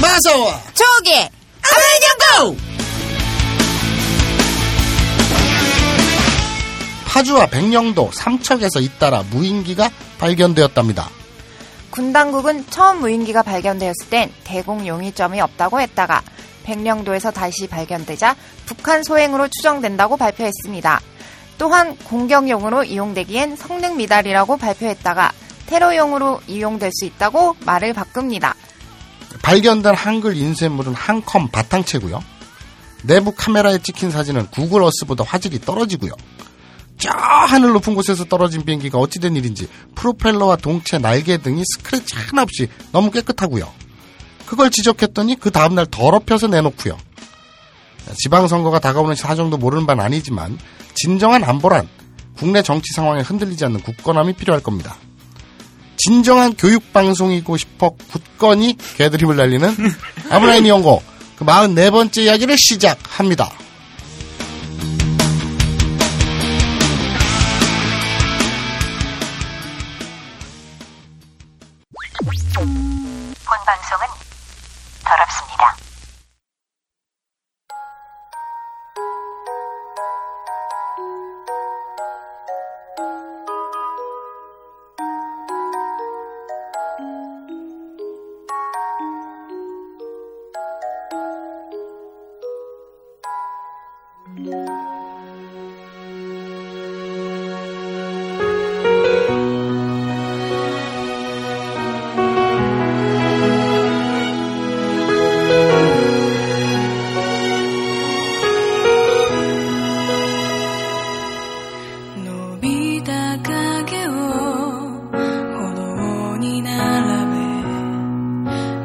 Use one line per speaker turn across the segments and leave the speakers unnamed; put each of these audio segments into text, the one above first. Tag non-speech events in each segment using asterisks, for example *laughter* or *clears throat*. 무서워.
저기 아메냐고
파주와 백령도 삼척에서 잇따라 무인기가 발견되었답니다.
군 당국은 처음 무인기가 발견되었을 땐 대공 용의점이 없다고 했다가 백령도에서 다시 발견되자 북한 소행으로 추정된다고 발표했습니다. 또한 공격용으로 이용되기엔 성능 미달이라고 발표했다가 테러용으로 이용될 수 있다고 말을 바꿉니다.
발견된 한글 인쇄물은 한 컴 바탕채고요. 내부 카메라에 찍힌 사진은 구글 어스보다 화질이 떨어지고요. 저 하늘 높은 곳에서 떨어진 비행기가 어찌된 일인지 프로펠러와 동체 날개 등이 스크래치 하나 없이 너무 깨끗하고요. 그걸 지적했더니 그 다음날 더럽혀서 내놓고요. 지방선거가 다가오는 사정도 모르는 바는 아니지만 진정한 안보란 국내 정치 상황에 흔들리지 않는 굳건함이 필요할 겁니다. 진정한 교육 방송이고 싶어 굳건히 개드립을 날리는 아브라인 연고 그 44번째 이야기를 시작합니다.
본 방송은 더럽습니다.
伸びた影を炎に並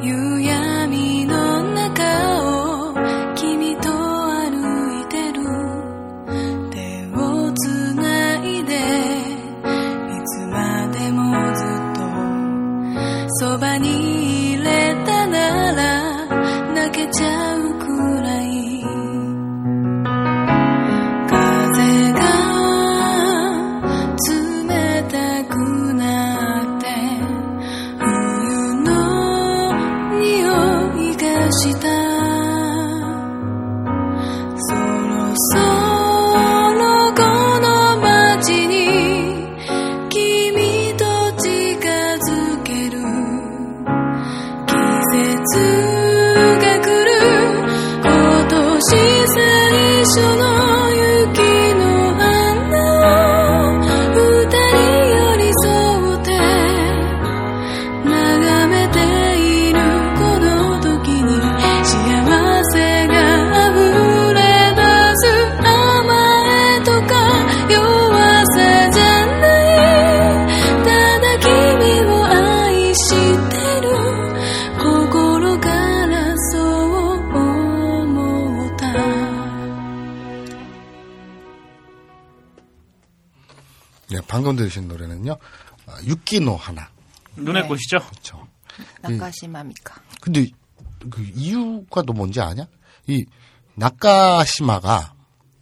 べ夕闇の中を君と歩いてる手をつないでいつまでもずっとそばにいれたなら泣けちゃうくらい風が冷たくなって冬の匂いがしたそろそろこの街に君と近づける季節が来る今年最後の雪の穴を二人寄り添って眺めているこの時に幸せがあふれ出す甘えとか弱さじゃないただ君を愛してる心からそう思った
예, 방금 들으신 노래는요. 아, 유키노 하나.
눈의 꽃이죠?
그렇죠.
음.
나카시마 미카.
근데 그 이유가 너 뭔지 아냐? 이 나카시마가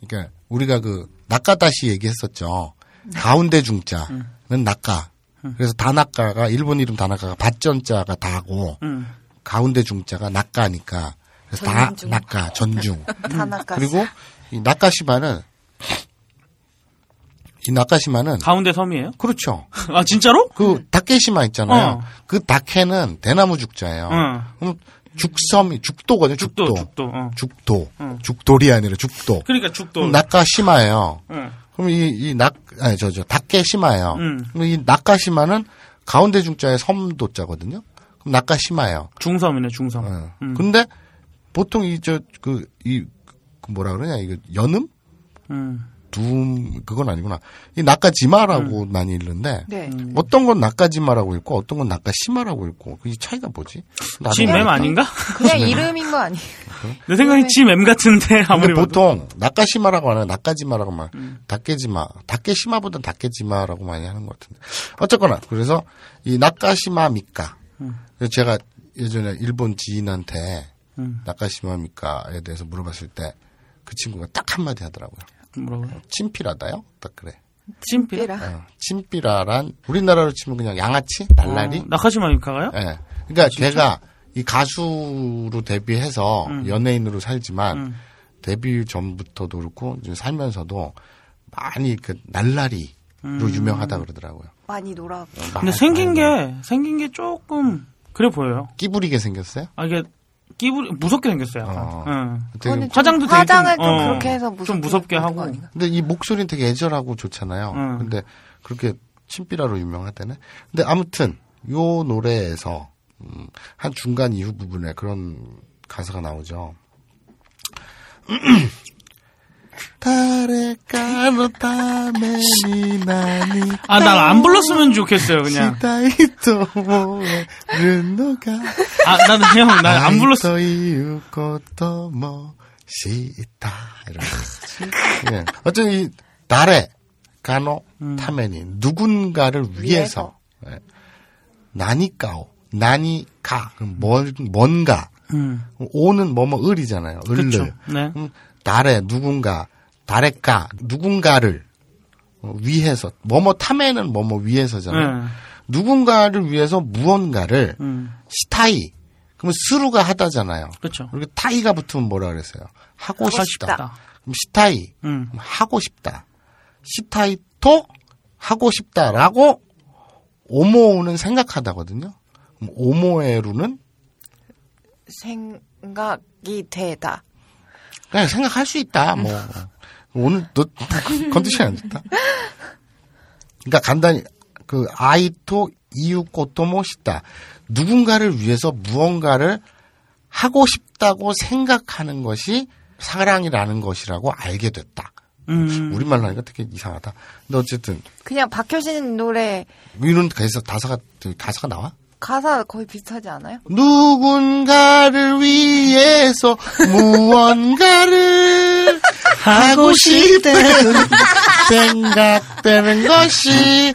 그러니까 우리가 그 나카다시 얘기했었죠. 가운데 중자는 나카. 그래서 다나카가 일본 이름 다나카가 밭전자가 다고
음.
가운데 중자가 나카니까 그래서 다 나카
*laughs*
전중.
음.
타나카시.
그리고 이 나카시마는 이 나카시마는
가운데 섬이에요? *laughs*
그렇죠.
아, 진짜로?
그 다케시마 있잖아요.
어.
그 다케는 대나무 죽자예요.
응.
그럼 죽섬이 죽도거든요. 죽도.
죽도, 죽도. 어.
죽도. 죽돌이 아니라 죽도.
그러니까 죽도.
그럼 나카시마예요.
응.
그럼 이 이낙 아니 저저 다케시마예요.
음.
그럼 이 나카시마는 가운데 중자에 섬도자거든요. 그럼 나카시마예요.
중섬이네, 중섬.
어.
음.
근데 보통 이 저 그 이 뭐라 그러냐 이거 연음
음.
둠 그건 아니구나. 이 나카지마라고 많이 읽는데
네.
음.
음. 어떤 건 나카지마라고 읽고 어떤 건 나카시마라고 읽고 이 차이가 뭐지? 그러니까. 나도
지맴
모르겠다.
아닌가? *laughs*
그냥
음.
이름인 거 아니에요?
내 생각엔 지맴 같은데,
근데
*laughs* 아무리 봐도. 음.
보통 나카시마라고 하는 나카지마라고 말, 다케지마, 다케시마보단 다케지마라고 많이 하는 것 같은데. 어쨌거나 그래서 이 나카시마 미카. 그래서 제가 예전에 일본 지인한테
음.
나카시마 미카에 대해서 물어봤을 때 그 친구가 딱 한마디 하더라고요.
뭐라고요?
친필하다요? 딱 그래.
찐필?
삐라.
어, 친필하란 우리나라로 치면 그냥 양아치, 날라리. 네.
나카시마 어, 유카가요?
예. 그러니까 걔가 이 가수로 데뷔해서 연예인으로 살지만
음.
데뷔 전부터도 그렇고 이제 살면서도 많이 그 날라리로 유명하다 그러더라고요.
많이 놀아갖고.
음. 근데 생긴 게 생긴 게 조금 그래 보여요.
끼부리게 생겼어요?
아 이게 끼부리 무섭게 생겼어요. 약간.
어.
응.
어떻게
그거는
보면.
좀
화장도 되게
화장을 좀,
좀, 어,
그렇게 해서
좀
무섭게,
무섭게
만든
하고.
거 아닌가?
근데 이 목소리는 되게 애절하고 좋잖아요.
음.
근데 그렇게 신비라로 유명하다네. 근데 아무튼 요 노래에서 음, 한 중간 이후 부분에 그런 가사가 나오죠. *clears throat* 다레카노 타메니 나니
아, 난 안 불렀으면 좋겠어요, 그냥.
시타이토 모에 르노가
아, 나는 형, 난 안 불렀어.
이유코토 모 시타 이렇게. 예. 어쨌든 이 달에 간호
음.
타메니 누군가를 위해서 예. 나니까오 나니가 뭔 뭔가
음.
오는 뭐뭐 을이잖아요. 을을.
그쵸. 네.
음, 달에 누군가, 달에까 누군가를 어, 위해서 뭐뭐 탐에는 뭐뭐 위해서잖아요.
네.
누군가를 위해서 무언가를
음.
시타이. 그러면 스루가 하다잖아요.
그쵸.
그리고 타이가 붙으면 뭐라 그랬어요? 하고,
하고
싶다.
싶다.
그럼 시타이.
음.
그럼 하고 싶다. 시타이토 하고 싶다라고 오모우는 생각하다거든요. 그럼 오모에루는
생각이 되다.
그냥 생각할 수 있다. 뭐 오늘 너 *laughs* 컨디션 안 좋다. 그러니까 간단히 그 아이토 이웃꽃도 멋있다. 누군가를 위해서 무언가를 하고 싶다고 생각하는 것이 사랑이라는 것이라고 알게 됐다.
음.
우리말로 하니까 되게 이상하다. 근데 어쨌든
그냥 박효신 노래
이런 가사 가사가 가사가 나와?
가사 거의 비슷하지 않아요?
누군가를 위해서 무언가를 하고 싶다는 생각되는 것이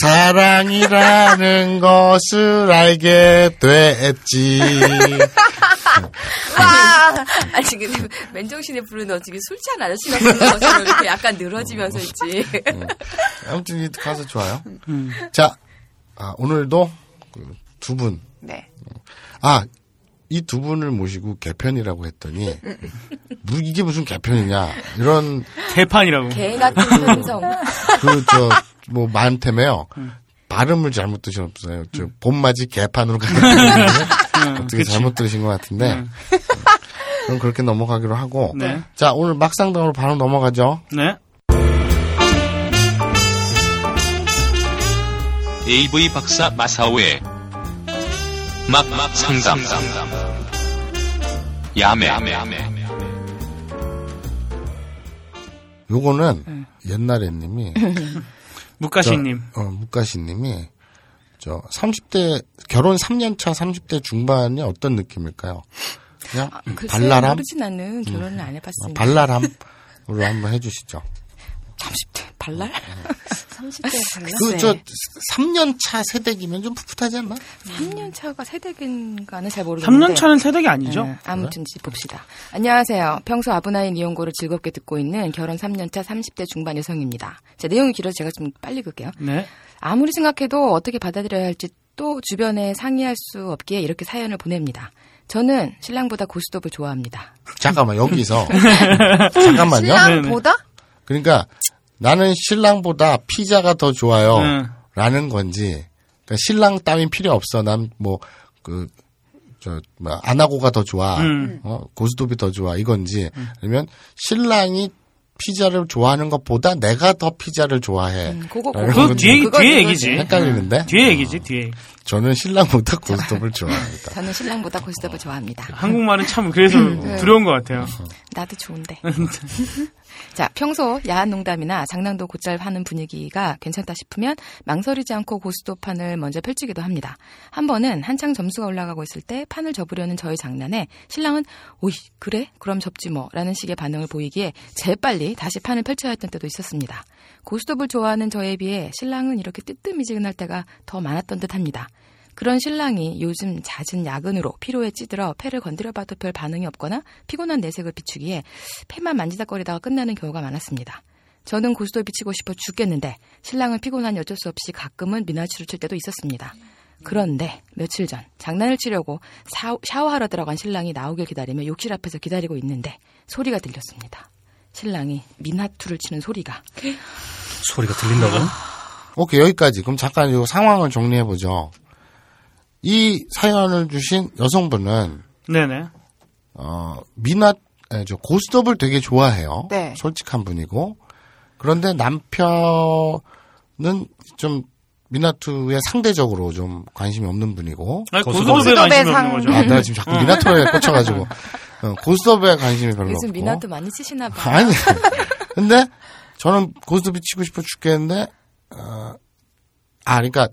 사랑이라는 것을 알게 됐지.
아니, 근데 맨정신에 부르는 어떻게 술 취한 아저씨가 부르는 것처럼 이렇게 약간 늘어지면서 있지.
아무튼 이 가사 좋아요. 자, 아, 오늘도 그두 분,
네.
아, 이 두 분을 모시고 개편이라고 했더니 무- 이게 무슨 개편이냐 이런
개판이라고.
개 같은 편성.
그, 그저뭐 많테매요. 발음을 잘못 드셨어요. 저
음.
봄맞이 개판으로 가는 어떻게 잘못 들으신 것 같은데
음.
음. 그럼 그렇게 넘어가기로 하고
네.
자 오늘 막상당으로 바로 넘어가죠.
네.
AV 박사 마사오의 막 상담 야매
요거는
네.
옛날에 님이 저,
무가시님.
어, 묵가시님이 저 30대 결혼 3년 차 30대 중반이 어떤 느낌일까요? 그냥
아, 글쎄,
음, 발랄함, 아,
모르진 않는 결혼을 안 해봤으니까.
발랄함으로 한번 해주시죠.
30대
어,
발랄?
30대 발라?
그저 3년 차 세대기면 좀 풋풋하지 않나?
3년 차가 세대인가는 잘 모르겠는데.
3년 차는 세대기 아니죠?
네, 아무튼 짚읍시다. 안녕하세요. 평소 아브나인 이용고를 즐겁게 듣고 있는 결혼 3년차 30대 중반 여성입니다. 자, 내용이 길어서 제가 좀 빨리 읽을게요.
네.
아무리 생각해도 어떻게 받아들여야 할지 또 주변에 상의할 수 없기에 이렇게 사연을 보냅니다. 저는 신랑보다 고스톱을 좋아합니다.
잠깐만
*laughs*
여기서 잠깐만요.
네.
네,
신랑보다?
그러니까 나는 신랑보다 피자가 더
어.
네.
좋아요라는 건지 그러니까 신랑 따윈 필요 없어. 난 뭐 그 저, 뭐, 아나고가 더 좋아,
음.
어, 고스톱이 더 좋아, 이건지, 아니면, 신랑이 피자를 좋아하는 것보다 내가 더 피자를 좋아해.
음, 그거,
라는
그거
건지
뒤에,
그건
뒤에
그거지.
얘기지.
헷갈리는데?
뒤에 얘기지, 뒤에.
저는 신랑보다
*laughs*
고스톱을 좋아합니다.
저는 신랑보다 고스톱을 좋아합니다.
한국말은 참 그래서
음. 네.
두려운 것 같아요.
나도 좋은데. *laughs* 자, 평소 야한 농담이나 장난도 곧잘 하는 분위기가 괜찮다 싶으면 망설이지 않고 고스톱판을 먼저 펼치기도 합니다. 한 번은 한창 점수가 올라가고 있을 때 판을 접으려는 저의 장난에 신랑은 오이 그래? 그럼 접지 뭐 라는 식의 반응을 보이기에 재빨리 다시 판을 펼쳐야 했던 때도 있었습니다. 고스톱을 좋아하는 저에 비해 신랑은 이렇게 뜨뜻미지근할 때가 더 많았던 듯합니다. 그런 신랑이 요즘 잦은 야근으로 피로에 찌들어 폐를 건드려봐도 별 반응이 없거나 피곤한 내색을 비추기에 폐만 만지작거리다가 끝나는 경우가 많았습니다. 저는 고스톱이 치고 싶어 죽겠는데 신랑은 피곤하니 어쩔 수 없이 가끔은 미나추를 칠 때도 있었습니다. 그런데 며칠 전 장난을 치려고 샤- 샤워하러 들어간 신랑이 나오길 기다리며 욕실 앞에서 기다리고 있는데 소리가 들렸습니다. 신랑이 민하투를 치는 소리가
소리가 들린다고?
오케이 여기까지. 그럼 잠깐 이 상황을 정리해 보죠. 이 사연을 주신 여성분은
네네.
어 미나 아니, 저 고스톱을 되게 좋아해요.
네.
솔직한 분이고 그런데 남편은 좀 미나투에 상대적으로 좀 관심이 없는 분이고
아니,
고소득.
고소득에 관심이
고소득의
없는
상-
거죠.
아, 내가 지금 자꾸 미나토에 꽂혀가지고 어, 고스톱에 관심이 별로
요즘
없고.
민하투 많이 치시나 봐요.
아니. 근데 저는 고스톱이 치고 싶어 죽겠는데 어, 아 그러니까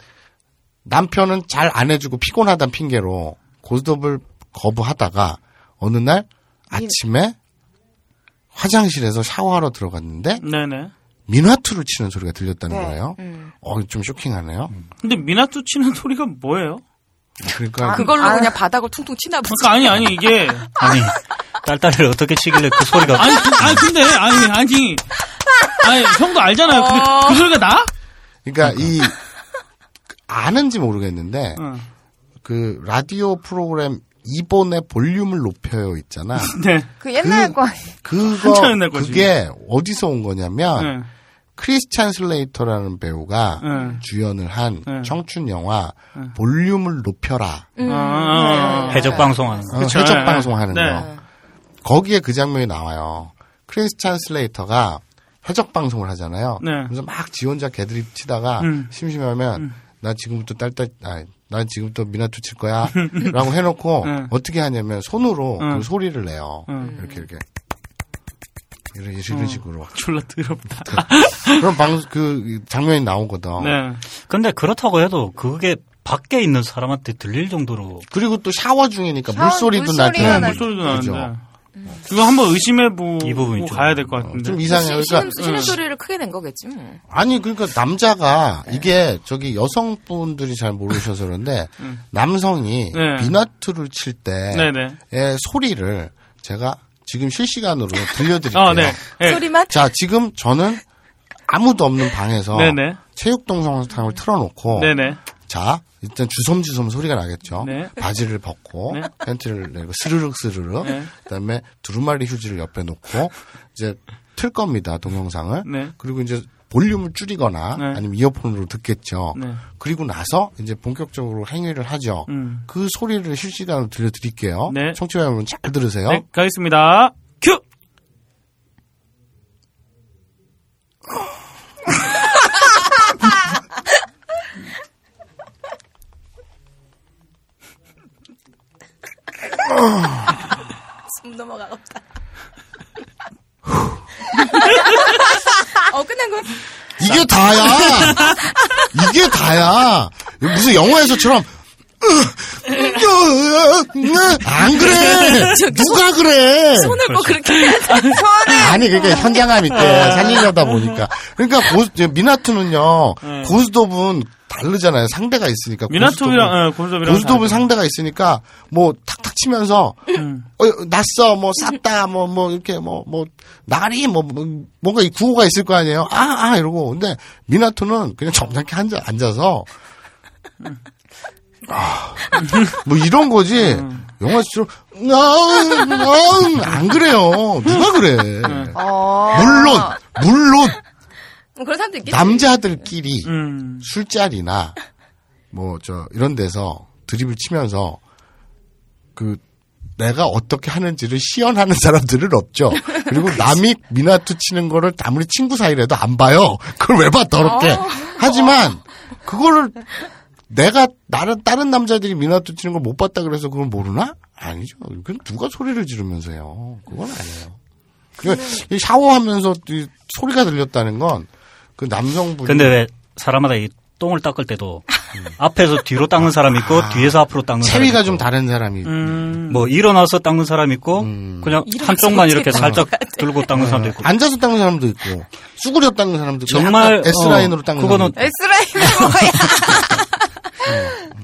남편은 잘 안 해주고 피곤하다는 핑계로 고스톱을 거부하다가 어느 날 아침에 화장실에서 샤워하러 들어갔는데
네네.
민화투를 치는 소리가 들렸다는
네.
거예요. 어, 좀 쇼킹하네요.
근데 미나투 치는 소리가 뭐예요?
그러니까
그걸로
아.
그냥 바닥을 퉁퉁 치나 보지.
그러니까 아니 아니 이게
아니, 딸딸이를 어떻게 치길래 그 소리가.
아니 그- 아니 근데 아니 아니 아니 형도 알잖아요. 근데
어.
그 소리가 나?
그러니까 이 아는지 모르겠는데
응.
그 라디오 프로그램 이번에 볼륨을 높여요 있잖아.
네.
그 옛날
그-
거
*laughs* 그거
한참 옛날 거지.
그게 어디서 온
아.
거냐면
네.
크리스찬 슬레이터라는 배우가
네.
주연을 한
네.
청춘 영화 볼륨을 높여라
음.
아, 아,
네.
아.
해적 방송하는 거.
어,
그쵸.
해적
네.
방송하는
네.
거 거기에 그 장면이 나와요. 크리스찬 슬레이터가 해적 방송을 하잖아요.
네.
그래서 막 지 혼자 개드립 치다가
음.
심심하면 나 지금부터 딸딸 아, 난 지금부터 미나투 칠
*laughs*
거야 라고 해놓고
음.
어떻게 하냐면 손으로
음.
그 소리를 내요.
음.
이렇게 이렇게 이런, 이런 식으로
졸라 더럽다.
그런 방그 장면이 나오거든.
네.
어. 근데 그렇다고 해도 그게 밖에 있는 사람한테 들릴 정도로.
그리고 또 샤워 중이니까
샤워,
물소리도
물소리가
나잖아요.
날-
소리도
그죠.
네, 나는데.
음.
이거 한번 의심해
이 부분이
보고
좀-
가야 될 것 같은데.
좀 이상해요. 그러니까
치는, 치는 소리를 크게 낸 거겠지. 뭐.
아니 그러니까 남자가 이게 저기 여성분들이 잘 모르셔서
*laughs*
그런데 남성이
네.
비나트를 칠 때의
네네.
소리를 제가 지금 실시간으로 들려드릴게요.
아 네. 네.
소리만
자 지금 저는 아무도 없는 방에서
네네.
체육동 성탕을 틀어놓고
네네.
자 일단 주섬주섬 소리가 나겠죠.
네.
바지를 벗고
네.
팬티를 내고 스르륵 스르륵
네.
그다음에 두루마리 휴지를 옆에 놓고 이제 틀 겁니다 동영상을
네.
그리고 이제 볼륨을 줄이거나
네.
아니면 이어폰으로 듣겠죠.
네.
그리고 나서 이제 본격적으로 행위를 하죠.
음.
그 소리를 실시간으로 들려드릴게요.
네.
청취자 여러분 잘 들으세요.
네, 가겠습니다. 큐!
숨 넘어가겠다. 어 끝난 거.
이게 다야.
*laughs*
이게 다야. 무슨 영화에서처럼 안 그래. 누가 그래.
손을 꼭 그렇게 해야 돼.
아니 그러니까 현장감 있게
네.
살리려다 보니까 그러니까 고스, 이제 미나투는요 고스톱은 다르잖아요 상대가 있으니까
네. 미나토비랑, 어, 고스톱이랑.
고스톱은
다르죠.
상대가 있으니까 뭐 탁탁 치면서 어, 났어 뭐 쌌다 뭐 뭐 이렇게 뭐 뭐 나리 뭐, 뭐 뭔가 이 구호가 있을 거 아니에요 아 아 이러고 근데 미나토는 그냥 점잖게 앉아 앉아서 뭐 이런 거지 영화처럼 아, 나안 그래요 누가 그래
어.
물론 물론
뭐 그런 사람도 있겠지.
남자들끼리
음.
술자리나 뭐 저 이런 데서 드립을 치면서 그 내가 어떻게 하는지를 시연하는 사람들은 없죠. *laughs* 그리고 남이 미나투 치는 거를 아무리 친구 사이라도 안 봐요. 그걸 왜 봐, 더럽게. 하지만 그거를 내가 나른 다른 남자들이 미나투 치는 걸 못 봤다 그래서 그걸 모르나? 아니죠. 그건 누가 소리를 지르면서 해요. 그건 아니에요. 그러니까 이 샤워하면서 이 소리가 들렸다는 건 그 남성분이
근데 왜 사람마다 이 똥을 닦을 때도 앞에서 뒤로 닦는 사람 있고 뒤에서 앞으로 닦는 사람
체위가
있고
음. 아. 좀 다른 사람이
음.
뭐 일어나서 닦는 사람 있고
음.
그냥 한쪽만 이렇게 살짝 *laughs* 들고 닦는 사람도 있고
앉아서 닦는 사람도 있고 수그려 닦는 사람도 있고
정말,
약간 S
어,
라인으로 닦는
그거는
사람도 있고.
S라인 뭐야?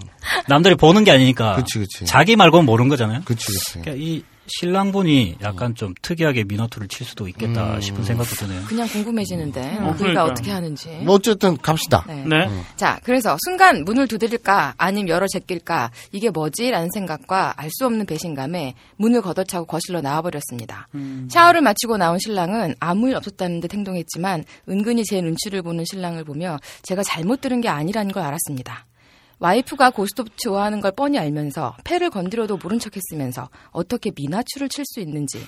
남들이 보는 게 아니니까
그치, 그치.
자기 말고는 모르는 거잖아요. 음.
그치 그치
그러니까 이 신랑분이 약간 좀 특이하게 미너투를 칠 수도 있겠다 싶은 생각도 드네요.
그냥 궁금해지는데
어,
우리가
그러니까요.
어떻게 하는지.
네.
뭐 어쨌든 갑시다.
네.
네.
음.
자, 그래서 순간 문을 두드릴까 아님 열어 제낄까 이게 뭐지라는 생각과 알 수 없는 배신감에 문을 걷어차고 거실로 나와버렸습니다. 샤워를 마치고 나온 신랑은 아무 일 없었다는 듯 행동했지만 은근히 제 눈치를 보는 신랑을 보며 제가 잘못 들은 게 아니라는 걸 알았습니다. 와이프가 고스톱 좋아하는 걸 뻔히 알면서 패를 건드려도 모른 척했으면서 어떻게 미나추를 칠 수 있는지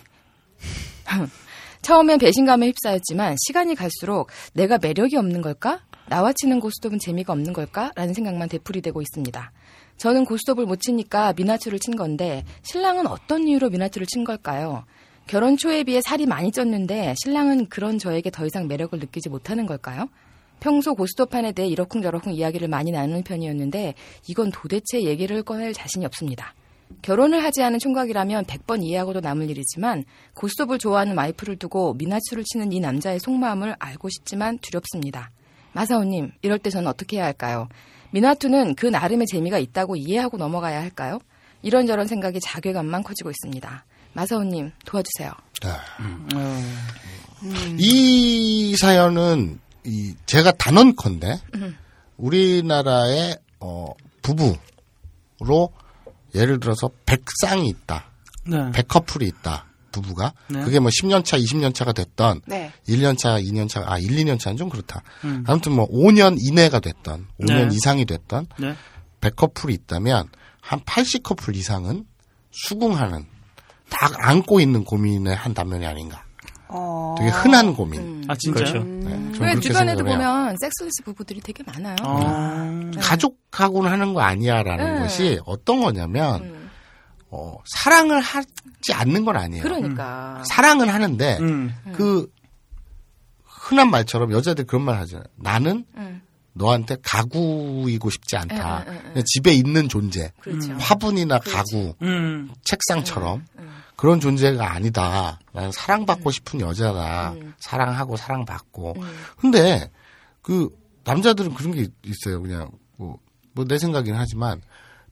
처음엔 배신감에 휩싸였지만 시간이 갈수록 내가 매력이 없는 걸까? 나와 치는 고스톱은 재미가 없는 걸까? 라는 생각만 되풀이되고 있습니다. 저는 고스톱을 못 치니까 미나추를 친 건데 신랑은 어떤 이유로 미나추를 친 걸까요? 결혼 초에 비해 살이 많이 쪘는데 신랑은 그런 저에게 더 이상 매력을 느끼지 못하는 걸까요? 평소 고스톱판에 대해 이러쿵저러쿵 이야기를 많이 나누는 편이었는데 이건 도대체 얘기를 꺼낼 자신이 없습니다. 결혼을 하지 않은 총각이라면 100번 이해하고도 남을 일이지만 고스톱을 좋아하는 와이프를 두고 미나추를 치는 이 남자의 속마음을 알고 싶지만 두렵습니다. 마사오님, 이럴 때 저는 어떻게 해야 할까요? 미나투는 그 나름의 재미가 있다고 이해하고 넘어가야 할까요? 이런저런 생각이 자괴감만 커지고 있습니다. 마사오님, 도와주세요.
음.
이 사연은 이 제가 단언컨대 우리나라의 어, 부부로 예를 들어서 백쌍이 있다,
음.
네.
백커플이 있다 부부가
네.
그게 뭐 10년 차, 20년 차가 됐던
네.
1년 차, 2년 차, 아 1, 2년 차는 좀 그렇다.
음.
아무튼 뭐 5년 이내가 됐던, 5년
네.
이상이 됐던
네.
100커플이 있다면 한 80커플 이상은 수긍하는 딱 안고 있는 고민의 한 단면이 아닌가.
어.
되게 흔한 고민.
아 진짜요?
그렇죠.
네, 저는
음. 왜
그렇게
주변에도
생각을 해요.
보면 섹스리스 부부들이 되게 많아요.
아.
가족하고는 하는 거 아니야라는
네.
것이 어떤 거냐면
음.
어, 사랑을 하지 않는 건 아니에요.
그러니까.
사랑은 하는데
음.
그 흔한 말처럼 여자들 그런 말 하잖아요. 나는
음.
너한테 가구이고 싶지 않다.
음, 음, 음,
그냥 집에 있는 존재, 음.
그렇죠.
화분이나 가구,
음.
책상처럼 그런 존재가 아니다. 나는 사랑받고 싶은 여자다. 사랑하고 사랑받고. 근데 그 남자들은 그런 게 있어요. 그냥 뭐 내 생각이긴 하지만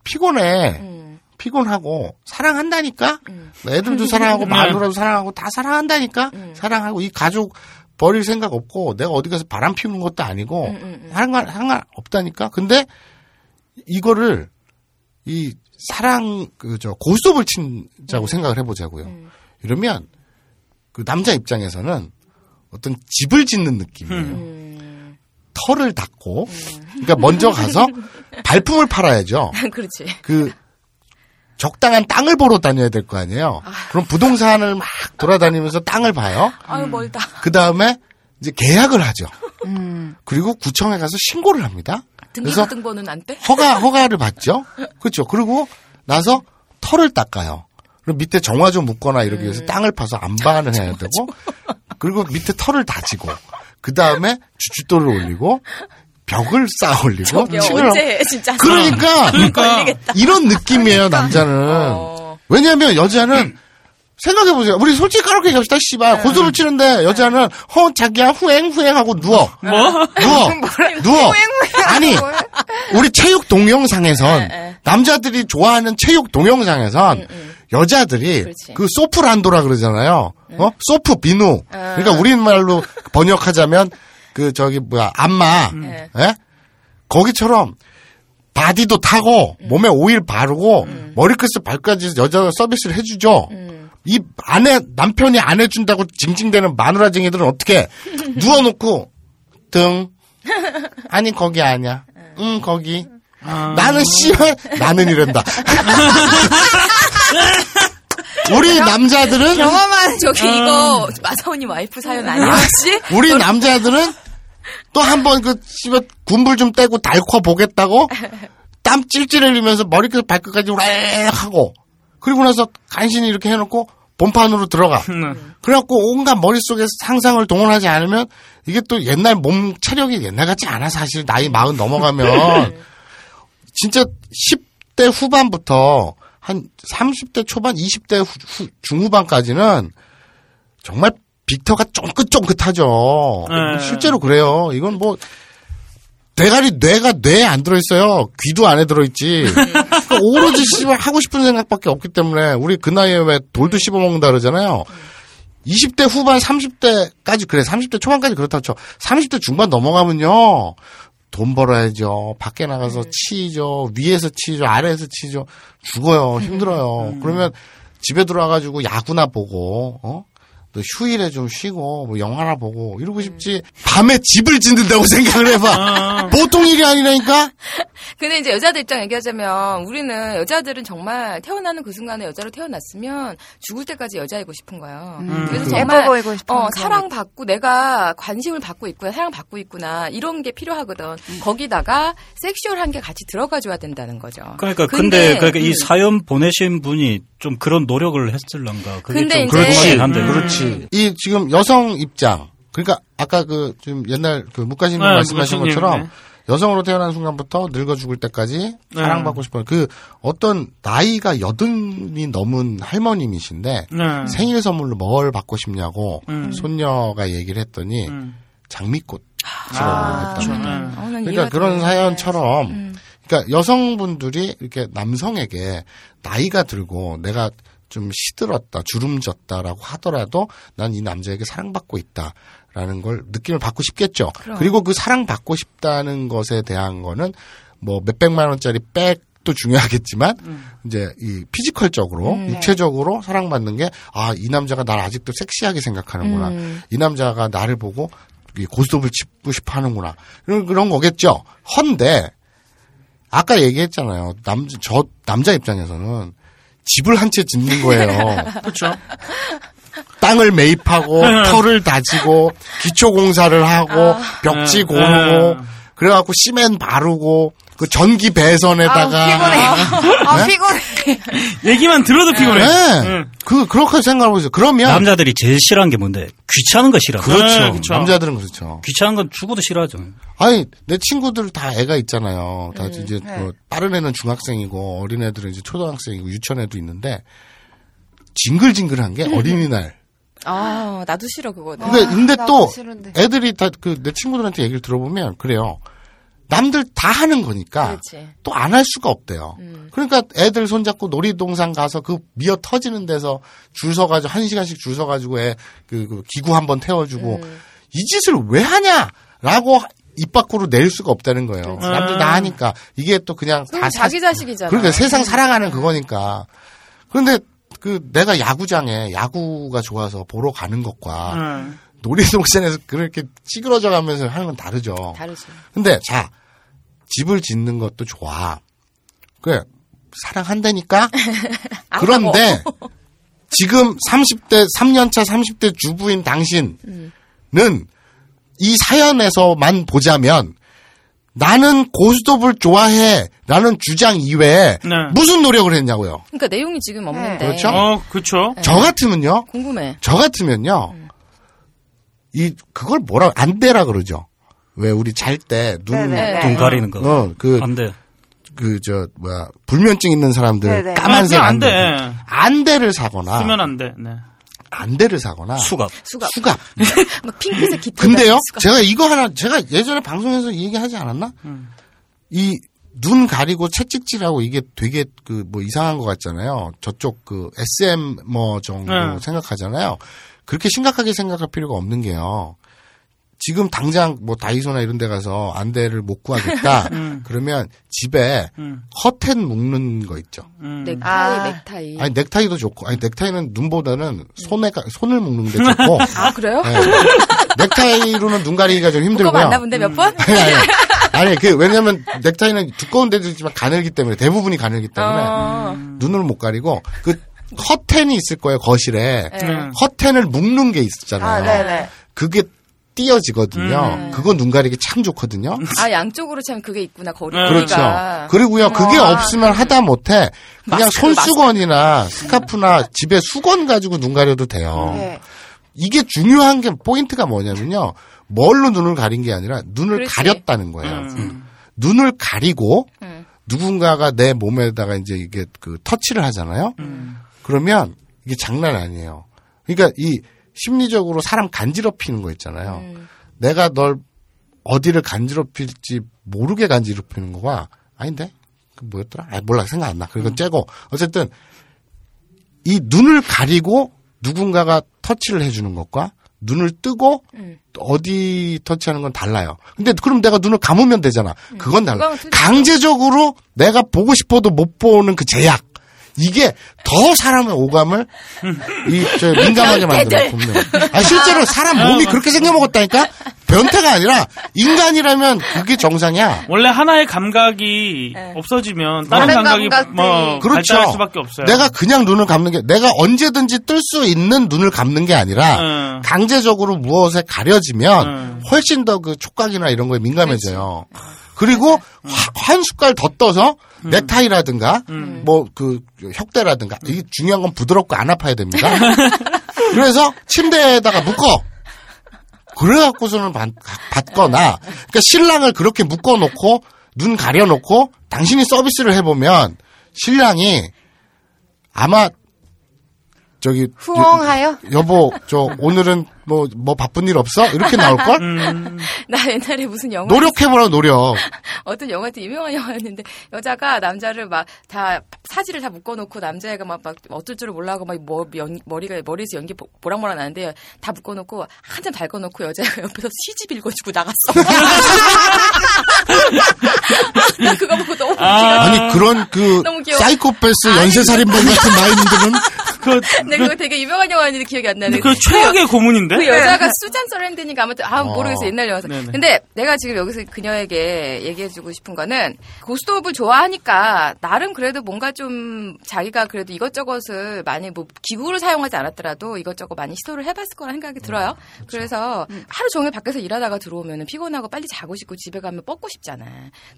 피곤해.
음.
피곤하고 사랑한다니까. 뭐 애들도 사랑하고 마누라도 사랑하고 다 사랑한다니까. 사랑하고 이 가족 버릴 생각 없고 내가 어디 가서 바람 피우는 것도 아니고 상관 상관 없다니까. 근데 이거를 이 사랑 그저 고스톱을 친다고 생각을 해보자고요. 이러면 그 남자 입장에서는 어떤 집을 짓는 느낌이에요. 털을 닦고
음.
그러니까 먼저
*laughs*
가서 발품을 팔아야죠.
그렇지.
그 적당한 땅을 보러 다녀야 될 거 아니에요. 그럼 부동산을 막 돌아다니면서 땅을 봐요.
아유, 멀다.
그 다음에 이제 계약을 하죠. 그리고 구청에 가서 신고를 합니다. 그래서
음. 등기부등본은 안 떼?
허가 허가를 받죠. 그렇죠. 그리고 나서 털을 닦아요. 그리고 밑에 정화 좀 묻거나 이러기 위해서 땅을 파서 안방을 해야 되고 그리고 밑에 털을 다지고 그 다음에 주춧돌을 올리고 벽을 쌓아 올리고
야,
칠을 하고.
언제 해, 진짜.
그러니까
그러니까
이런 느낌이에요 남자는
어.
왜냐하면 여자는 생각해 보세요 우리 솔직히 까놓게 갑시다 씨발 고소를 치는데 여자는 허 자기야 후행 후행하고 누워
뭐?
누워 누워 *laughs* 아니 우리 체육 동영상에선
네.
남자들이 좋아하는 체육 동영상에선 여자들이
음, 그렇지. 예.
그 소프란도라 그러잖아요 어 소프 비누
아.
그러니까 우리말로 번역하자면 그 저기 뭐야 안마
음.
예? 거기처럼 바디도 타고
음.
몸에 오일 바르고 머리끝을 발까지 여자가 서비스를 해주죠.
음.
이 아내 남편이 안 해준다고 징징대는 마누라쟁이들은
*laughs*
어떻게 누워놓고 등 아니 거기 아니야. 응 거기
아.
나는 씨발 나는
*laughs*
이런다. 우리 남자들은
경험한 저기
아.
이거 마사오님 와이프 사연 아니야 혹시?
우리 남자들은 또 한 번 그 씨발 군불 좀 떼고 달궈 보겠다고 땀 찔찔 흘리면서 머리끝 발끝까지 우락 하고 그리고 나서 간신히 이렇게 해놓고 본판으로 들어가.
네.
그래갖고 온갖 머릿속에 상상을 동원하지 않으면 이게 또 옛날 몸 체력이 옛날 같지 않아 사실 나이 마흔 넘어가면 진짜 10대 후반부터 한 30대 초반, 20대 후- 후- 중후반까지는 정말 빅터가 쫑긋쫑긋하죠.
네.
실제로 그래요. 이건 뭐 대가리 뇌가 뇌에 안 들어있어요. 귀도 안에 들어있지. 그러니까 오로지 씨발 하고 싶은 생각밖에 없기 때문에 우리 그 나이에 왜 돌도 씹어먹는다 그러잖아요. 20대 후반, 30대까지 그래. 30대 초반까지 그렇다 쳐. 30대 중반 넘어가면요. 돈 벌어야죠. 밖에 나가서 치죠. 위에서 치죠. 아래에서 치죠. 죽어요. 힘들어요. 그러면 집에 들어와가지고 야구나 보고, 어? 또 휴일에 좀 쉬고, 뭐 영화나 보고, 이러고 싶지. 밤에 집을 짓는다고 *laughs* 생각을 해봐. 보통 일이 아니라니까?
근데 이제 여자들 입장 얘기하자면 우리는 여자들은 정말 태어나는 그 순간에 여자로 태어났으면 죽을 때까지 여자이고 싶은 거예요. 그래서
예뻐
정말
음. 보이고 싶은
어,
그런
사랑받고 내가 관심을 받고 있구나, 사랑받고 있구나 이런 게 필요하거든.
음.
거기다가 섹슈얼한 게 같이 들어가줘야 된다는 거죠.
그러니까 근데, 그러니까
음.
이 사연 보내신 분이 좀 그런 노력을 했을란가 그게
근데
좀
이제-
궁금하긴 한데
음.
그렇지. 이 지금 여성 입장. 그러니까 아까 그 지금 옛날 그 묵가시님
네,
말씀하신
묵가시님,
것처럼
네.
여성으로 태어난 순간부터 늙어 죽을 때까지 사랑받고 싶어요. 그 어떤 나이가 여든이 넘은 할머님이신데
네.
생일 선물로 뭘 받고 싶냐고
음.
손녀가 얘기를 했더니
음.
장미꽃.
아,
했다.
음.
어,
그러니까
네.
그런 사연처럼 그러니까 여성분들이 이렇게 남성에게 나이가 들고 내가 좀 시들었다, 주름졌다라고 하더라도 난 이 남자에게 사랑받고 있다라는 걸 느낌을 받고 싶겠죠. 그리고그 사랑받고 싶다는 것에 대한 거는 뭐 몇백만 원짜리 백도 중요하겠지만 이제 이 피지컬적으로 육체적으로 사랑받는 게 아 이 남자가 날 아직도 섹시하게 생각하는구나 이 남자가 나를 보고 이 고스톱을 짚고 싶어 하는구나 이런 그런 거겠죠 헌데 아까 얘기했잖아요. 남, 저, 남자 입장에서는 집을 한 채 짓는 거예요.
*laughs* 그렇죠.
땅을 매입하고,
네.
터를 다지고, 기초공사를 하고, 벽지
아.
고르고,
아.
그래갖고 시멘 바르고, 그 전기 배선에다가. *laughs*
아, 피곤해. 아, 피곤해.
얘기만 들어도
아.
피곤해.
네. 그, 그렇게 생각하고 있어요. 그러면.
남자들이 제일 싫어하는 게 뭔데? 귀찮은 거 싫어.
그렇죠.
네, 그쵸.
남자들은 그렇죠.
귀찮은 건 죽어도 싫어하죠.
네.
아니 내 친구들 다 애가 있잖아요. 다 이제 뭐 빠른 애는 중학생이고 어린 애들은 이제 초등학생이고 유치원 애도 있는데 징글징글한 게 어린이날.
아 나도 싫어 그거는.
근데 근데
나도
또
싫은데.
애들이 다 그 내 친구들한테 얘기를 들어보면 그래요. 남들 다 하는 거니까
그렇지. 음.
또 안 할 수가 없대요. 그러니까 애들 손잡고 놀이동산 가서 그 미어 터지는 데서 줄 서가지고 한 시간씩 줄 서가지고 애그 그 기구 한 번 태워주고
음.
이 짓을 왜 하냐라고 입 밖으로 낼 수가 없다는 거예요. 남들
아.
다 하니까 이게 또 그냥 다
그럼
사-
자기 음. 자식이잖아.
그러니까 세상 살아가는 그거니까. 그런데 그 내가 야구장에 야구가 좋아서 보러 가는 것과
음.
놀이동산에서 그렇게 찌그러져 가면서 하는 건 다르죠.
다르지.
근데 자 집을 짓는 것도 좋아. 그래 *laughs* 사랑한다니까. 그런데 지금 30대 3년차 30대 주부인 당신은 이 사연에서만 보자면 나는 고스톱을 좋아해라는 주장 이외에
네.
무슨 노력을 했냐고요.
그러니까 내용이 지금 없는데.
그렇죠?
어, 그렇죠.
저 같으면요.
궁금해.
저 같으면요, 이, 그걸 뭐라, 안 돼라 그러죠. 왜, 우리 잘 때, 눈,
네네.
눈 가리는 거.
어, 그,
안 돼.
그, 저, 뭐야, 불면증 있는 사람들,
네네.
까만색
아,
안 돼.
돼.
안 돼를 사거나,
쓰면 안 돼. 네.
안 돼를 사거나,
수갑.
수갑.
수갑.
막 핑크색 깃털.
근데요,
수갑.
제가 이거 하나, 제가 예전에 방송에서 얘기하지 않았나?
음.
이 눈 가리고 채찍질하고 이게 되게 그 뭐 이상한 것 같잖아요. 저쪽 그 SM 뭐 정도
네.
생각하잖아요. 그렇게 심각하게 생각할 필요가 없는 게요. 지금 당장 뭐 다이소나 이런 데 가서 안대를 못
*laughs*
구하겠다. 그러면 집에
음.
커튼 묶는 거 있죠.
음.
넥타이,
아.
예.
넥타이.
아니 넥타이도 좋고 아니 넥타이는 눈보다는 손에 가- 손을 묶는 게
*laughs*
좋고
아, 그래요?
네. 넥타이로는 눈 가리기가 좀
*laughs* 그거
힘들고요. 음.
만나본데 몇 번?
*laughs* 아니, 아니. 아니, 그, 왜냐면, 넥타이는 두꺼운 데도 있지만 가늘기 때문에, 대부분이 가늘기 때문에,
어.
눈을 못 가리고, 그, 커튼이 있을 거예요, 거실에.
네.
커튼을 묶는 게
아,
있잖아요.
네네.
그게 띄어지거든요.
음, 네.
그거 눈 가리기 참 좋거든요.
아, 양쪽으로 참 그게 있구나, 거리가.
그렇죠. 그리고요, 그게 없으면 하다 못해, 그냥
그러니까. 아. 마스크,
손수건이나 스카프나 집에 수건 가지고 눈 가려도 돼요.
네.
이게 중요한 게 포인트가 뭐냐면요. 뭘로 눈을 가린 게 아니라 눈을
그렇지. 음.
가렸다는 거예요. 음. 눈을 가리고 누군가가 내 몸에다가 이제 이게 그 터치를 하잖아요.
음.
그러면 이게 장난 아니에요. 그러니까 이 심리적으로 사람 간지럽히는 거 있잖아요.
네.
내가 널 어디를 간지럽힐지 모르게 간지럽히는 거가 아닌데 그 뭐였더라? 아, 몰라 생각 안 나.
음.
그리고 째고 어쨌든 이 눈을 가리고 누군가가 터치를 해주는 것과 눈을 뜨고
음.
어디 터치하는 건 달라요. 근데 그럼 내가 눈을 감으면 되잖아. 그건 달라.
음. 그거는 틀리죠.
강제적으로 내가 보고 싶어도 못 보는 그 제약. 이게 더 사람의 오감을 이저
*laughs*
민감하게 만드는 분명. 아 실제로 사람 몸이
어.
그렇게 생겨 먹었다니까 변태가 아니라 인간이라면 그게 정상이야.
원래 하나의 감각이 없어지면 네. 다른
다른
감각이
감각들이-
뭐
그렇죠.
발달할 수밖에 없어요.
내가 그냥 눈을 감는 게 내가 언제든지 뜰 수 있는 눈을 감는 게 아니라
음.
강제적으로 무엇에 가려지면
음.
훨씬 더 그 촉각이나 이런 거에 민감해져요. 그리고 한 숟갈 더 떠서 넥타이라든가 뭐 그 혁대라든가 이게 중요한 건 부드럽고 안 아파야
*laughs*
됩니다. 그래서 침대에다가 묶어. 그래갖고서는 받, 받거나, 그러니까 신랑을 그렇게 묶어놓고, 눈 가려놓고, 당신이 서비스를 해보면, 신랑이 아마, 저기,
후엉하여?
여, 보 저, 오늘은 뭐, 뭐 바쁜 일 없어? 이렇게 나올걸?
나 옛날에 무슨 영화
노력해보라, 노력.
어떤 영화 되게 유명한 영화였는데 여자가 남자를 막 다 사지를 다 묶어놓고 남자애가 막, 막 어쩔 줄을 몰라하고 막 머, 연, 머리가 머리에서 연기 보- 보랑보랑 나는데 다 묶어놓고 한참 달궈놓고 여자가 *laughs* 옆에서 시집 읽어주고 *laughs* 나갔어. 나 그거 보고 너무 웃겨.
아니, 그런 그,
너무 귀여워.
사이코패스
*laughs*
연쇄살인범 같은 마인드는,
그,
근데 그거 되게 유명한 영화였는데 기억이 안 나네.
그 최악의 고문인데?
그 여자가 수잔 서랜드니까 아무튼 아 모르겠어 옛날 영화서.
네네.
근데 내가 지금 여기서 그녀에게 얘기해주고 싶은 거는 고스톱을 좋아하니까 나름 그래도 뭔가 좀 자기가 그래도 이것저것을 많이 뭐 기구를 사용하지 않았더라도 이것저것 많이 시도를 해봤을 거라 생각이 들어요. 그래서 하루 종일 밖에서 일하다가 들어오면 피곤하고 빨리 자고 싶고 집에 가면 뻗고 싶잖아.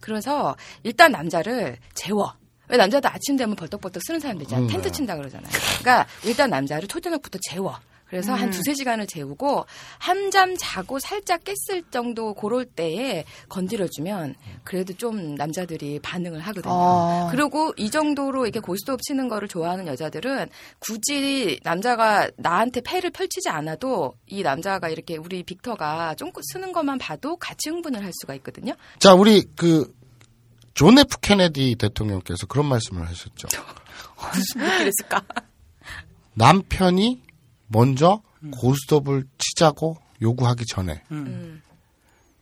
그래서 일단 남자를 재워. 왜 남자도 아침 되면 벌떡벌떡 쓰는 사람들이잖아. 텐트 친다 그러잖아요. 그러니까 일단 남자를 초저녁부터 재워. 그래서 한 두세 시간을 재우고 한잠 자고 살짝 깼을 정도 그럴 때에 건드려주면 그래도 좀 남자들이 반응을 하거든요.
어.
그리고 이 정도로 이렇게 고스톱 치는 거를 좋아하는 여자들은 굳이 남자가 나한테 패를 펼치지 않아도 이 남자가 이렇게 우리 빅터가 쫑긋 쓰는 것만 봐도 같이 흥분을 할 수가 있거든요.
자, 우리 그, 존 F 케네디 대통령께서 그런 말씀을 하셨죠.
그랬을까?
남편이 먼저 고스톱을 치자고 요구하기 전에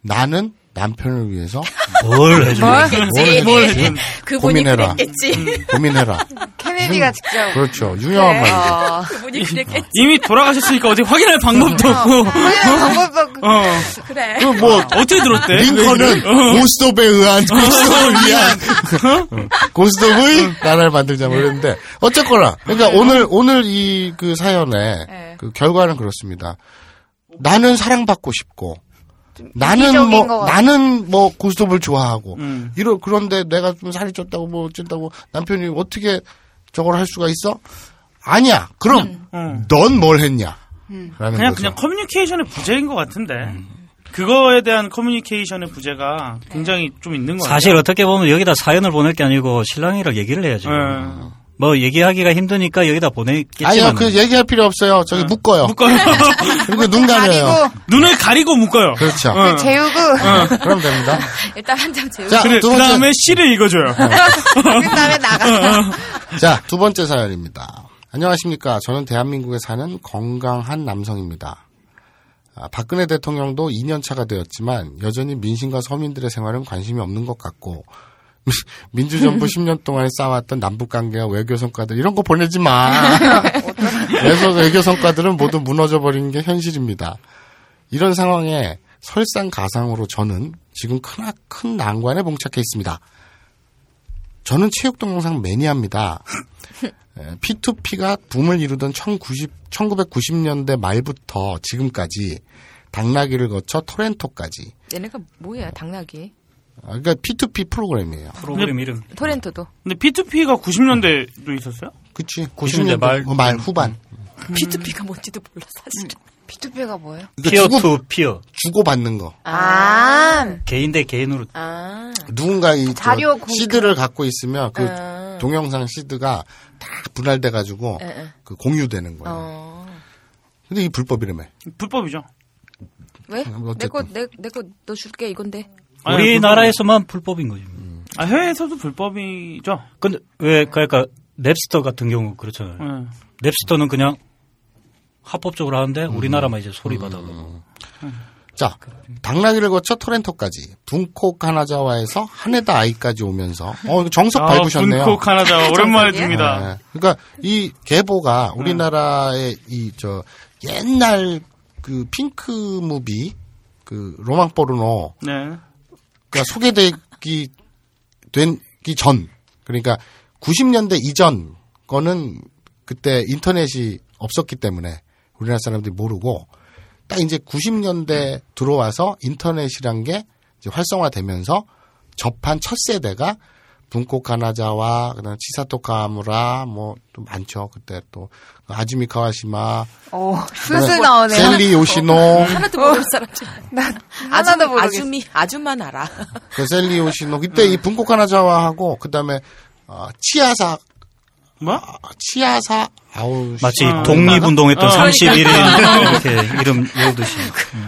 나는 남편을 위해서
뭘 해주냐.
뭐? 네.
뭘, 뭘 해야 돼?
*laughs* 그분이
고민해라. 음,
그랬겠지.
고민해라.
*laughs*
케네디가 직접.
그렇죠. 유명한
네.
말이죠.
어.
*laughs* 그분이 그랬겠지.
이미 돌아가셨으니까 네. 어디 확인할 방법도 없고.
그냥 방법
어.
그래.
그 뭐
어떻게 들었대?
링컨은 고스톱에 의한 고스톱을 위한 어. 고스톱의 나라를 만들자 모르는데 어쨌거나 그러니까 오늘 오늘 이 그 사연의
네.
그 결과는 그렇습니다. 나는 사랑받고 싶고 나는
이기적인
뭐
것 같아.
나는 뭐 고스톱을 좋아하고 이러 그런데 내가 좀 살이 쪘다고 뭐 어쨌다고 남편이 어떻게 저걸 할 수가 있어? 아니야. 그럼
음.
넌 뭘 했냐? 라는
그냥
거죠.
그냥 커뮤니케이션의 부재인 것 같은데. 그거에 대한 커뮤니케이션의 부재가 굉장히 좀 있는 것 같아요.
사실 어떻게 보면 여기다 사연을 보낼 게 아니고 신랑이랑 얘기를 해야죠.
예.
뭐 얘기하기가 힘드니까 여기다 보냈겠지만
아니요, 그 얘기할 필요 없어요. 저기 묶어요.
묶어요. *laughs*
그리고 눈 가려요.
아니고,
눈을 가리고 묶어요.
그렇죠.
재우고,
그럼 됩니다.
일단 한참 재우고.
자,
그래,
두
그
번째. 네.
다음에 시를 읽어줘요.
그 다음에 나가.
자, 두 번째 사연입니다. 안녕하십니까. 저는 대한민국에 사는 건강한 남성입니다. 아, 박근혜 대통령도 2년차가 되었지만 여전히 민심과 서민들의 생활은 관심이 없는 것 같고 *laughs* 민주정부 10년 동안 쌓아왔던 남북관계와 외교성과들 이런 거 보내지 마. 외교, 외교성과들은 모두 무너져버리는 게 현실입니다. 이런 상황에 설상가상으로 저는 지금 큰, 큰 난관에 봉착해 있습니다. 저는 체육동영상 매니아입니다. 에, P2P가 붐을 이루던 1990, 1990년대 말부터 지금까지 당나귀를 거쳐 토렌토까지.
얘네가 뭐야 당나귀.
아, 그러니까 P2P 프로그램이에요.
프로그램 이름
토렌토도.
근데 P2P가 90년대도 있었어요?
그치?
90년대
90년대
말- 음.
어, 말 후반.
P2P가 뭔지도 몰라 사실.
P2P가 뭐예요?
피어
그러니까 주고,
투 피어
주고받는 거.
아,
개인 대 개인으로
아.
누군가 이 저,
자료 공개.
시드를 갖고 있으면 그
아.
동영상 시드가 다 분할돼가지고
에.
그 공유되는 거예요.
어.
근데 이 불법이라며.
불법이죠.
왜?
뭐
내 거
어쨌든.
내 내 거 너 줄게 이건데.
아니,
우리나라에서만 불법인 거죠.
아, 해외에서도 불법이죠.
근데 왜 그러니까 랩스터 같은 경우 그렇잖아요.
예.
랩스터는 그냥 합법적으로 하는데 우리나라만 이제 소리 받아가
자, 당나귀를 거쳐 토렌토까지 분콕 하나자와에서 하네다 아이까지 오면서 어 이거 정석
아,
밟으셨네요.
분코
*laughs*
카나다
정상이에요?
오랜만에 듭니다.
네. 그러니까 이 계보가 우리나라의 이 저 옛날 그 핑크 무비 그 로망 포르노
네.
그 소개되기 된기 전 그러니까 90년대 이전 거는 그때 인터넷이 없었기 때문에 우리나라 사람들이 모르고 딱 이제 90년대 들어와서 인터넷이란 게 이제 활성화되면서 접한 첫 세대가 분코 카나자와 그다음 치사토 카무라 뭐 또 많죠 그때 또 아즈미 카와시마
오,
뭐,
슬슬 나오네요.
셀리 요시노
하나도
어,
모르는 사람들.
하나도 모르겠어.
아줌이, 아줌만 알아.
그 셀리 요시노 그때 이 분코카 나자와하고 그다음에 어, 치아사
뭐?
아, 치아사 아우 씨.
마치
아,
독립운동했던
아,
31인 이렇게 이름 외우듯이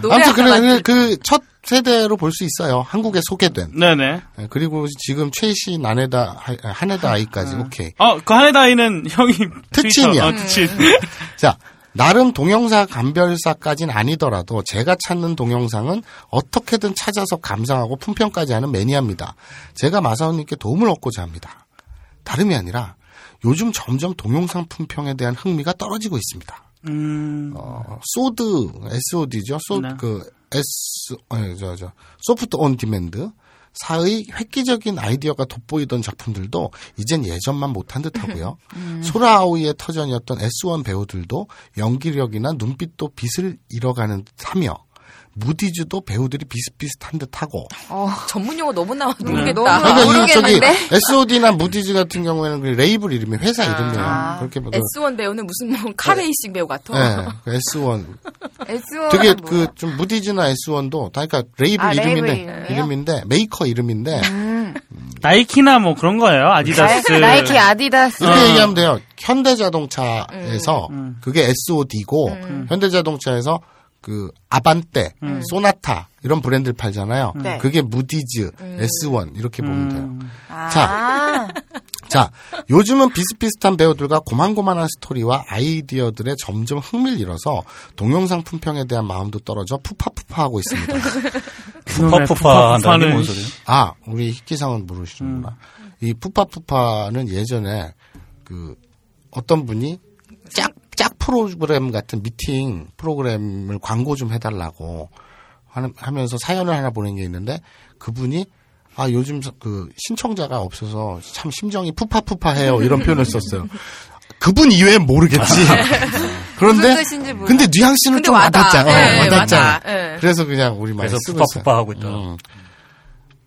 아무튼 그래 그첫 세대로 볼 수 있어요 한국에 소개된
네네.
예, 그리고 지금 최신 아네다 하- 하네다 아이까지 오케이
아, 그 하네다이는 형이
특진이야.
트위터- 아, 특진.
음. 자 나름 동영상 감별사까지는 아니더라도 제가 찾는 동영상은 어떻게든 찾아서 감상하고 품평까지 하는 매니아입니다 제가 마사오님께 도움을 얻고자 합니다 다름이 아니라 요즘 점점 동영상 품평에 대한 흥미가 떨어지고 있습니다.
음,
어, 소드 SOD죠. 소
네.
그 S 아니 저저 소프트 온 디맨드 사의 획기적인 아이디어가 돋보이던 작품들도 이젠 예전만 못한 듯하고요. 소라아오이의 터전이었던 S1 배우들도 연기력이나 눈빛도 빛을 잃어가는 듯하며 무디즈도 배우들이 비슷비슷한 듯하고
전문 용어 너무 나와.
네.
모르겠다.
너무
그러니까 이 저기
모르겠는데.
SOD나 무디즈 같은 경우에는 그 레이블 이름이 회사 이름이에요. 그렇게 뭐
S1 배우는 무슨 뭐 카레이싱 배우 같아.
네, 그 S1
S1.
되게 그 좀 무디즈나 S1도 다 그러니까 레이블 음.
아, 레이블
이름인데
이름이에요?
이름인데 메이커 이름인데
나이키나 뭐 그런 거예요. 아디다스.
나이키 아디다스.
이렇게 얘기하면 돼요. 현대자동차에서 그게 SOD고 현대자동차에서 그 아반떼, 소나타 이런 브랜드를 팔잖아요.
네.
그게 무디즈, S1 이렇게 보면 돼요. 자,
아,
자, 요즘은 비슷비슷한 배우들과 고만고만한 스토리와 아이디어들에 점점 흥미를 잃어서 동영상 품평에 대한 마음도 떨어져 푸파푸파하고 *laughs* 있습니다.
그놈의
푸파푸파 한다는
푸파푸파는
게뭔 소리예요?
아, 우리 희귀상은 모르시는구나. 이 푸파푸파는 예전에 그 어떤 분이 짝, 짝 프로그램 같은 미팅 프로그램을 광고 좀 해달라고 하는, 하면서 사연을 하나 보낸 게 있는데 그분이 아, 요즘 서- 그 신청자가 없어서 참 심정이 푸파푸파해요. 이런 표현을 썼어요. 그분 이외엔 모르겠지. *laughs* 그런데,
무슨 뜻인지 몰라.
근데 뉘앙스는 좀
와닿아.
와닿잖아.
네,
와닿잖아.
맞아. 네.
그래서 그냥 우리 많이
그래서
쓰고 있어요.
푸파푸파하고 있다.
음.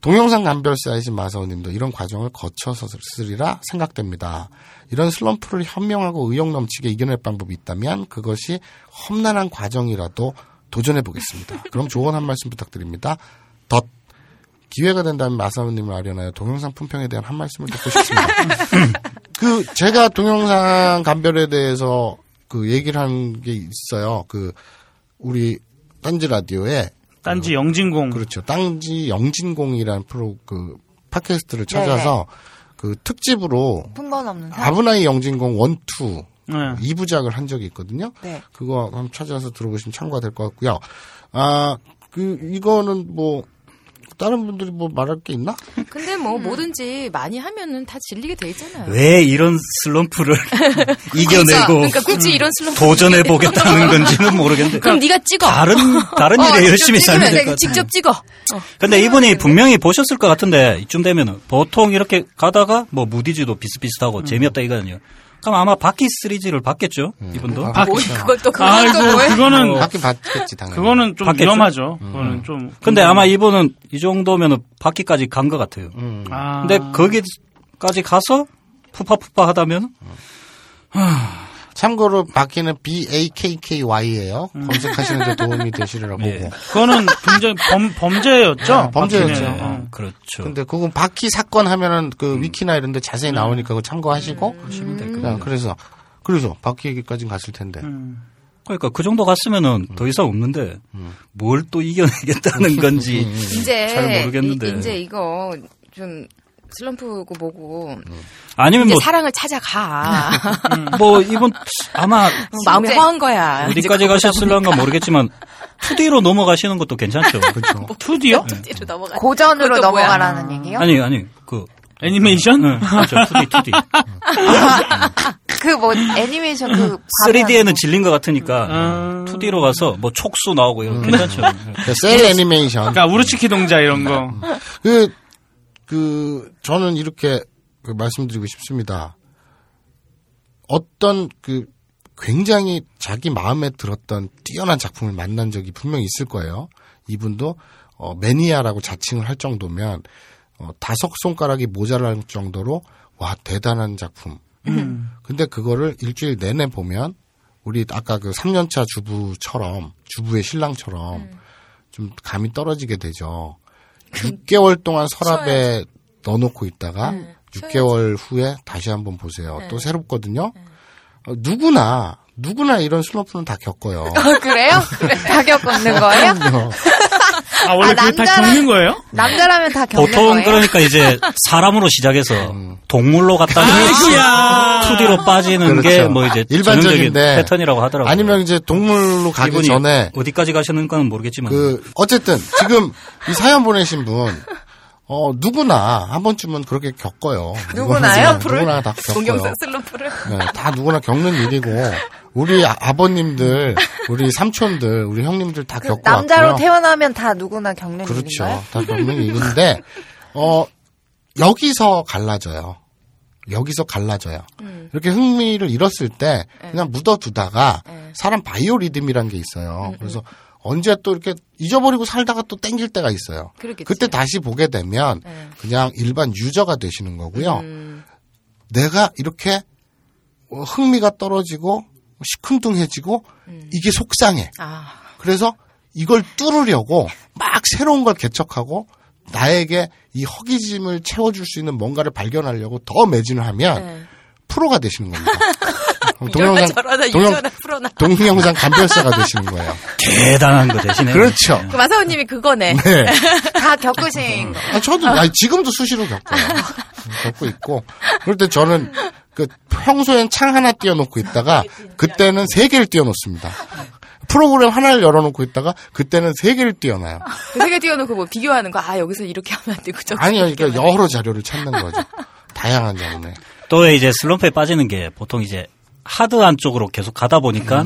동영상 감별사이신 마사오님도 이런 과정을 거쳐서쓰리라 생각됩니다. 이런 슬럼프를 현명하고 의욕 넘치게 이겨낼 방법이 있다면 그것이 험난한 과정이라도 도전해 보겠습니다. 그럼 조언 한 말씀 부탁드립니다. 덧 기회가 된다면 마사오님을 아련하여 동영상 품평에 대한 한 말씀을 듣고 싶습니다. *laughs* 그 제가 동영상 감별에 대해서 그 얘기를 한 게 있어요. 그 우리 딴지 라디오에
딴지 영진공.
그렇죠. 땅지 영진공이라는 프로 그 팟캐스트를 찾아서 그 특집으로
품번 없는 사람.
아브나이 영진공 원투
네.
이부작을한 적이 있거든요.
네.
그거 한번 찾아서 들어보시면 참고가 될 것 같고요. 아, 그 이거는 뭐 다른 분들이 뭐 말할 게 있나?
근데 뭐 뭐든지 많이 하면은 다 질리게 돼 있잖아요.
왜 이런 슬럼프를 *laughs* 이겨내고
그러니까 굳이 이런 슬럼프.
도전해 보겠다는 건지는 모르겠는데
그러니까
그럼 네가 찍어.
*laughs*
다른 다른
어,
일에
직접
열심히 살면
찍으면
될 것
돼.
같아요.
직접 찍어.
근데 이분이 분명히 보셨을 것 같은데 이쯤 되면은 보통 이렇게 가다가 뭐 무디즈도 비슷비슷하고
음.
재미없다 이거든요. 그럼 아마 바퀴 시리즈를 봤겠죠 이분도.
아,
뭐, 그걸 또 그걸
아이고,
또 뭐야?
그거는,
받긴 받겠지 당연히.
그거는 좀
받겠죠?
위험하죠. 그거는 좀.
음.
근데 아마 이분은 이 정도면은 바퀴까지 간 것 같아요.
음.
아,
근데 거기까지 가서 푸파푸파 하다면
음. 참고로 바퀴는 B A K K Y예요.
음.
검색하시는데 도움이 되시리라
*laughs*
보고.
예.
그거는 굉장히 범, 범죄였죠?
네, 범죄였죠.
바퀴는. 어.
그렇죠.
근데 그건 바퀴 사건 하면은 그
음.
위키나 이런 데 자세히 나오니까 그거 참고하시고 아, 그냥 그래서 그래서 바퀴 얘기까지는 갔을 텐데
음.
아.
그러니까 그 정도 갔으면은
음.
더 이상 없는데
*laughs*
뭘
음.
또 이겨내겠다는 건지
이제
잘 모르겠는데.
이, 이제 이거 좀 슬럼프고 뭐고
아니면
이제
뭐,
사랑을 찾아가
뭐 이번
*laughs*
아마
마음이 허한 거야.
어디까지 가셨을런가 모르겠지만 2D로 넘어가시는 것도 *laughs* 괜찮죠. 그렇죠.
어. 뭐. 2D요?
네.
뒤로 넘어가.
고전으로
그것도 뭐야.
넘어가라는 얘기요?
아니 아니 그
애니메이션?
응, 그렇죠. 2D *laughs* 2D.
그 뭐 애니메이션 그
3D에는 질린 것 같으니까
아.
2D로 가서 뭐 촉수 나오고
음.
이런
네.
괜찮죠. 네.
셀 애니메이션.
그러니까 우르치키 동자 이런 거.
그, 그, 저는 이렇게 그 말씀드리고 싶습니다. 어떤 그 굉장히 자기 마음에 들었던 뛰어난 작품을 만난 적이 분명히 있을 거예요. 이분도 어, 매니아라고 자칭을 할 정도면 어, 다섯 손가락이 모자랄 정도로 와 대단한 작품.
음.
근데 그거를 일주일 내내 보면 우리 아까 그 3년차 주부처럼 주부의 신랑처럼 좀 감이 떨어지게 되죠. 6개월 동안 그 서랍에 넣어놓고 있다가 6개월 후에 다시 한번 보세요. 또 새롭거든요. 어, 누구나 누구나 이런 슬럼프는 다 겪어요.
그래요? *laughs* 가격 없는 거예요?
어,
아 원래
아,
그게 다
남자랑- *laughs*
겪는 거예요?
남자라면 다 겪는
보통
거예요?
그러니까 이제 사람으로 시작해서
음.
동물로 갔다가 2D로 빠지는 게
*laughs* 그렇죠.
뭐 이제 전형적인
일반적인데
패턴이라고 하더라고요.
아니면 이제 동물로 가기
이분이
전에
어디까지 가시는가는 모르겠지만
그 어쨌든 지금 이 사연 보내신 분 어, 누구나 한 번쯤은 그렇게 겪어요.
누구나요?
누구나, 누구나 다 겪어요.
동영상 슬럼프를
네, 다 누구나 겪는 일이고 우리 아- 아버님들, 우리 삼촌들, 우리 형님들 다 겪고
그 남자로
왔고요.
태어나면 다 누구나 겪는
그렇죠.
일인가요?
다 겪는
*laughs*
일인데 어 여기서 갈라져요. 여기서 갈라져요.
음.
이렇게 흥미를 잃었을 때
네.
그냥 묻어두다가 사람 바이오리듬이란 게 있어요.
음,
그래서 언제 또 이렇게 잊어버리고 살다가 또 땡길 때가 있어요.
그러겠지.
그때 다시 보게 되면
네.
그냥 일반 유저가 되시는 거고요.
음.
내가 이렇게 어, 흥미가 떨어지고 시큰둥해지고
음.
이게 속상해.
아
그래서 이걸 뚫으려고 막 새로운 걸 개척하고 나에게 이 허기짐을 채워줄 수 있는 뭔가를 발견하려고 더 매진을 하면 프로가 되시는
*laughs*
겁니다. 그럼 동영상
네. 저러다
동영,
유전을 풀어놔.
동영상 간별사가 되시는 거예요.
대단한 거 대신에
그렇죠.
그 마사오님이 그거네. *laughs*
네.
다 겪으신 거.
아, 저도 아니, 지금도 수시로
*laughs*
겪어요. 음, 겪고 있고 그럴 때 저는 그 평소엔 창 하나 띄워놓고 있다가 그때는 세 개를 띄워놓습니다. 프로그램 하나를 열어놓고 있다가 그때는 세 개를 띄워놔요.
그 세계 띄워놓고 뭐 비교하는
그러니까
거. 아 여기서 이렇게 하면 안 되고 저.
아니요, 그러니까 여러 자료를 찾는 거죠. 다양한 장르.
또 이제 슬럼프에 빠지는 게 보통 이제 하드한 쪽으로 계속 가다 보니까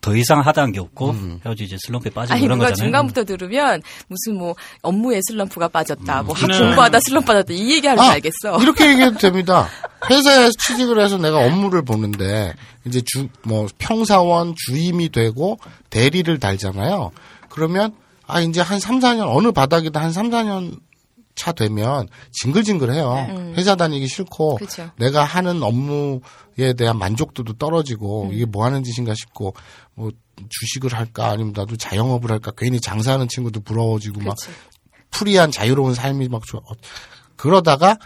더 이상 하드한 게 없고 그래서 이제 슬럼프에 빠지는
아니
그런
누가
거잖아요.
중간부터 들으면 무슨 뭐 업무에 슬럼프가 빠졌다, 뭐
네.
학교 공부하다 슬럼프 빠졌다 이 얘기하는 줄
아,
알겠어. *laughs*
이렇게 얘기해도 됩니다. 회사에서 취직을 해서 내가 업무를 보는데 이제 주 뭐 평사원 주임이 되고 대리를 달잖아요. 그러면 아 이제 한 3, 4년 어느 바닥이다 한 3, 4년 차 되면 징글징글해요.
네.
회사 다니기 싫고
음. 그쵸.
내가 하는 업무에 대한 만족도도 떨어지고
음.
이게 뭐 하는 짓인가 싶고 뭐 주식을 할까 아니면 나도 자영업을 할까 괜히 장사하는 친구도 부러워지고 막 프리한 자유로운 삶이 막 좋아. 그러다가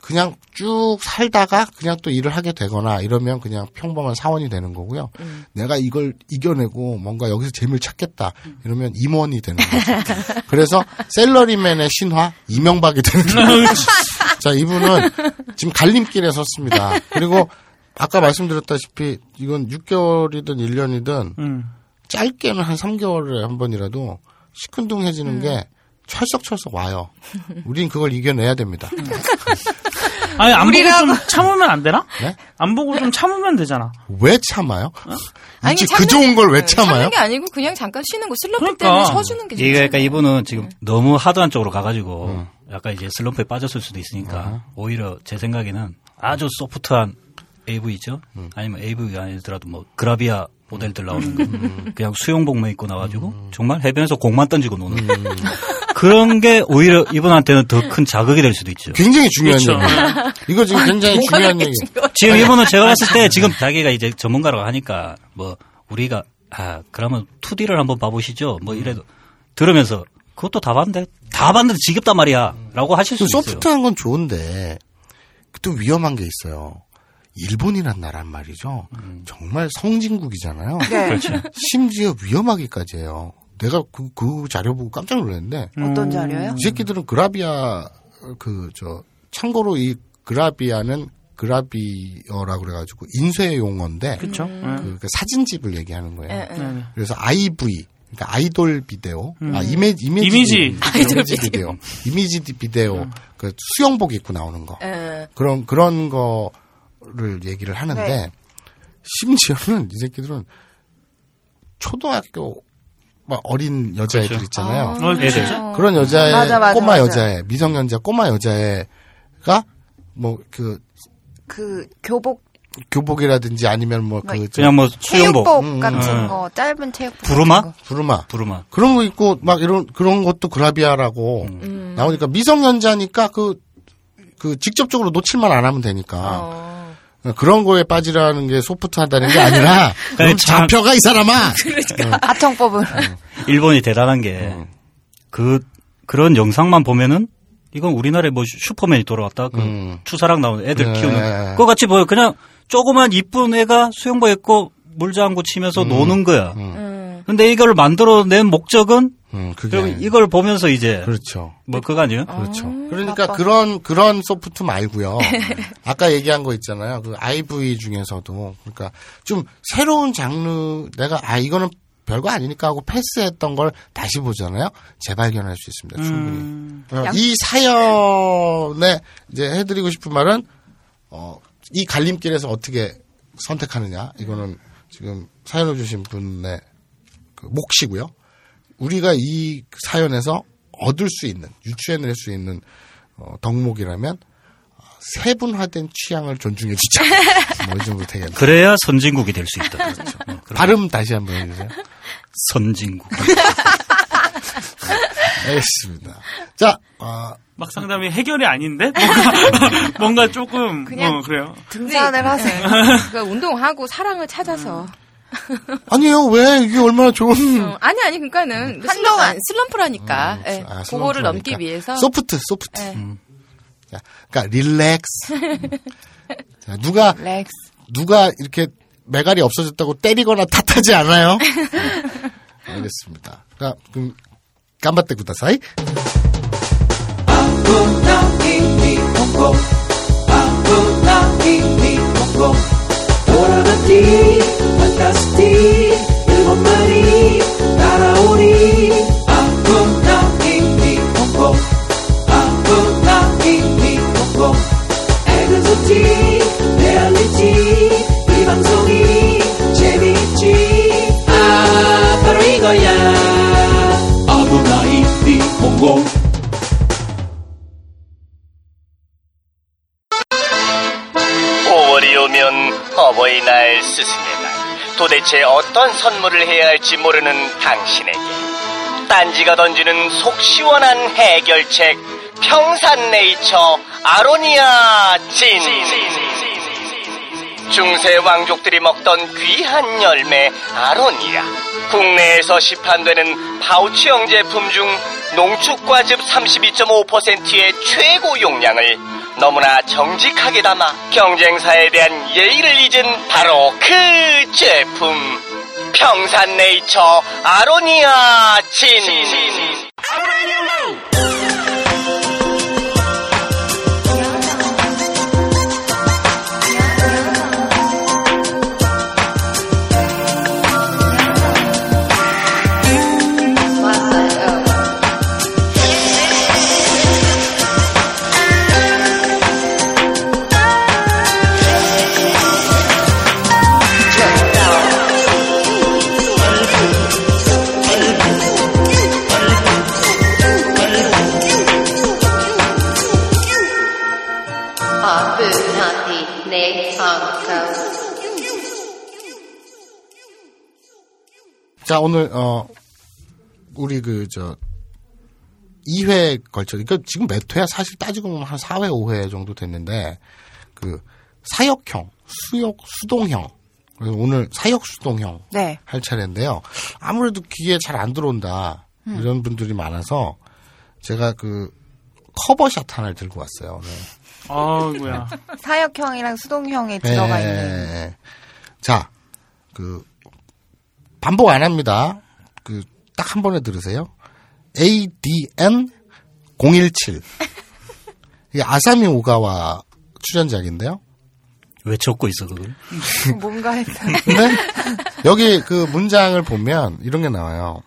그냥 쭉 살다가 그냥 또 일을 하게 되거나 이러면 그냥 평범한 사원이 되는 거고요. 내가 이걸 이겨내고 뭔가 여기서 재미를 찾겠다 이러면 임원이 되는 거죠. *laughs* 그래서 셀러리맨의 신화 이명박이 되는
*laughs*
거예요. 자 이분은 지금 갈림길에 섰습니다. 그리고 아까 말씀드렸다시피 이건 6개월이든 1년이든
음.
짧게는 한 3개월에 한 번이라도 시큰둥해지는 게 철썩철썩 와요. 우린 그걸 이겨내야 됩니다.
아니 안 보고 좀 참으면 안 되나?
네?
안 보고 좀 참으면 되잖아.
왜 참아요?
어? 아니,
이제
참는-
그 좋은 걸 왜 참아요?
참는 게 아니고 그냥 잠깐 쉬는 거 슬럼프
그러니까.
때문에 쳐주는 게.
이게
좋지.
그러니까 이분은 지금
네.
너무 하드한 쪽으로 가가지고 약간 이제 슬럼프에 빠졌을 수도 있으니까 오히려 제 생각에는 아주 소프트한 AV죠. 아니면 AV가 아니더라도 뭐 그라비아 모델들 나오는 거 그냥 수영복만 입고 나와가지고 정말 해변에서 공만 던지고 노는 *laughs* 그런 게 오히려 이분한테는 더 큰 자극이 될 수도 있죠.
굉장히 중요한
그렇죠.
얘기예요. *laughs* 이거 지금 굉장히 중요한 얘기.
지금 이분은 제가 봤을 때 지금 자기가 이제 전문가라고 하니까 뭐 우리가 아 그러면 2D를 한번 봐보시죠.
음.
뭐 이래도 들으면서 그것도 다 봤는데 다 봤는데 지겹단 말이야라고 하실 수
좀
있어요.
아. 그 소프트한 건 좋은데 또 위험한 게 있어요. 일본이란 나란 말이죠. 정말 성진국이잖아요.
네.
그렇죠.
심지어 위험하기까지 해요. 내가 그, 그 자료 보고 깜짝 놀랐는데
어떤 자료요?
이 새끼들은 그라비아 그 저 참고로 이 그라비아는 그라비어라고 그래가지고 인쇄 용어인데
그쵸? 음.
그, 그 사진집을 얘기하는 거예요.
예, 예.
네. 네.
그래서 IV 그러니까 아이돌 비디오, 아 이미지 이미지,
이미지.
아이돌
비디오, 이미지 비디오, 그 수영복 입고 나오는 거
예.
그런 그런 거를 얘기를 하는데 심지어는 이 새끼들은 초등학교 막 어린 여자애들
그렇죠.
있잖아요.
어,
애들.
어.
그런 여자애
맞아, 맞아,
꼬마
맞아.
여자애 미성년자 꼬마 여자애가 뭐 그
그 교복
교복이라든지 아니면 뭐 그
그냥 뭐 수영복,
체육복
음,
같은
음.
거 짧은 체육복
부르마?
같은 거.
부르마
부르마.
그런 거 있고 막 이런 그런 것도 그라비아라고 나오니까 미성년자니까 그 그 직접적으로 노출만 안 하면 되니까
어.
그런 거에 빠지라는 게 소프트하다는 게 *laughs* 아니라 그럼
그러니까 참-
잡혀가 이 *laughs* 사람아
아청법은
일본이 대단한 게,
네.
그, 그런 영상만 보면은, 이건 우리나라에 뭐 슈- 슈퍼맨이 돌아왔다? 그
음.
추사랑 나오는 애들
네.
키우는. 그거 같이 보여. 그냥 조그만 이쁜 애가 수영복 입고 물장구 치면서 노는 거야.
음.
근데 이걸 만들어낸 목적은,
음, 그게
결국 이걸 보면서 이제,
그렇죠
뭐 그거 아니에요?
그렇죠. 그러니까 그런 그런 소프트 말고요. 아까 얘기한 거 있잖아요. 그 IV 중에서도 그러니까 좀 새로운 장르 내가 아 이거는 별거 아니니까 하고 패스했던 걸 다시 보잖아요. 재발견할 수 있습니다. 충분히. 어, 이 사연에 이제 해드리고 싶은 말은 어, 이 갈림길에서 어떻게 선택하느냐 이거는 지금 사연을 주신 분의 그 몫이고요. 우리가 이 사연에서 얻을 수 있는 유추해낼 수 있는 어, 덕목이라면 어, 세분화된 취향을 존중해 주자. *laughs* 뭐이 정도 되겠네.
그래야 선진국이 될 수 있다. 어,
*laughs*
그럼
발음 다시 한번 해주세요.
선진국.
알겠습니다. 자, 어,
막 상담이 해결이 아닌데? 뭔가, *laughs* 뭔가 조금,
그냥-
어, 그래요.
등산을 하세요.
그러니까 운동하고 사랑을 찾아서.
아니에요. 왜 이게 얼마나 좋은
어, 아니 아니 그러니까는 슬럼,
한동안.
아니, 슬럼프라니까. 예.
아, 슬럼프라니까.
그거를 넘기 위해서.
소프트 소프트. 음.
예.
자, 그러니까 릴렉스.
*laughs*
자, 누가
렉스
누가 이렇게 메갈이 없어졌다고 때리거나 탓하지
*laughs*
않아요. 알겠습니다. 그러니까 그럼 깜바떼 구다사이.
중세 왕족들이 먹던 귀한 열매 아로니아. 국내에서 시판되는 파우치형 제품 중 농축과즙 32.5%의 최고 용량을 너무나 정직하게 담아 경쟁사에 대한 예의를 잊은 바로 그 제품. 평산네이처 아, 아로니아 진.
자, 오늘, 어, 우리 그, 저, 2회 걸쳐, 그러니까 지금 몇 회야? 사실 따지고 보면 한 4회, 5회 정도 됐는데, 그, 사역형, 수역, 수동형. 그래서 오늘 사역 수동형
네.
할 차례인데요. 아무래도 귀에 잘 안 들어온다.
음.
이런 분들이 많아서, 제가 그, 커버샷 하나를 들고 왔어요. 네. 오늘.
아이고야.
사역형이랑 수동형이 들어가
예,
있는
예, 예. 자, 그 반복 안 합니다. 그 딱 한
*laughs*
번에 들으세요. ADN 017. 이게 아사미 오가와 출연작인데요.
왜 적고 있어 그걸?
뭔가 했다.
근데 여기 그 문장을 보면 이런 게 나와요.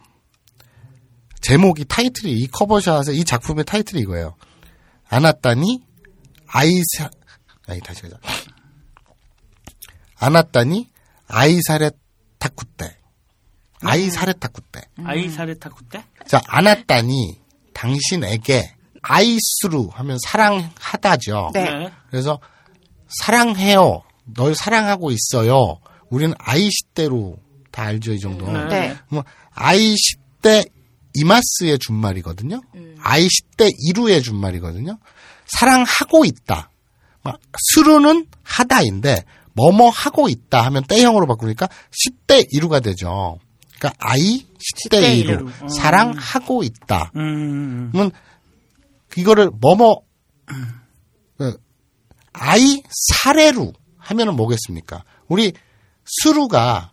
제목이 타이틀이 이 커버샷의 이 작품의 타이틀이 이거예요. 안았다니 아이사 아니 다시 하자. 안았다니 아이사레 타쿠테 아이사레 타쿠테
아이사레타쿠 때?
자, 안았다니 당신에게 아이스루 하면 사랑하다죠.
네.
그래서 사랑해요. 널 사랑하고 있어요. 우리는 아이시대로 다 알죠, 이 정도는.
네.
뭐 아이시대 이마스의 준말이거든요. 아이시대 이루의 준말이거든요. 사랑하고 있다. 막 스루는 하다인데 뭐뭐 하고 있다 하면 때형으로 바꾸니까 10대 이루가 되죠. 그러니까 아이 10대 이루 음.
이루.
사랑하고 있다.
음.
그러면 이거를 뭐뭐 그 아이 사례루 하면은 뭐겠습니까? 우리 수루가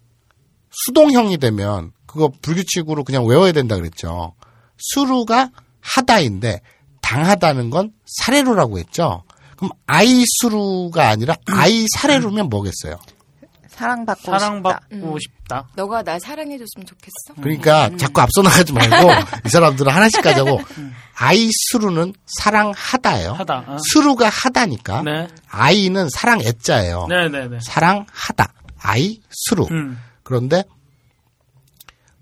수동형이 되면 그거 불규칙으로 그냥 외워야 된다 그랬죠. 수루가 하다인데 당하다는 건 사례루라고 했죠. 그럼 아이 수루가 아니라 아이 사례루면 뭐겠어요?
사랑받고 싶다.
사랑받고 싶다.
너가 날 사랑해줬으면 좋겠어.
그러니까 자꾸 앞서 나가지 말고 이 사람들은 하나씩 가자고 아이 수루는 사랑하다예요.
하다. 아.
수루가 하다니까
네.
아이는 사랑 애자예요.
네네네.
사랑하다 아이 수루.
음.
그런데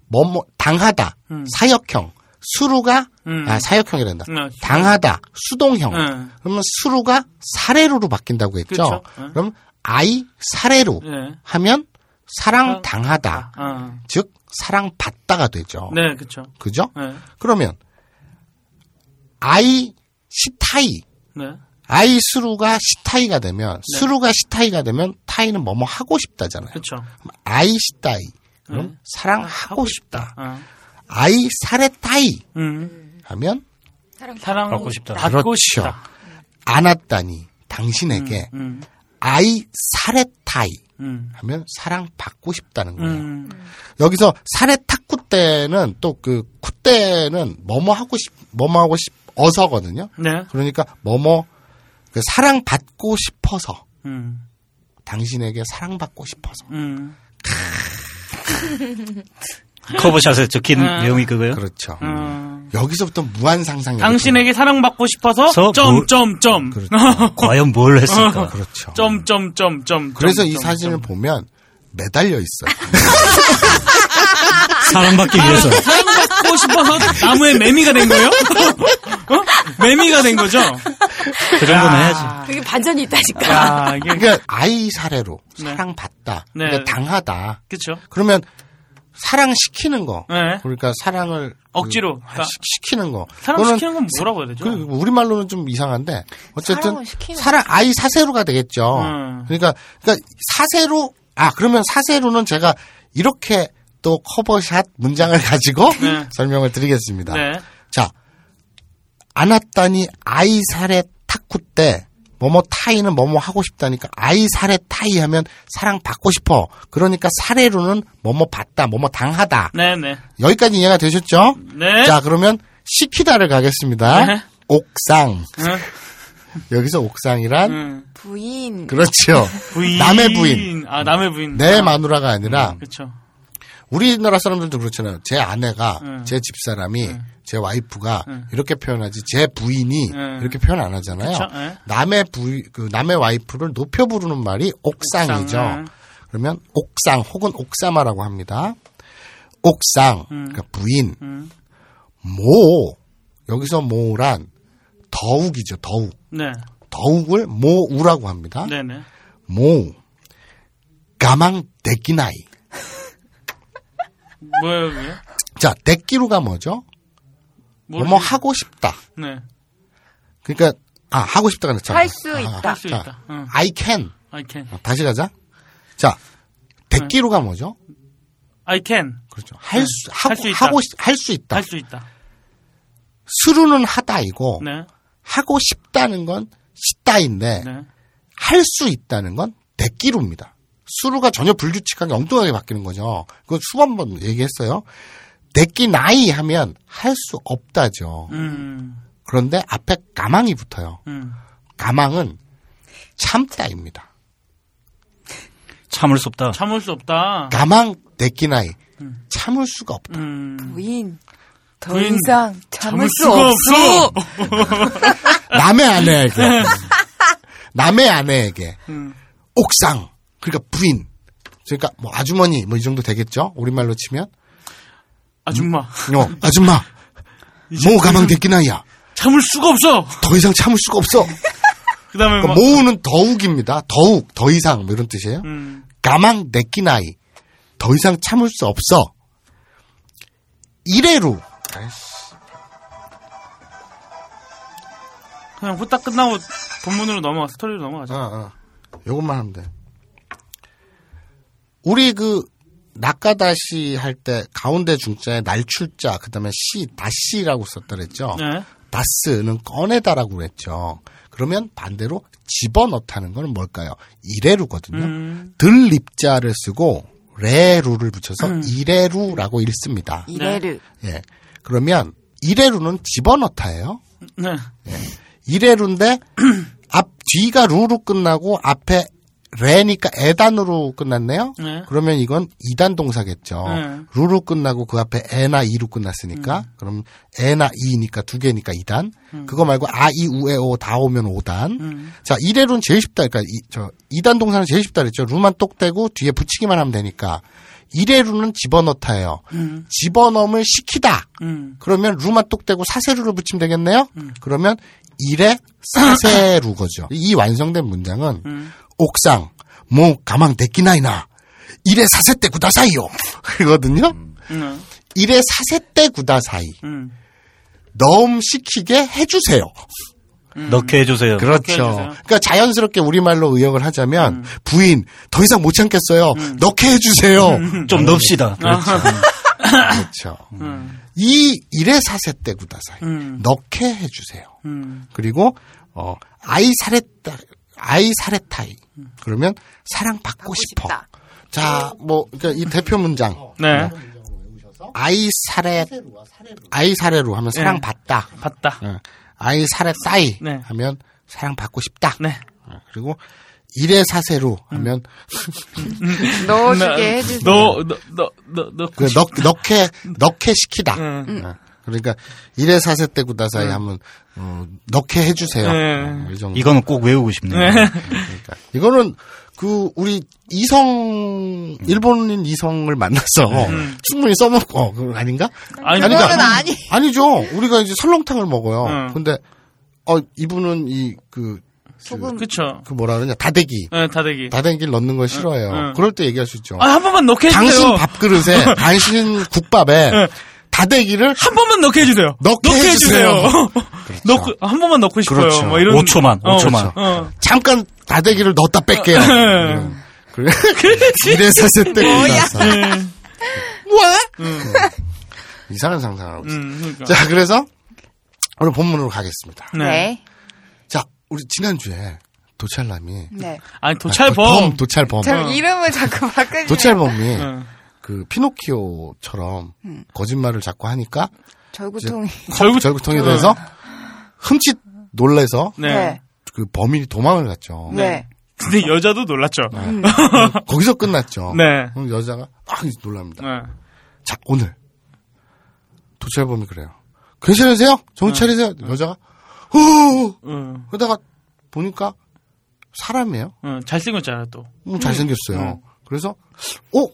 뭐뭐 당하다
음.
사역형 수루가
음.
아 사역형이란다.
네.
당하다 수동형.
네.
그러면 수루가 사례루로 바뀐다고 했죠.
그쵸. 네.
그럼 아이 사례루
네.
하면 사랑
사랑-
당하다
아.
즉 사랑 받다가 되죠.
네, 그쵸.
그죠?
네.
그러면 아이 시타이
네.
아이 수루가 시타이가 되면 수루가 시타이가 되면 타이는 뭐뭐 하고 싶다잖아요.
그쵸.
그럼 아이 시타이 그럼
그렇죠. 네.
사랑하고
하고
싶다.
아.
아이 사레타이
음.
하면 그렇죠.
사랑
받고 싶다.
받고 싶다.
안았다니 당신에게
음.
아이 사레타이
음.
하면 사랑 받고 싶다는 거예요.
음.
여기서 사레타쿠 때는 또 그 쿠때는 뭐뭐 하고 싶 뭐뭐 하고 싶 어서거든요.
네.
그러니까 뭐뭐 그 사랑 받고 싶어서
음.
당신에게 사랑받고 싶어서
음.
커버샷에 적힌
아.
내용이 그거예요?
그렇죠.
음.
여기서부터 무한 상상이
당신에게 사랑받고
서-
싶어서
뭘-
점점점
그렇죠.
과연 뭘 했을까?
그렇죠.
점점점점
그래서 이 사진을 보면 매달려 있어요.
사랑받기 위해서.
사랑받고 싶어서 나무에 매미가 된 거예요? *laughs* 어? 매미가 된 거죠?
그 정도는 해야지.
그게 반전이 있다니까.
야, 이게
그러니까 아이 사례로
네.
사랑받다,
네.
그러니까 당하다.
그쵸?
그러면 사랑시키는 거.
네.
그러니까 사랑을
억지로.
그-
그러니까
시- 시키는 거.
사랑시키는 건 뭐라고 해야 되죠?
그 우리 말로는 좀 이상한데 어쨌든
사랑을 시키는
사랑 아이 사세로가 되겠죠.
음.
그러니까 그러니까 사세로 아 그러면 사세로는 제가 이렇게 또 커버샷 문장을 가지고
*laughs* 네.
설명을 드리겠습니다.
네.
자 안았다니 아이 사례 타쿠 때 뭐뭐 타이는 뭐뭐 하고 싶다니까 아이 사례 타이 하면 사랑 받고 싶어. 그러니까 사례로는 뭐뭐 받다 뭐뭐 당하다.
네네.
여기까지 이해가 되셨죠?
네.
자, 그러면 시키다를 가겠습니다.
네.
옥상.
응.
여기서 옥상이란
응. 음.
부인.
그렇죠.
부인.
남의 부인.
아, 남의 부인.
내
아,
마누라가 아니라
그쵸.
우리나라 사람들도 그렇잖아요. 제 아내가
음.
제 집사람이 제 와이프가 이렇게 표현하지 제 부인이
음.
이렇게 표현 안 하잖아요.
그쵸? 예.
남의 부인 그 남의 와이프를 높여 부르는 말이 옥상이죠.
옥상, 음.
그러면 옥상 혹은 옥사마라고 합니다. 옥상 그러니까 부인
음.
모 여기서 모란 더욱이죠 더욱
네.
더욱을 모우라고 합니다
네네.
모 가망 데끼나이
뭐예요, 그게?
자 데끼루가 뭐죠
모르겠-
뭐뭐 하고 싶다
네.
그러니까 아 하고 싶다가 아니라 자,
할수
아,
있다.
아,
할수
자,
있다. 어. 응.
I can
I can.
아, 다시 가자 자 데끼루가 뭐죠
I can.
그렇죠 할 수
네. 할
하고
수 있다.
하고 할 수 있다
할 수 있다.
수루는 하다이고
네.
하고 싶다는 건 싶다인데
네.
할 수 있다는 건 데끼루입니다. 수루가 전혀 불규칙하게 엉뚱하게 바뀌는 거죠. 그거 수만 번 얘기했어요. 데끼 나이 하면 할 수 없다죠.
음.
그런데 앞에 가망이 붙어요.
음.
가망은 참다입니다.
참을 수 없다.
참을 수 없다.
가망 데키나이 참을 수가 없다.
부인 더
부인,
이상 참을,
참을
수
수가
없어.
남의 아내에게 남의 아내에게 옥상 그러니까 부인 그러니까 뭐 아주머니 뭐 이 정도 되겠죠 우리말로 치면
아줌마.
어, 아줌마 모 가망 데키나이야
참을 수가 없어.
더 이상 참을 수가
*laughs*
없어
그다음에
그러니까
뭐, 막
모우는 더욱입니다 더욱 더 이상 뭐 이런 뜻이에요
음.
가망 데키나이 더 이상 참을 수 없어 이래로
그냥 후딱 끝나고 본문으로 넘어가 스토리로 넘어가자.
어, 어. 요것만 하면 돼. 우리 그 낙가다시 할 때 가운데 중자에 날출자 그다음에 시 다시라고 썼더랬죠.
네.
다스는 꺼내다라고 그랬죠. 그러면 반대로 집어넣다는 건 뭘까요? 이래루거든요. 들립자를 쓰고 레루를 붙여서 이래루라고 읽습니다.
이래를
예. 그러면 이래루는 집어넣다예요.
네.
*clears throat* 이래루인데 앞 뒤가 루로 끝나고 앞에 레니까 에단으로 끝났네요.
네.
그러면 이건 이단 동사겠죠.
네.
루로 끝나고 그 앞에 에나 이로 끝났으니까 그럼 에나 이니까 두 개니까 이단. 그거 말고 아, 아이우에오다 오면 오단. 자 이래루는 제일 쉽다. 그러니까 이, 저 이단 동사는 제일 쉽다 그랬죠. 루만 똑대고 뒤에 붙이기만 하면 되니까. 이래루는 집어넣다예요. 집어넣음을 시키다.
음.
그러면 루만 똑대고 사세루를 붙이면 되겠네요. 그러면 일에 사세루 거죠. 이 완성된 문장은 옥상 뭐 가망 데끼나이나 일에 사세때 구다사이요. *laughs* 그거든요.
네.
음. 일에 사세때 구다사이
음.
넣음 시키게 해주세요.
넣게 해주세요.
그렇죠. 음.
해주세요.
그러니까 자연스럽게 우리말로 의역을 하자면 부인 더 이상 못 참겠어요. 넣게 해주세요.
좀 넣읍시다.
그렇죠. 이 일에 사세때 구다사이
음.
넣게 해주세요.
음.
그리고 어 아이 사랬다 아이 사랬타이 그러면 사랑 받고 싶어.
싶다.
자뭐 그러니까 이 대표 문장
네.
아이 어, 사레 아이 사례로 하면 사랑 받다.
봤다.
어, 아이 사랬타이
네.
하면 사랑 받고 싶다.
네.
어, 그리고 일의 사세로 하면
넣어주게 해주세요.
네. 너너너너
그 넣, 넣게 넣게 시키다.
음.
어, 그러니까 일의 사세 때 구다사이 하면 어, 넣게 해주세요.
음.
어, 이 정도.
이거는 꼭 외우고 싶네요.
그러니까 이거는 그 우리 이성 일본인 이성을 만나서 충분히 써먹고 어, 그거 아닌가?
아니
아니,
그러니까
그건
아니.
아니죠. 우리가 이제 설렁탕을 먹어요.
음.
근데 어 이분은 이그 그,
그쵸.
그 뭐라 그러냐 다대기
네, 다대기.
다대기를 넣는 걸 싫어해요.
음.
그럴 때 얘기할 수 있죠.
아, 한 번만 넣게
당신
해주세요.
밥그릇에 당신 국밥에 다대기를
한 번만 넣게 해주세요.
넣게 해주세요.
*laughs* 넣고 한 번만 넣고 싶어요.
그렇죠.
뭐 이런.
5초만,
어,
5초만.
어.
잠깐 다대기를 넣었다 뺄게요. 음. 그래 이래서 세때 나서 음. 이상한 상상을 하고 있어.
음, 그러니까.
자, 그래서 오늘 본문으로 가겠습니다.
네.
네.
자, 우리 지난주에 도찰남이
네.
아,
아니 도찰범.
범, 도찰범
저 이름을 자꾸 *laughs* 바꾸지.
도찰범이
응.
그 피노키오처럼 거짓말을 자꾸 하니까
절구통이.
절구-
절구통이 돼서 흠칫 놀래서
네.
그 범인이 도망을 갔죠.
네. 네.
근데 여자도 놀랐죠. 네.
거기서 끝났죠.
네.
그럼 여자가 막 놀랍니다. 자, 오늘. 도찰범이 그래요. 괜찮으세요? 정찰이세요? 여자가, 후!
응.
그러다가 보니까 사람이에요.
응. 잘생겼잖아 또.
음, 잘생겼어요. 그래서, 어?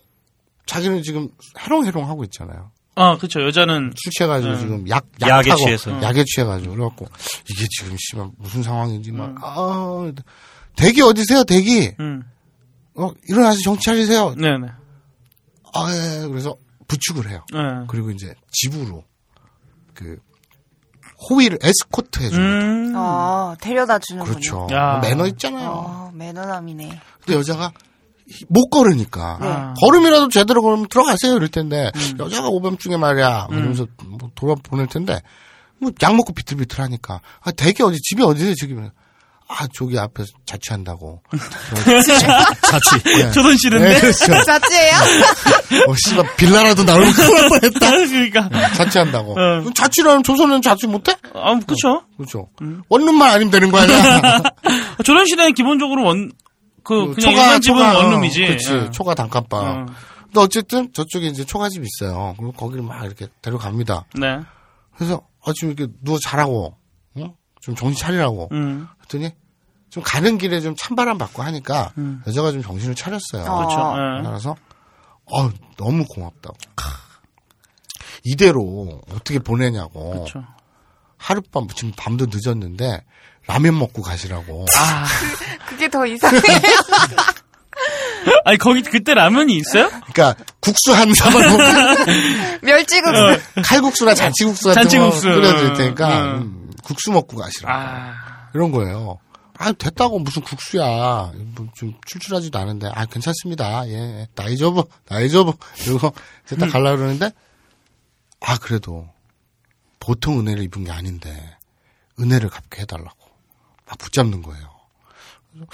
자기는 지금 해롱해롱 하고 있잖아요.
아, 그쵸. 여자는
술 취해가지고 지금 약,
약에
약하고,
취해서.
약에 취해가지고. 그래갖고, 이게 지금 씨발 무슨 상황인지 막, 아, 대기 어디세요, 대기?
음.
어, 일어나서 정찰이세요.
네, 네.
아, 예, 예. 그래서 부축을 해요.
네.
그리고 이제 집으로 그 호위를 에스코트 해주는
음.
어, 데려다 주는
그렇죠
야.
매너 있잖아요
어, 매너남이네.
근데 여자가 못 걸으니까
네.
걸음이라도 제대로 걸으면 들어가세요 이럴 텐데
음.
여자가 오밤중에 말이야 이러면서 뭐 돌아보낼 텐데 뭐 약 먹고 비틀비틀하니까 아 대게 어디 집이 어디세요 지금 아 저기 앞에 서 자취한다고
자취. 저돈 싫은데?
*laughs*
네, 그렇죠.
*laughs* 자취예요?
어 씨발 빌라라도 나오면 큰일 날
*laughs*
뻔했다
그러니까.
자취한다고
어.
그럼 자취라면 조선은 자취 못해?
아, 그쵸.
그렇죠 원룸만 아니면 되는 거 아니야
*laughs* 어, 조선시대는 기본적으로 원, 그, 그냥
초가-
일반 집은
초가- 어,
원룸이지.
그치
예.
초가
어.
단칸방 근데 어쨌든 저쪽에 이제 초가집 이 있어요 그럼 거기를 막 이렇게 데려갑니다
네.
그래서 아 지금 이렇게 누워 자라고 응? 좀 정신 차리라고
음.
그랬더니 좀 가는 길에 좀 찬바람 받고 하니까 여자가 좀 정신을 차렸어요.
음. 그렇죠.
어.
예.
그래서 어 너무 고맙다고. 이대로 어떻게 보내냐고.
그렇죠.
하룻밤 지금 밤도 늦었는데 라면 먹고 가시라고.
아,
그게 더 이상해.
아니 거기 그때 라면이 있어요?
그러니까 국수 한 사발 먹고
멸치국수.
칼국수나 잔치국수 같은
잔치국수.
거 끓여드릴 테니까
음.
음, 국수 먹고 가시라고.
아,
이런 거예요. 아, 됐다고 무슨 국수야. 뭐 좀 출출하지도 않은데. 아, 괜찮습니다. 예. 나이 저브, 나이 저브. 이러고 이제 딱 갈라 그러는데, 아, 그래도 보통 은혜를 입은 게 아닌데, 은혜를 갚게 해달라고. 막 붙잡는 거예요. 그래서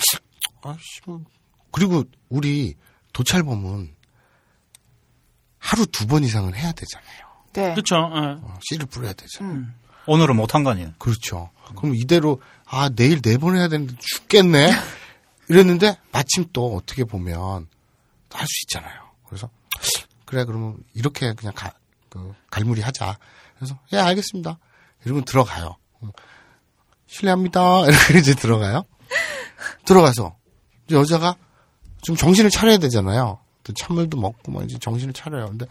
아씨, 뭐. 그리고 우리 도찰범은 하루 두 번 이상은 해야 되잖아요.
네.
그렇죠. 예.
어, 씨를 뿌려야 되잖아요.
오늘은 못한 거 아니에요?
그렇죠. 그럼 이대로 아 내일 네 번 해야 되는데 죽겠네. 이랬는데 마침 또 어떻게 보면 할 수 있잖아요. 그래서 그래 그러면 이렇게 그냥 가, 그 갈무리 하자. 그래서 예 알겠습니다. 이러면 들어가요. 음, 실례합니다. *laughs* 이렇게 이제 들어가요. 들어가서 이제 여자가 좀 정신을 차려야 되잖아요. 또 찬물도 먹고 막 이제 정신을 차려요. 근데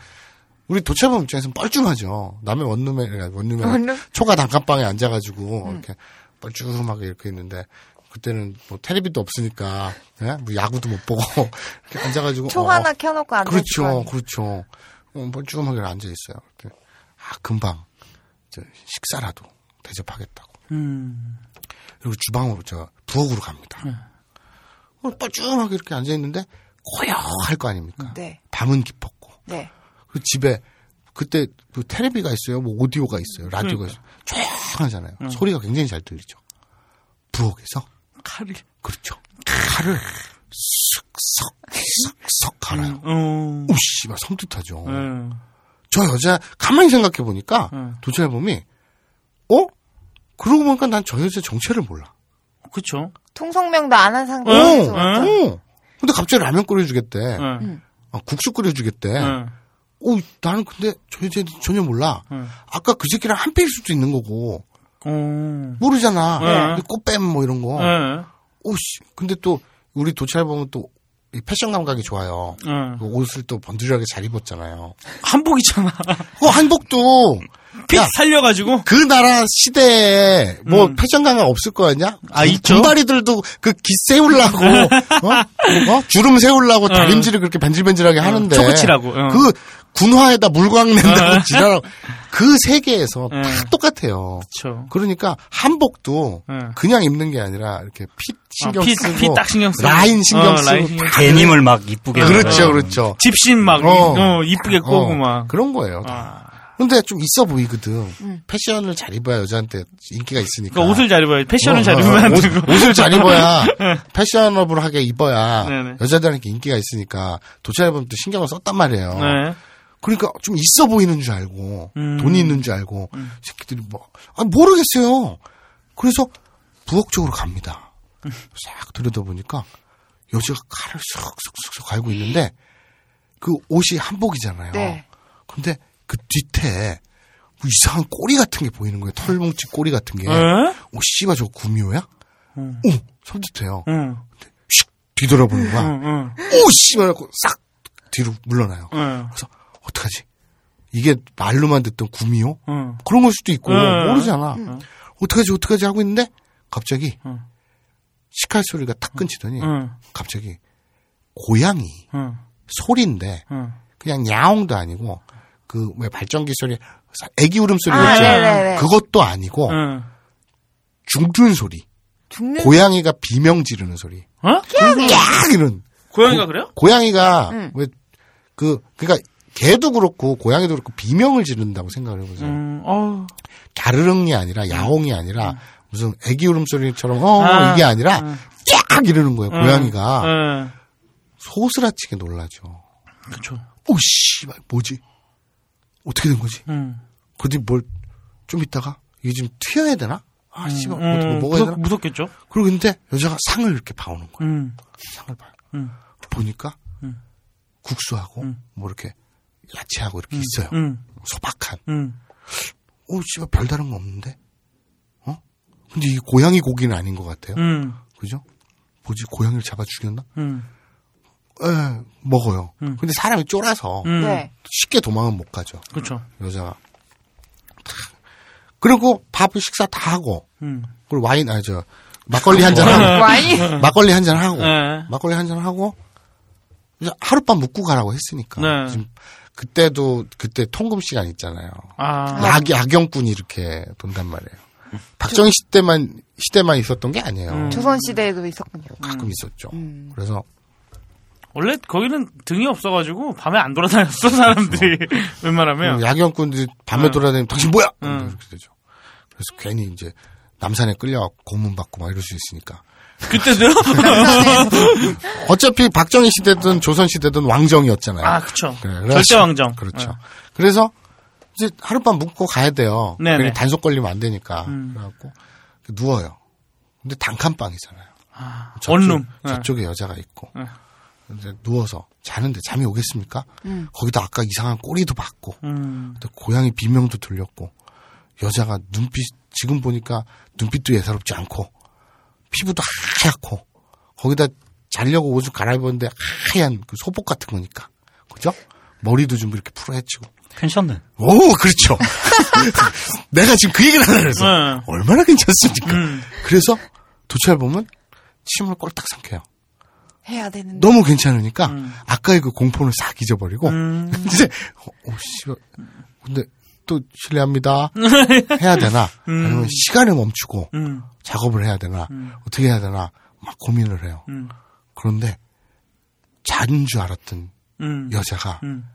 우리 도체범 입장에서는 뻘쭘하죠. 남의 원룸에 그러니까 원룸에
원룸?
초가 단칸방에 앉아가지고 이렇게 뻘쭘하게 이렇게 있는데 그때는 뭐 텔레비도 없으니까 예? 뭐 야구도 못 보고 *laughs* 이렇게 앉아가지고
초
어,
하나 켜놓고 앉아
그렇죠, 그렇죠. 어, 뻘쭘하게 앉아 있어요. 아 금방 저 식사라도 대접하겠다고.
음.
그리고 주방으로 저 부엌으로 갑니다.
네.
어, 뻘쭘하게 이렇게 앉아 있는데 고요할 거 아닙니까?
네.
밤은 깊었고
네.
그 집에 그때 그 텔레비가 있어요, 뭐 오디오가 있어요,
그러니까.
라디오가 있어요. 조용하잖아요.
음.
소리가 굉장히 잘 들리죠. 부엌에서
칼이.
그렇죠. 칼을 쓱쓱쓱쓱 갈아요.
어.
오씨, 막 섬뜩하죠.
예.
저 여자 가만히 생각해 보니까
음.
도찰범이 어? 그러고 보니까 난 저 여자 정체를 몰라.
그렇죠.
통성명도 안 한
어,
상태에서 네.
어. 근데 갑자기 라면 끓여주겠대.
예.
아, 국수 끓여주겠대.
예.
오, 나는 근데 저 여자 전혀 몰라.
음.
아까 그 새끼랑 한패일 수도 있는 거고
어.
모르잖아.
음.
꽃뱀 뭐 이런 거.
예.
오씨. 근데 또 우리 도찰범은 또 이 패션 감각이 좋아요.
예.
그 옷을 또 번들하게 잘 입었잖아요.
한복이잖아.
그 한복도
픽
야,
살려가지고.
그 나라 시대에 뭐
음.
패션 강화 없을 거 아니야?
아,
군-
있죠.
군바리들도 그 기
*laughs*
세우려고 어? 어? 주름 세우려고 다림질을 그렇게 ben질ben질하게 하는데
초코칠하고, 어.
그 군화에다 물광 낸다고 *laughs* 지랄하고 그 세계에서
예.
다 똑같아요.
그렇죠.
그러니까 한복도
예.
그냥 입는 게 아니라 이렇게 핏 신경
핏,
쓰고
핏딱 어, 신경 쓰고.
라인 신경
어,
쓰고
라인 신경
다
데님을 막 이쁘게.
그렇죠,
해서.
그렇죠.
집신 막,
어.
어, 이쁘게 꼬고 막.
그런 거예요. 다.
아.
근데 좀 있어 보이거든. 패션을 잘 입어야 여자한테 인기가 있으니까.
그러니까 옷을 잘 입어야 패션을 잘
어, 어,
입으면 안
옷-
되고. 네.
옷을 잘 입어야 패셔너블하게 입어야
네네.
여자들한테 인기가 있으니까 도찰범도 신경을 썼단 말이에요.
*laughs* 네.
그러니까 좀 있어 보이는 줄 알고
음.
돈이 있는 줄 알고 새끼들이 뭐 아, 모르겠어요. 그래서 부엌 쪽으로 갑니다. 싹 들여다보니까 여자가 칼을 쑥쑥쑥쑥 갈고 있는데 그 옷이 한복이잖아요.
네.
근데 그 뒤태에 뭐 이상한 꼬리 같은 게 보이는 거예요. 털뭉치 꼬리 같은 게.
예?
오, 씨발, 저거 구미호야?
음.
오, 섬뜩해요.
응.
슉! 뒤돌아보는 거야.
응, 응.
오, 씨발! 하고 싹! 뒤로 물러나요.
응.
그래서, 어떡하지? 이게 말로만 듣던 구미호?
응.
그런 걸 수도 있고,
응.
모르잖아. 어떡하지, 어떡하지 하고 있는데, 갑자기,
응.
식칼 소리가 탁 끊치더니,
응.
갑자기, 고양이
응.
소리인데,
응.
그냥 야옹도 아니고, 그, 왜 발전기 소리, 애기 울음소리
아,
있죠?
네네네.
그것도 아니고,
응.
죽는 소리.
죽는
고양이가 비명 지르는 소리.
어?
깍 이런.
고양이가 그래요?
고양이가 왜 그 그러니까 개도 그렇고 고양이도 그렇고 비명을 지른다고 생각을 해보세요.
음, 어,
갸르릉이 아니라 야옹이 아니라 무슨 애기 울음소리처럼 어
아,
이게 아니라 쫙 이러는 거예요.
음,
고양이가
음.
소스라치게 놀라죠.
그쵸.
오 씨발 뭐지? 어떻게 된 거지?
음.
그뒤 뭘좀 있다가 이게 지금 튀어야 되나? 아 씨발
음,
어떻게 먹어야
무섭-
되나?
무섭겠죠?
그리고 근데 여자가 상을 이렇게 봐오는 거예요.
음.
상을 봐요.
음.
보니까
음.
국수하고 뭐 이렇게 야채하고 이렇게 있어요.
음.
소박한.
음.
오 씨발 별다른 거 없는데. 어? 근데 이게 고양이 고기는 아닌 것 같아요.
음.
그죠? 뭐지 고양이를 잡아 죽였나?
음.
에 먹어요. 근데 사람이 쫄아서
음.
네.
쉽게 도망은 못 가죠.
그쵸.
여자가. 그리고 밥 식사 다 하고
음.
그리고 와인 아니 저 막걸리 한 잔 하고
와인?
막걸리 한 잔 하고
네.
막걸리 한 잔 하고 이제 하룻밤 묵고 가라고 했으니까
네.
지금 그때도 그때 통금 시간 있잖아요.
아.
악, 악영꾼이 이렇게 돈단 말이에요. 박정희 시대만 시대만 있었던 게 아니에요.
음.
조선 시대에도 있었군요.
가끔 있었죠. 그래서
원래 거기는 등이 없어가지고 밤에 안 돌아다녔어 사람들이 *laughs* 웬만하면
음, 야경꾼들이 뭐 밤에
응.
돌아다니면 당신 뭐야?
응.
이렇게 되죠. 그래서 괜히 이제 남산에 끌려 고문 받고 막 이럴 수 있으니까.
그때도
어차피 박정희 시대든 조선 시대든 왕정이었잖아요.
*laughs* 아 그쵸
네, 그래, 그래서-
절대 왕정
그렇죠.
어.
그래서 이제 하룻밤 묵고 가야 돼요.
네네. 음.
괜히 단속 걸리면 안 되니까. 그래갖고 누워요. 근데 단칸방이잖아요. 저쪽-
원룸.
저쪽에 여자가 있고.
네.
이제 누워서 자는데 잠이 오겠습니까? 거기다 아까 이상한 꼬리도 봤고.
음.
또 고양이 비명도 들렸고 여자가 눈빛 지금 보니까 눈빛도 예사롭지 않고 피부도 하얗고 거기다 자려고 옷을 갈아입었는데 하얀 그 소복 같은 거니까 그죠? 머리도 좀 이렇게 풀어헤치고
펜션은
오 그렇죠 *laughs* 내가 지금 그 얘기를 하려고 그래서
네.
얼마나 괜찮습니까
음.
그래서 도착해 보면 침을 꼴딱 삼켜요
해야 되는데.
너무 괜찮으니까 아까의 그 공포는 싹 잊어버리고
음.
*laughs* 이제 어, 어, 씨, 근데 또
*laughs*
실례합니다 해야 되나 아니면 시간을 멈추고
음.
작업을 해야 되나 어떻게 해야 되나 막 고민을 해요.
음.
그런데 잔 줄 알았던
음.
여자가
음.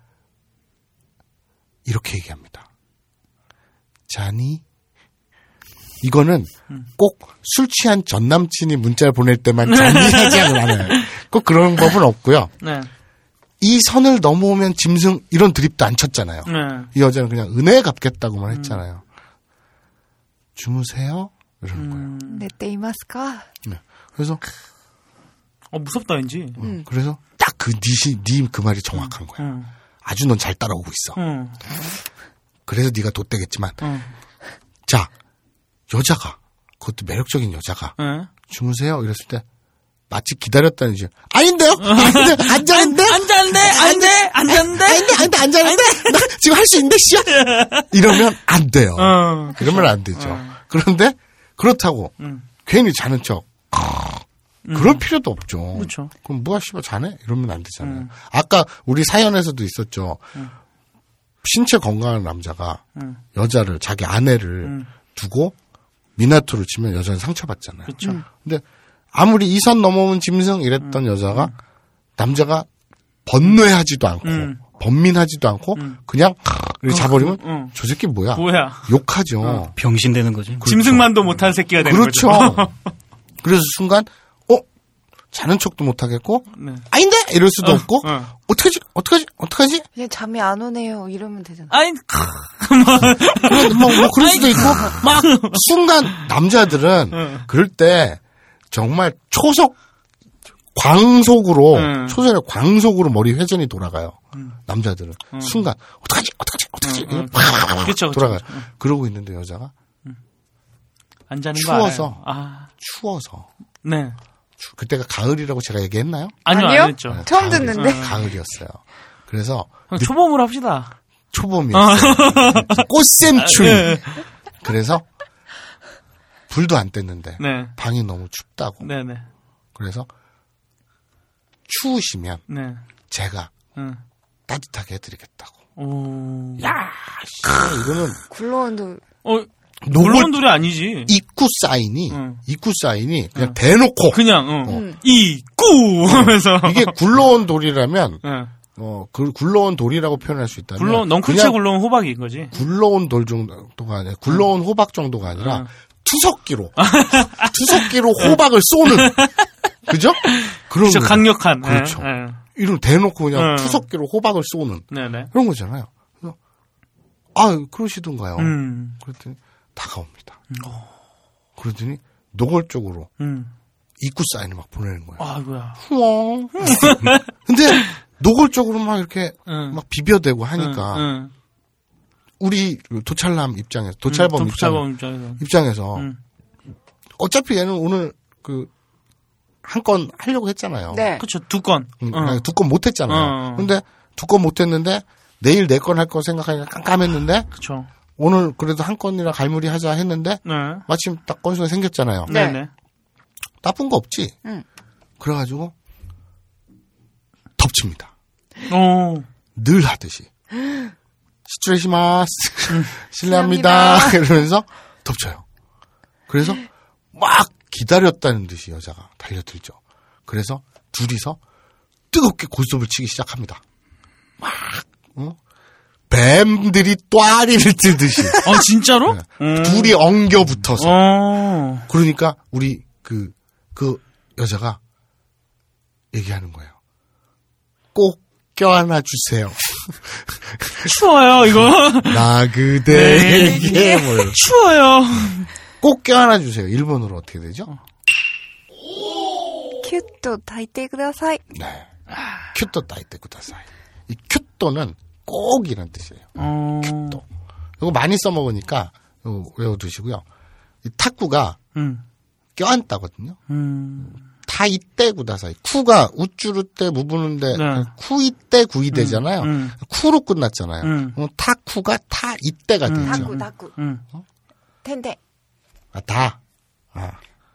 이렇게 얘기합니다. 자니 이거는
음.
꼭 술 취한 전 남친이 문자를 보낼 때만 잔이
*laughs*
하지 않아요. 꼭 그런 법은 없고요.
네.
이 선을 넘어오면 짐승 이런 드립도 안 쳤잖아요.
네.
이 여자는 그냥 은혜 갚겠다고만 했잖아요. 주무세요? 이러는 거예요.
내때 이마스카.
네. 그래서
어 무섭다 왠지
어, 그래서 딱 그 니시 니그 말이 정확한 거야.
음.
아주 넌 잘 따라오고 있어.
음.
그래서 네가 돗대겠지만
음.
자 여자가 그것도 매력적인 여자가
네.
주무세요 이랬을 때 마치 기다렸다는 듯이 아닌데요? 아닌데 안 자는데 안 자는데 안 돼. 안 자는데 아닌데 아닌데 안 자는데 나 지금 할 수 있는데 씨야 이러면 안 돼요.
어.
이러면 안 되죠. 그런데 그렇다고
음.
괜히 자는 척 그럴 필요도 없죠.
그쵸.
럼 뭐야 씨발 자네 이러면 안 되잖아요.
음.
아까 우리 사연에서도 있었죠. 신체 건강한 남자가
음.
여자를 자기 아내를 두고 미나토를 치면 여자는 상처받잖아요.
그쵸. 음.
근데 아무리 이 선 넘어오면 짐승 이랬던 여자가 남자가 번뇌하지도 않고
음.
번민하지도 않고 그냥 이렇게 자버리면
음.
저 새끼 뭐야?
뭐야
욕하죠.
병신 되는 거지.
그렇죠.
짐승만도 못한 새끼가 되는
그렇죠. *laughs*
어. 거죠
그래서 순간 어 자는 척도 못 하겠고
네.
아닌데 이럴 수도
어,
없고
어.
어떡하지 어떡하지 어떡하지
그냥 잠이 안 오네요. 이러면 되잖아.
아니
그런 뭐, 뭐 그럴 수도 있고
*laughs*
막 순간 남자들은
응.
그럴 때 정말 초속 광속으로
응.
초절에 광속으로 머리 회전이 돌아가요
음.
남자들은 순간 어떡하지 어떡하지 어떡하지
응, 응.
팍
어. 그쵸, 그쵸,
돌아가요
그쵸.
그러고 있는데 여자가
안 자는 거
추워서.
알아요.
추워서
아네
추- 그때가 가을이라고 제가 얘기했나요?
아니요 아.
아니요?
안 했죠
네,
처음
가을,
듣는데.
가을이었어요. 그래서
그럼 초범으로 합시다
초봄이었어요.
*laughs* 네.
꽃샘추위. 그래서 불도 안 뗐는데
네
방이 너무 춥다고.
네네
그래서 추우시면
네
제가
응.
따뜻하게 해드리겠다고.
오.
야, 씨, 이거는
굴러온도
어, 아, 물론
노골
둘이 아니지.
입구 사인이
응.
입구 사인이 그냥 대놓고
그냥, 어. 이꾸! *laughs* 하면서.
이게 굴러온 돌이라면
예.
어 그 굴러온 돌이라고 표현할 수 있다면
굴러, 넝쿨채
그냥
굴러온 호박인 거지.
굴러온 돌 정도가 아니라 굴러온 호박 정도가 아니라
응.
투석기로 *laughs* 투석기로 호박을 쏘는 그죠? 그런
그쵸,
거죠.
강력한.
그렇죠.
예, 예.
이런 대놓고 그냥
음.
투석기로 호박을 쏘는
네네.
그런 거잖아요. 그래서 아 그러시던가요.
음.
그랬더니 다가옵니다.
어.
그러더니 노골적으로
음.
입구 사인을 막 보내는 거예요.
아이고야.
후엉. *laughs* 근데 노골적으로 막 이렇게 막 그러니까. 비벼대고 하니까
응,
우리 도찰남 입장에서 도찰범 어.
음,
입장에서,
도찰범 입장에서.
입장에서
음.
어차피 얘는 오늘 그 한 건 하려고 했잖아요.
네.
그렇죠. 두 건.
음,
응.
아니, 두건 못했잖아요.
어.
근데 두 건 못했는데 내일 네 건 할 거 생각하니까 깜깜했는데
그렇죠.
오늘 그래도 한 건이라 갈무리 하자 했는데
네.
마침 딱 건수가 생겼잖아요.
네.
네.
네.
나쁜 거 없지.
응.
그래가지고 덮칩니다.
어.
늘 하듯이 시추레시마스 *laughs* 실례합니다 *laughs* 이러면서 덮쳐요. 그래서 막 기다렸다는 듯이 여자가 달려들죠. 그래서 둘이서 뜨겁게 고스톱을 치기 시작합니다. 막 어? 뱀들이 또아리를 *laughs* 뜨듯이 네.
어, 진짜로? 음.
둘이 엉겨 붙어서
어.
그러니까 우리 그 그 여자가 얘기하는 거예요. 꼭 껴안아 주세요. *laughs*
추워요, 이거. *laughs*
나 그대에게
네.
뭘.
추워요.
꼭 껴안아 주세요. 일본어로 어떻게 되죠?
キュッと炊いてください。
네. 큐토 따이테 쿠다사이. 이 큐토는 꼭이란 뜻이에요.
어.
큐토. 이거 많이 써먹으니까 이거 외워두시고요. 이 탁구가
음.
껴안다거든요.
음.
타이떼 구다사이. 쿠가 우쭈르떼 무부는데
네.
쿠이떼 구이대잖아요.
음.
쿠로 끝났잖아요.
음.
그럼 타쿠가 타이떼가 되죠.
ダク。
음.
てんてん。
아, 다. 아.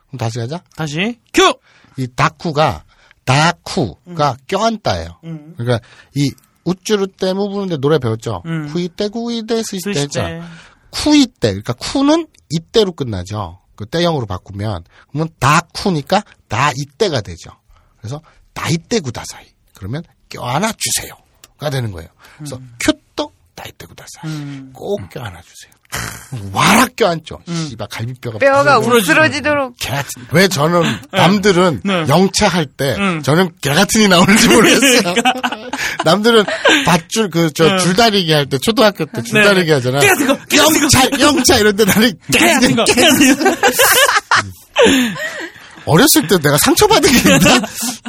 그럼 다시 하자.
다시. 큐!
이 다쿠가 다쿠가 껴안다예요. 그러니까 이 우쭈르 때 부분인데 노래 배웠죠.
음.
쿠이 때 구이 때 스시
스시
때자
때.
쿠이 때 그러니까 쿠는 이때로 끝나죠. 그 때형으로 바꾸면 그러면 다쿠니까 다 이때가 되죠. 그래서 다 이때 구다사이 그러면 껴안아 주세요가 되는 거예요. 그래서 큐또 다 이때 구다사이 꼭 껴안아 주세요. 와라 껴안죠. 씨발 갈비뼈가
뼈가
부서져.
우스러지도록.
개 같은. 왜 저는 남들은
네.
영차 할 때
응.
저는 개 같은이 나오는지 모르겠어요. *laughs* 남들은 밧줄 그 저
응.
줄다리기 할 때 초등학교 때 줄다리기 하잖아.
개 같은 거, 개 같은 거.
영차 영차 이런데 나는 개
깨야
같은
되는
거.
거. 깨야 되는 거.
어렸을 때 내가 상처받은 게 있나?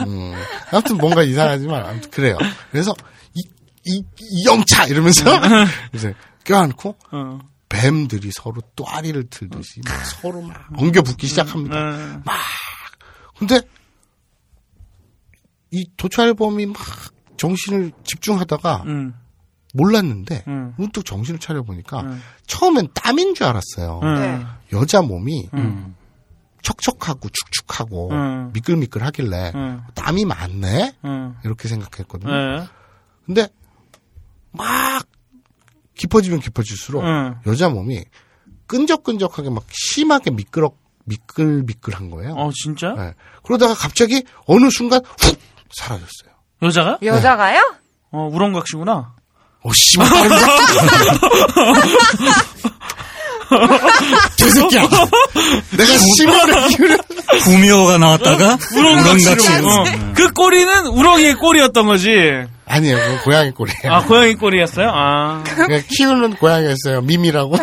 음, 아무튼 뭔가 이상하지만 아무튼 그래요. 그래서 이, 이, 이 영차 이러면서 이제 껴안고
어.
뱀들이 서로 또아리를 틀듯이 막 서로 막 엉겨붙기 시작합니다.
네.
근데 이 도찰범이 막 정신을 집중하다가
음.
몰랐는데
음.
문득 정신을 차려 보니까
음.
처음엔 땀인 줄 알았어요.
네.
음.
여자 몸이
음.
척척하고 축축하고
음.
미끌미끌하길래
음.
땀이 많네
음.
이렇게 생각했거든요.
네.
근데 막 깊어지면 깊어질수록
음.
여자 몸이 끈적끈적하게 막 심하게 미끄러 미끌미끌한 거예요.
어, 진짜?
예. 그러다가 갑자기 어느 순간 훅 사라졌어요.
여자가?
여자가요?
어, 우렁각시구나.
오, 씨, 뭐 다른 새끼야. 저 새끼야. 내가 심어를 기울여.
구미호가 나왔다가 네. 우렁각시.
어. 그 꼬리는 우렁이의 꼬리였던 거지.
아니에요, 그건 고양이 꼴이에요.
아, 고양이 꼬리였어요? 아.
네. 그냥 키우는 고양이였어요. 미미라고.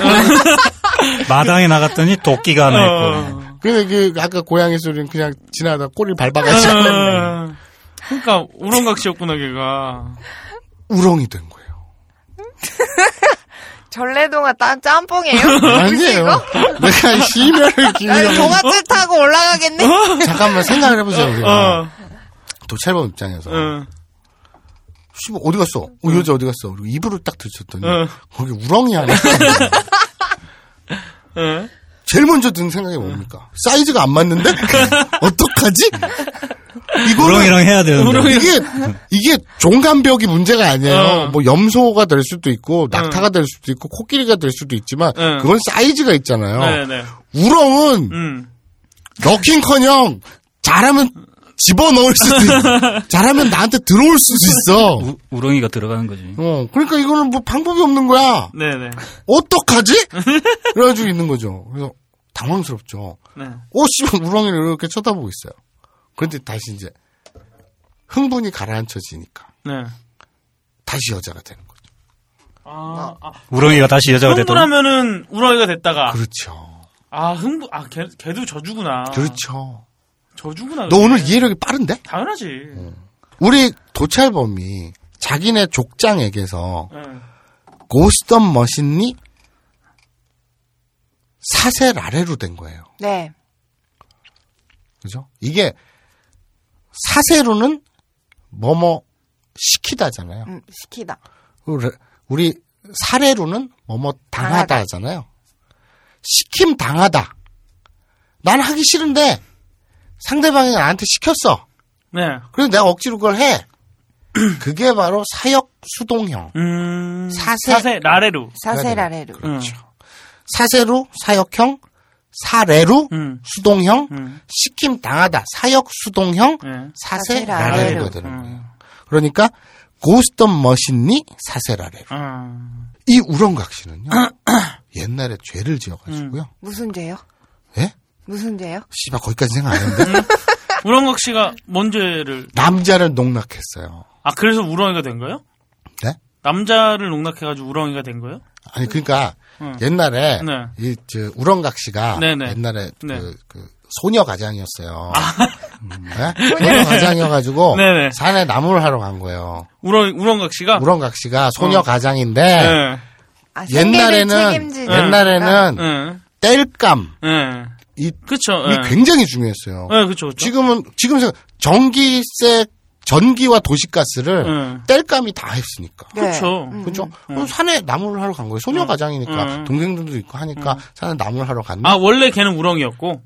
마당에 나갔더니 도끼가 하나 있고.
어.
*laughs* 근데 그, 아까 고양이 소리는 그냥 지나다 꼬리 밟아가지고
어. 그러니까 우렁각시였구나, 걔가.
우렁이 된 거예요.
전래동화
*laughs*
딴 짬뽕이에요?
아니에요. 내가 심혈을
아니,
기울여.
동화줄 타고 올라가겠네?
어? 잠깐만 생각을 해보세요,
어.
우리가. 도찰범 입장에서.
어.
씨, 뭐 어디 갔어? 어, 이 여자 어디 갔어? 그리고 입으로 딱 들쳤더니
응.
거기 우렁이
*laughs*
하나. 있었는데
어.
제일 먼저 든 생각이 뭡니까? 사이즈가 안
*laughs*
맞는데 어떡하지? 이거는
우렁이랑 해야 되는데.
이게 이게 종간벽이 문제가 아니에요.
어.
뭐 염소가 될 수도 있고 낙타가 될 수도 있고 코끼리가 될 수도 있지만
응.
그건 사이즈가 있잖아요.
어. 네네.
우렁은
음.
넣긴커녕 잘하면 집어 넣을 수도
*laughs*
있고 잘하면 나한테 들어올 수도 있어.
우- 우렁이가 들어가는 거지.
어, 그러니까 이거는 뭐 방법이 없는 거야.
네네.
어떡하지? 그래가지고 있는 거죠. 그래서 당황스럽죠.
네.
오, 씨발, 우렁이를 이렇게 쳐다보고 있어요. 그런데 다시 이제 흥분이 가라앉혀지니까
네.
다시 여자가 되는 거죠.
아, 아.
우렁이가 다시 여자가 됐다.
흥분하면은 우렁이가 됐다가.
그렇죠.
아, 흥분, 아, 걔, 걔도 저주구나.
그렇죠.
저주구나.
너
그게.
오늘 이해력이 어. 빠른데?
당연하지.
우리 도찰범이 자기네 족장에게서
네.
고스트 업 머신이 사셀 아래로 된 거예요.
네.
그죠? 이게 사세로는 뭐뭐 시키다잖아요.
음, 시키다.
우리- 우리 사례로는 뭐뭐 당하다
당하다.
하잖아요. 시킴 당하다. 난 하기 싫은데 상대방이 나한테 시켰어.
네.
그래서 내가 억지로 그걸 해. *clears throat* 그게 바로 사역 수동형.
음.
사세.
사세, 라레루. 음.
사셀 아래로.
그렇죠. 사세로 사역형, 사례로
음.
수동형,
음.
시킴 당하다 사역 수동형,
네.
사세
사세
라레로
라레로.
음.
되는 거예요. 그러니까 고스톱 머신이 사세 라레로.
아.
이
*clears throat*
우렁각시는요. 옛날에 죄를 지어가지고요.
음.
무슨 죄요?
예?
무슨 죄요?
씨발 거기까지 생각 안
*laughs*
했는데
우렁각 씨가 뭔 죄를.
남자를 농락했어요.
아, 그래서 우렁이가 된 거예요?
네?
남자를 농락해가지고 우렁이가 된 거예요?
아니 그러니까
음.
옛날에
네.
이저 우렁각시가
네네.
옛날에
네. 아.
그, 그 소녀 가장이었어요. 음, 네? 소녀 가장이어가지고
네네.
산에 나무를 하러 간 거예요.
우렁, 우렁각 씨가?
우렁각시가 소녀 가장인데
어. 네.
아,
옛날에는 옛날에는
네.
뗄감이
네. 그쵸. 네.
굉장히 중요했어요.
네, 그쵸, 그쵸.
지금은 지금 생각- 전기세 전기와 도시가스를
네.
뗄감이 다 했으니까.
네.
그쵸.
어, 그죠? 그럼 산에 나무를 하러 간 거예요. 소녀 가장이니까
음.
동생들도 있고 하니까 산에 나무를 하러 갔네.
아, 원래 걔는 우렁이었고.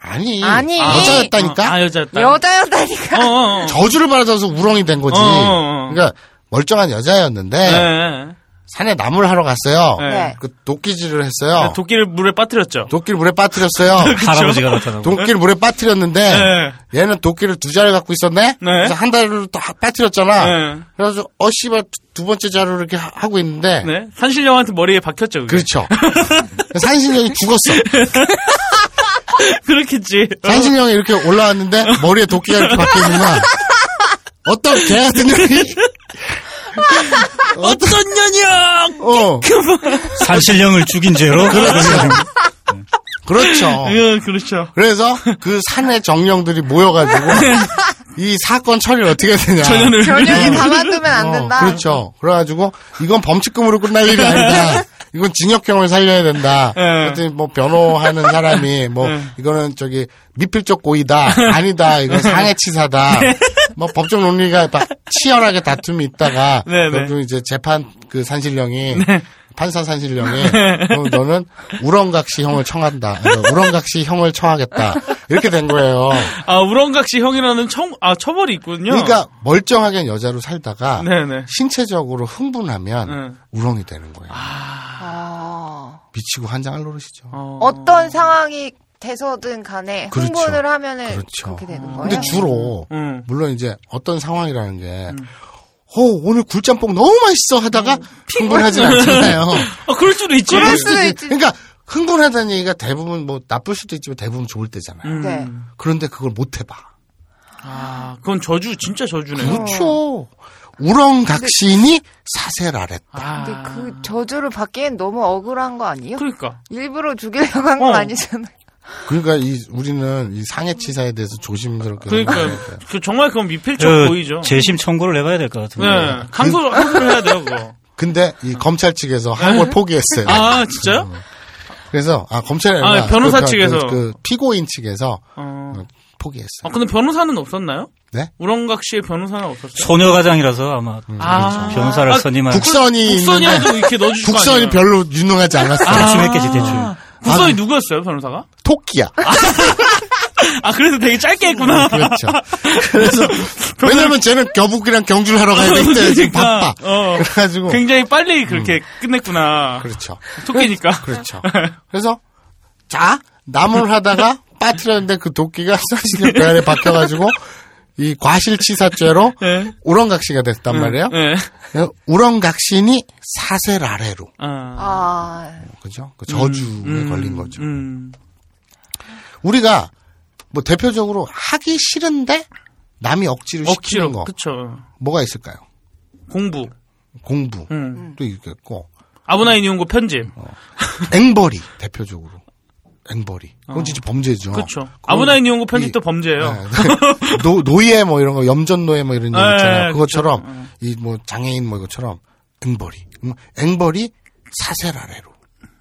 아니,
아니.
여자였다니까.
어, 아, 여자였다.
네. 여자였다니까.
어, 어, 어.
저주를 받아서 우렁이 된 거지.
어, 어, 어.
그러니까 멀쩡한 여자였는데
네. 네.
산에 나무를 하러 갔어요.
네.
그 도끼질을 했어요.
도끼를 물에 빠뜨렸죠.
도끼를 물에
*laughs*
빠뜨렸어요.
할아버지가
*laughs*
나타나고.
도끼를 물에 빠뜨렸는데
네.
얘는 도끼를 두 자를 갖고 있었네. 그래서 한 달을 또 하- 빠뜨렸잖아.
네.
그래서 어 씨발 두- 두 번째 자루를 이렇게 하- 하고 있는데
네. 산신령한테 머리에 박혔죠. 그게.
그렇죠. *laughs* 산신령이 죽었어.
*laughs* 그렇겠지.
산신령이 이렇게 올라왔는데 머리에 도끼가 이렇게 박혀있구나. 어떤 개 같은 년이
어떤 년이야!
어
산신령을 죽인 죄로.
그렇죠.
예, 그렇죠.
그래서 그 산의 정령들이 모여가지고 이 사건 처리를 어떻게 해야 되냐.
네. 전혀는.
전혀 가만두면 안
어,
된다.
그렇죠. 그래가지고 이건 범칙금으로 끝날 일이 아니다. 이건 징역형을 살려야 된다.
예.
그랬더니 뭐 변호하는 사람이 뭐 이거는 저기 미필적 고의다 아니다 이건 상해치사다. 뭐 법적 논리가 막 치열하게 다툼이 있다가
네, 네.
결국 이제 재판 그 산신령이 판사 산신령이 어, 너는 우렁각시 형을 청한다. 아니, 우렁각시 형을 청하겠다. 이렇게 된 거예요.
아, 우렁각시 형이라는 청, 아, 처벌이 있군요.
그러니까 멀쩡하게 여자로 살다가
네네.
신체적으로 흥분하면
응.
우렁이 되는 거예요.
아,
미치고 환장할 노릇이죠.
어.
어떤 상황이 돼서든 간에
그렇죠.
흥분을 하면은
그렇죠.
네, 그렇게 되는 거예요.
근데 주로
응.
물론 이제 어떤 상황이라는 게 어, 오늘 굴짬뽕 너무 맛있어 하다가 흥분하진
*laughs*
않잖아요.
아, 그럴 수도 있지.
그럴
수도
수도 있-
있지.
그러니까 흥분하다는 얘기가 대부분 뭐 나쁠 수도 있지만 대부분 좋을 때잖아요.
음.
네.
그런데 그걸 못 해봐.
어.
아, 그건 저주, 진짜 저주네요.
그렇죠. 우렁각신이 사셀 아랬다.
아.
근데 그 저주를 받기엔 너무 억울한 거 아니에요?
그러니까.
일부러 죽이려고 한 건
어.
아니잖아요.
그러니까 이 우리는 이 상해치사에 대해서 조심스럽게 생각해야 돼요.
그러니까. 그 정말 그건 미필적
그
보이죠.
재심 청구를 해봐야 될 것 같은데.
네.
그
강소를, 강소를 해야 돼요, 그거.
근데 이 검찰 측에서 항고를 포기했어요.
아,
네.
진짜요?
그래서 아 검찰이
아,
아니라
변호사
그, 그,
측에서.
그, 피고인 측에서
어.
어, 포기했어요.
아, 근데 변호사는 없었나요?
네?
우렁각 씨의 변호사는 없었어요.
소녀 가장이라서 아마
아.
변호사를
아,
선임한
국선이
국선이라도
있는데
이렇게 넣어주실 거
국선이 아, 네.
아니에요? 아.
별로 유능하지 않았어요.
대충 했겠지 대충.
국선이 누구였어요, 변호사가?
토끼야.
아, 그래서 되게 짧게 했구나. *laughs*
그렇죠. 그래서 왜냐면 쟤는 겨북이랑 경주를 하러 가야 되는데 아, 네, 지금
그러니까,
바빠.
어.
그래가지고 음.
굉장히 빨리 그렇게 끝냈구나.
그렇죠.
토끼니까.
그렇죠.
아.
그래서 자 나무를 하다가 빠뜨렸는데 그 도끼가 *laughs* 사실은 배 안에 박혀가지고 이 과실치사죄로
네.
우렁각시가 됐단 말이에요.
예.
우렁각신이 사셀 아래로
아.
아,
그죠? 그 저주에
음,
걸린 거죠.
음.
우리가 뭐 대표적으로 하기 싫은데 남이 억지로 시키는 거
그쵸.
뭐가 있을까요?
공부.
공부.
음.
또 있겠고
아브나인 이용고 편집.
어. 앵벌이 대표적으로 앵벌이. 그건
어.
진짜 범죄죠. 네,
그쵸. 아브나인 이용고 편집도 범죄예요.
*laughs* 노, 노예 뭐 이런 거 염전 노예 뭐 이런 거
예,
있잖아요.
예,
그것처럼 이 뭐 장애인 뭐 이것처럼 앵벌이. 음, 앵벌이 사셀 아래로.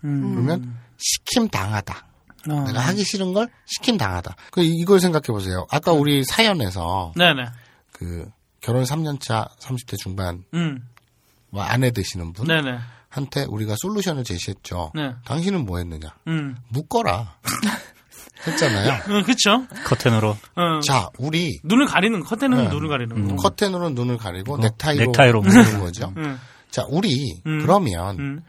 음.
그러면 시킴 당하다.
어.
내가 하기 싫은 걸 시킴 당하다. 그 이걸 생각해 보세요. 아까 우리 사연에서
네네.
그 결혼 3년차 30대 중반
음.
뭐 아내 되시는 분
네네.
한테 우리가 솔루션을 제시했죠.
네.
당신은 뭐 했느냐?
음.
묶어라. 했잖아요.
음, 그쵸.
커튼으로
어.
자, 우리
눈을 가리는 거. 커튼은
네.
눈을 가리는 거.
커튼으로 눈을 가리고
어,
넥타이로,
넥타이로
묶는 거죠.
음.
자, 우리
음.
그러면
음.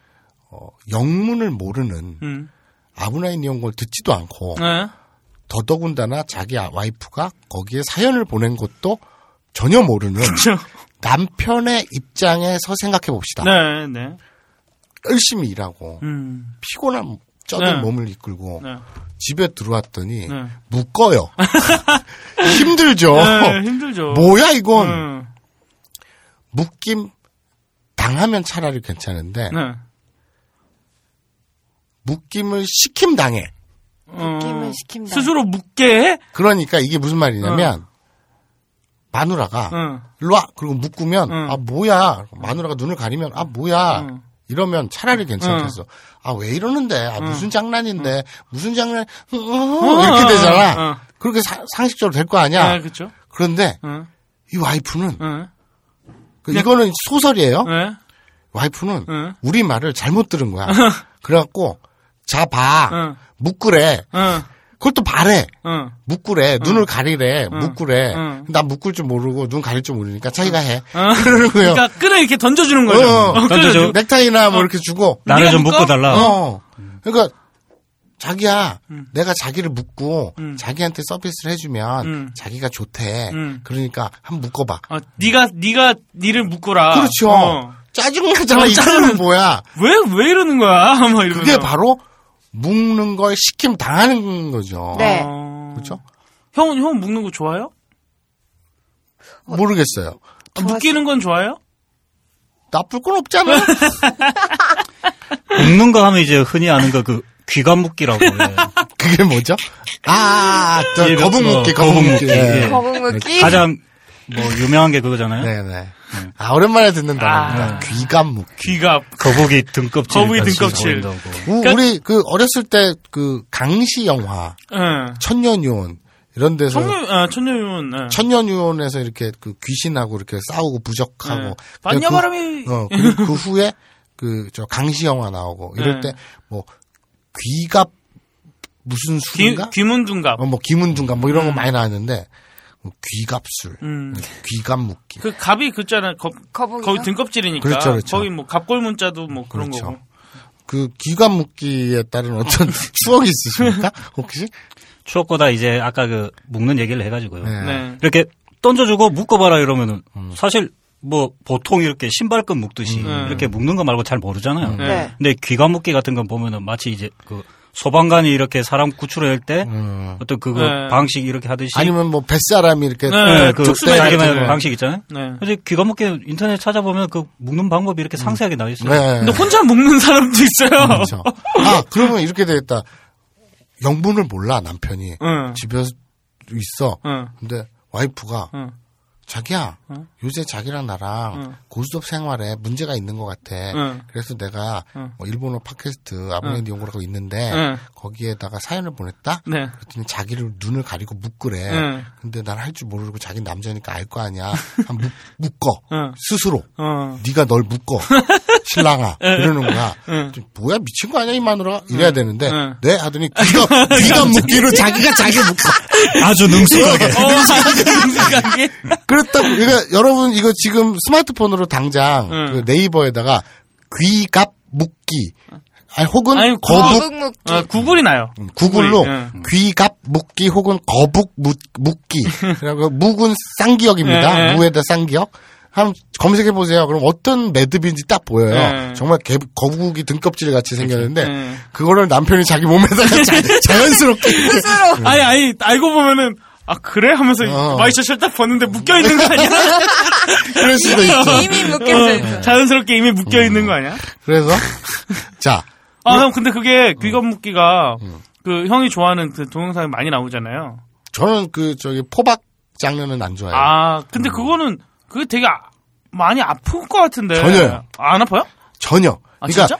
어, 영문을 모르는
음.
아브나인 이용걸 듣지도 않고
네.
더더군다나 자기 아- 와이프가 거기에 사연을 보낸 것도 전혀 모르는 남편의 입장에서 생각해 봅시다.
그렇죠. 네, 네.
열심히 일하고
음.
피곤한 쩌든
네.
몸을 이끌고
네.
집에 들어왔더니
네. *laughs*
묶어요. 힘들죠.
네, 힘들죠.
뭐야 이건
음.
묶임 당하면 차라리 괜찮은데
네.
묶임을 시킴 당해.
어,
음.
느낌을 시킨다.
스스로 묶게 해?
그러니까 이게 무슨
네.
말이냐면 마누라가
응.
일로 와 그리고 묶으면
응.
아 뭐야 마누라가 눈을 가리면 아 뭐야
응.
이러면 차라리 괜찮겠어. 아 왜 이러는데 아 무슨 장난인데 무슨 장난 어, 이렇게 되잖아.
응.
그렇게 사- 상식적으로 될 거
아,
아니야.
그쵸.
그런데
응.
이 와이프는
응.
그 이거는 소설이에요.
네. 어.
와이프는
응.
우리 말을 잘못 들은 거야. 그래갖고 자봐
응.
묶으래.
응.
그것도 바래.
응.
묶으래. 눈을 가리래. 묶으래.
응.
나 묶을 줄 모르고 눈 가릴 줄 모르니까 자기가 해.
어.
*laughs* 그러는 거예요.
그러니까 끈을 이렇게 던져주는 거죠.
어,
어,
던져줘.
끈을
넥타이나 뭐 이렇게 주고.
나를 좀
묶어?
어.
묶어달라.
그러니까 자기야, 내가 자기를 묶고
음.
자기한테 서비스를 해주면
음.
자기가 좋대.
음.
그러니까 한번 묶어봐.
어, 네가 네가 니를 묶어라.
그렇죠.
어.
짜증나잖아.
어,
이거는
짜증-
뭐야.
왜, 왜 이러는 거야? *laughs* 막 이러면서.
그게 바로 묶는 걸 시킴 당하는 거죠.
네.
어.
그렇죠?
형, 형 묶는 거 좋아요?
모르겠어요.
아, 묶이는 건 좋아요?
나쁠 건 없잖아.
*laughs*
묶는 거 하면 이제 흔히 아는 거 그 귀감 묶기라고. 예.
그게 뭐죠? 아, 저
예,
거북
그렇죠.
묶기,
어,
거북 묶기.
예.
네,
거북 묶기?
가장 뭐 유명한 게 그거잖아요.
네. 아, 오랜만에 듣는 단어입니다.
아.
귀감 묶기.
귀가.
거북이 등껍질.
거북이 등껍질.
우-
그러니까
우리 그 어렸을 때 그 강시 영화,
예.
천년유혼, 이런 데서
청년, 아, 천년은, 예.
천년유혼에서 이렇게 그 귀신하고 이렇게 싸우고 부적하고.
네.
근데 그-
반야바람이-
어, 그리고 그 후에 그 저 강시 영화 나오고 이럴
네.
때 뭐 귀갑 무슨
귀,
술인가?
귀문둔갑.
어, 뭐 김은둔가 뭐 이런 거 많이 나왔는데 뭐 귀갑술,
음.
귀갑 묶기.
그 갑이 그자는 겁,
거북이요?
거의 등껍질이니까.
그렇죠, 그렇죠.
거의 뭐 갑골 문자도 뭐 그런
그렇죠.
거고.
그 귀갑 묶기에 따른 어떤
*laughs*
추억이 있으십니까? 혹시?
추억보다 이제 아까 그 묶는 얘기를 해가지고요.
네.
네.
이렇게 던져주고 묶어봐라 이러면은 사실 뭐 보통 이렇게 신발끈 묶듯이
음.
이렇게 묶는 거 말고 잘 모르잖아요.
네.
네.
근데 귀가 묶기 같은 건 보면은 마치 이제 그 소방관이 이렇게 사람 구출할 때
음.
어떤 그거
네.
방식 이렇게 하듯이
아니면 뭐 뱃사람이 이렇게
네.
예, 그
특수맨
자기만의
같은 거.
방식 있잖아요.
네.
근데 귀가 묶기 인터넷 찾아보면 그 묶는 방법이 이렇게 상세하게 나와 있어요.
네.
근데 혼자 묶는 사람도 있어요.
그렇죠. 아, 그러면 이렇게 되겠다. 영분을 몰라, 남편이.
응.
집에 있어.
응.
근데 와이프가,
응.
자기야, 요새 자기랑 나랑
응.
고스톱 생활에 문제가 있는 것 같아.
응.
그래서 내가
응.
뭐 일본어 팟캐스트 아브네드 용고라고 있는데
응.
거기에다가 사연을 보냈다?
네.
그랬더니 자기를 눈을 가리고 묶으래.
응.
근데 난 할 줄 모르고 자기 남자니까 알 거 *laughs* 아니야. 한 묶, 묶어.
응.
스스로.
어.
네가 널 묶어
*laughs*
신랑아 이러는 거야 좀 뭐야 미친 거 아니야 이 마누라 이래야 되는데
응.
네 하더니 귀가
*laughs*
귀가 묶기로 자기가 자기 묶어
아주 능숙하게.
생각에.
그렇다고 그러니까 여러분 이거 지금 스마트폰으로 당장
응.
그 네이버에다가 귀갑 묶기 아니 혹은
아니,
거북
거북 묶기.
어, 구글이 나요.
음, 구글로
구글이, 예. 네. 음. 응.
귀갑 묶기
*laughs*
혹은 거북 묶- 묶기 그리고 묵은 쌍기역입니다
예, 예.
무에다 쌍기역 한 검색해 보세요. 그럼 어떤 매듭인지 딱 보여요.
네.
정말 개- 거북이 등껍질 같이 생겼는데
예.
그거를 남편이 자기
*laughs*
몸에다가 자, 연스럽게 어.
아니 아니 알고 보면은 아 그래 하면서 와이셔츠를 딱 벗는데 묶여 있는 거 아니야? 어.
그럴 수도 이미- 있죠. 이미 묶여져 있죠.
자연스럽게 이미 묶여 있는 거 아니야?
그래서 자
아 형 근데 그게 귀검 묶기가 그 형이 좋아하는 그 동영상이 많이 나오잖아요.
저는 그 저기 포박 장르는 안 좋아해요.
아 근데 그거는 그게 되게 아- 많이 아플 것 같은데
전혀요.
안 아파요?
전혀.
아,
그러니까
진짜?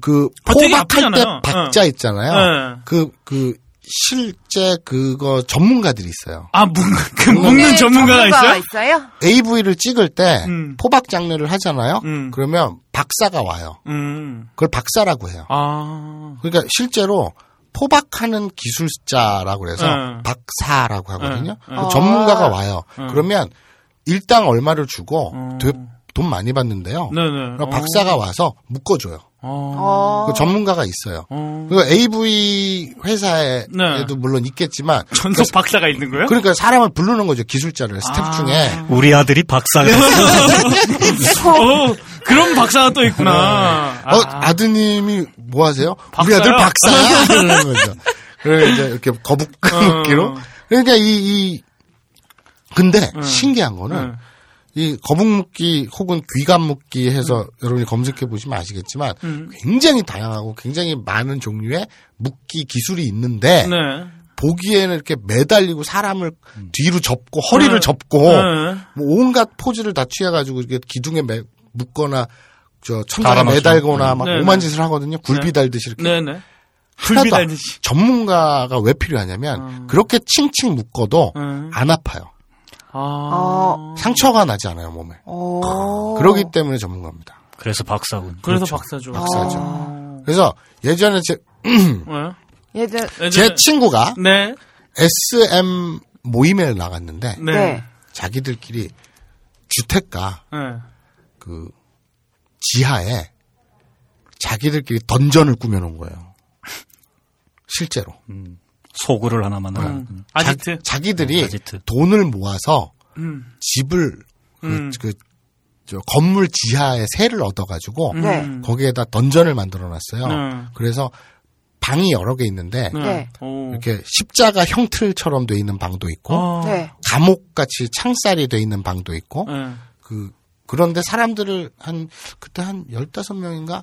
그
아, 되게
포박할 때
아프잖아요. 예.
박자
응.
있잖아요.
응.
그 그 실제 그거 전문가들이 있어요.
아 묶는 그 묶는 전문가가 있어요?
있어요?
AV를 찍을 때
음.
포박 장르를 하잖아요. 그러면 박사가 와요.
음.
그걸 박사라고 해요.
아.
그러니까 실제로 포박하는 기술자라고 그래서
네.
박사라고 하거든요.
네,
그
네.
전문가가
아.
와요.
네.
그러면 일당 얼마를 주고 되- 돈 많이 받는데요.
어. 네네.
그럼 그러니까 박사가 와서 묶어줘요.
어.
그 전문가가 있어요. 그리고 AV 회사에도 물론 있겠지만
네. 전속 박사가 있는 *laughs* 거예요?
그러니까 사람을 부르는 거죠 기술자를 스텝
아.
중에
*laughs* 우리 아들이 박사가
어, 그런 박사가 또 있구나. 아,
어, 아드님이 뭐 하세요? 우리
박사요?
아들 박사야?
*laughs*
이러는 거죠. 그래서 이제 이렇게
어.
거북목기로. 그러니까 이, 이, 근데
음.
신기한 거는 이 거북목기 혹은 귀감목기
음.
해서 여러분이 검색해 보시면 아시겠지만 굉장히 다양하고 굉장히 많은 종류의 묶기 기술이 있는데
네. 음.
보기에는 이렇게 매달리고 사람을 뒤로 접고 허리를
네.
접고
네.
뭐 온갖 포즈를 다 취해가지고 이렇게 기둥에 매- 묶거나 저 천장에
달아맞추고.
매달거나 막
네.
오만 짓을 하거든요. 굴비
네.
달듯이 이렇게
네네.
하나도
불비
안-
달듯이. 음.
전문가가 왜 필요하냐면 그렇게 칭칭 묶어도 안 아파요.
어,
상처가 나지 않아요 몸에.
어.
그러기 때문에 전문가입니다.
그래서 그렇죠. 박사군.
그래서 박사죠.
그렇죠.
어.
박사죠. 그래서 예전에 제,
음. 왜요?
예전
제 친구가
네.
SM 모임에 나갔는데
네.
네.
자기들끼리 주택가
음.
네.
그 지하에 자기들끼리 던전을 꾸며놓은 거예요. *laughs* 실제로
음. 소구를 하나
음.
만들어.
아지트.
자, 기들이
음, 아지트.
돈을 모아서
음.
집을 그-
음.
그, 저 건물 지하에 새를 얻어가지고
네.
거기에다 던전을 만들어놨어요.
음. 네.
그래서 방이 여러 개 있는데
네.
오.
이렇게 십자가 형틀처럼 돼 있는 방도 있고
어?
아.
네.
감옥같이 창살이 돼 있는 방도 있고
네.
그 그런데 사람들을 한 그때 한 15명인가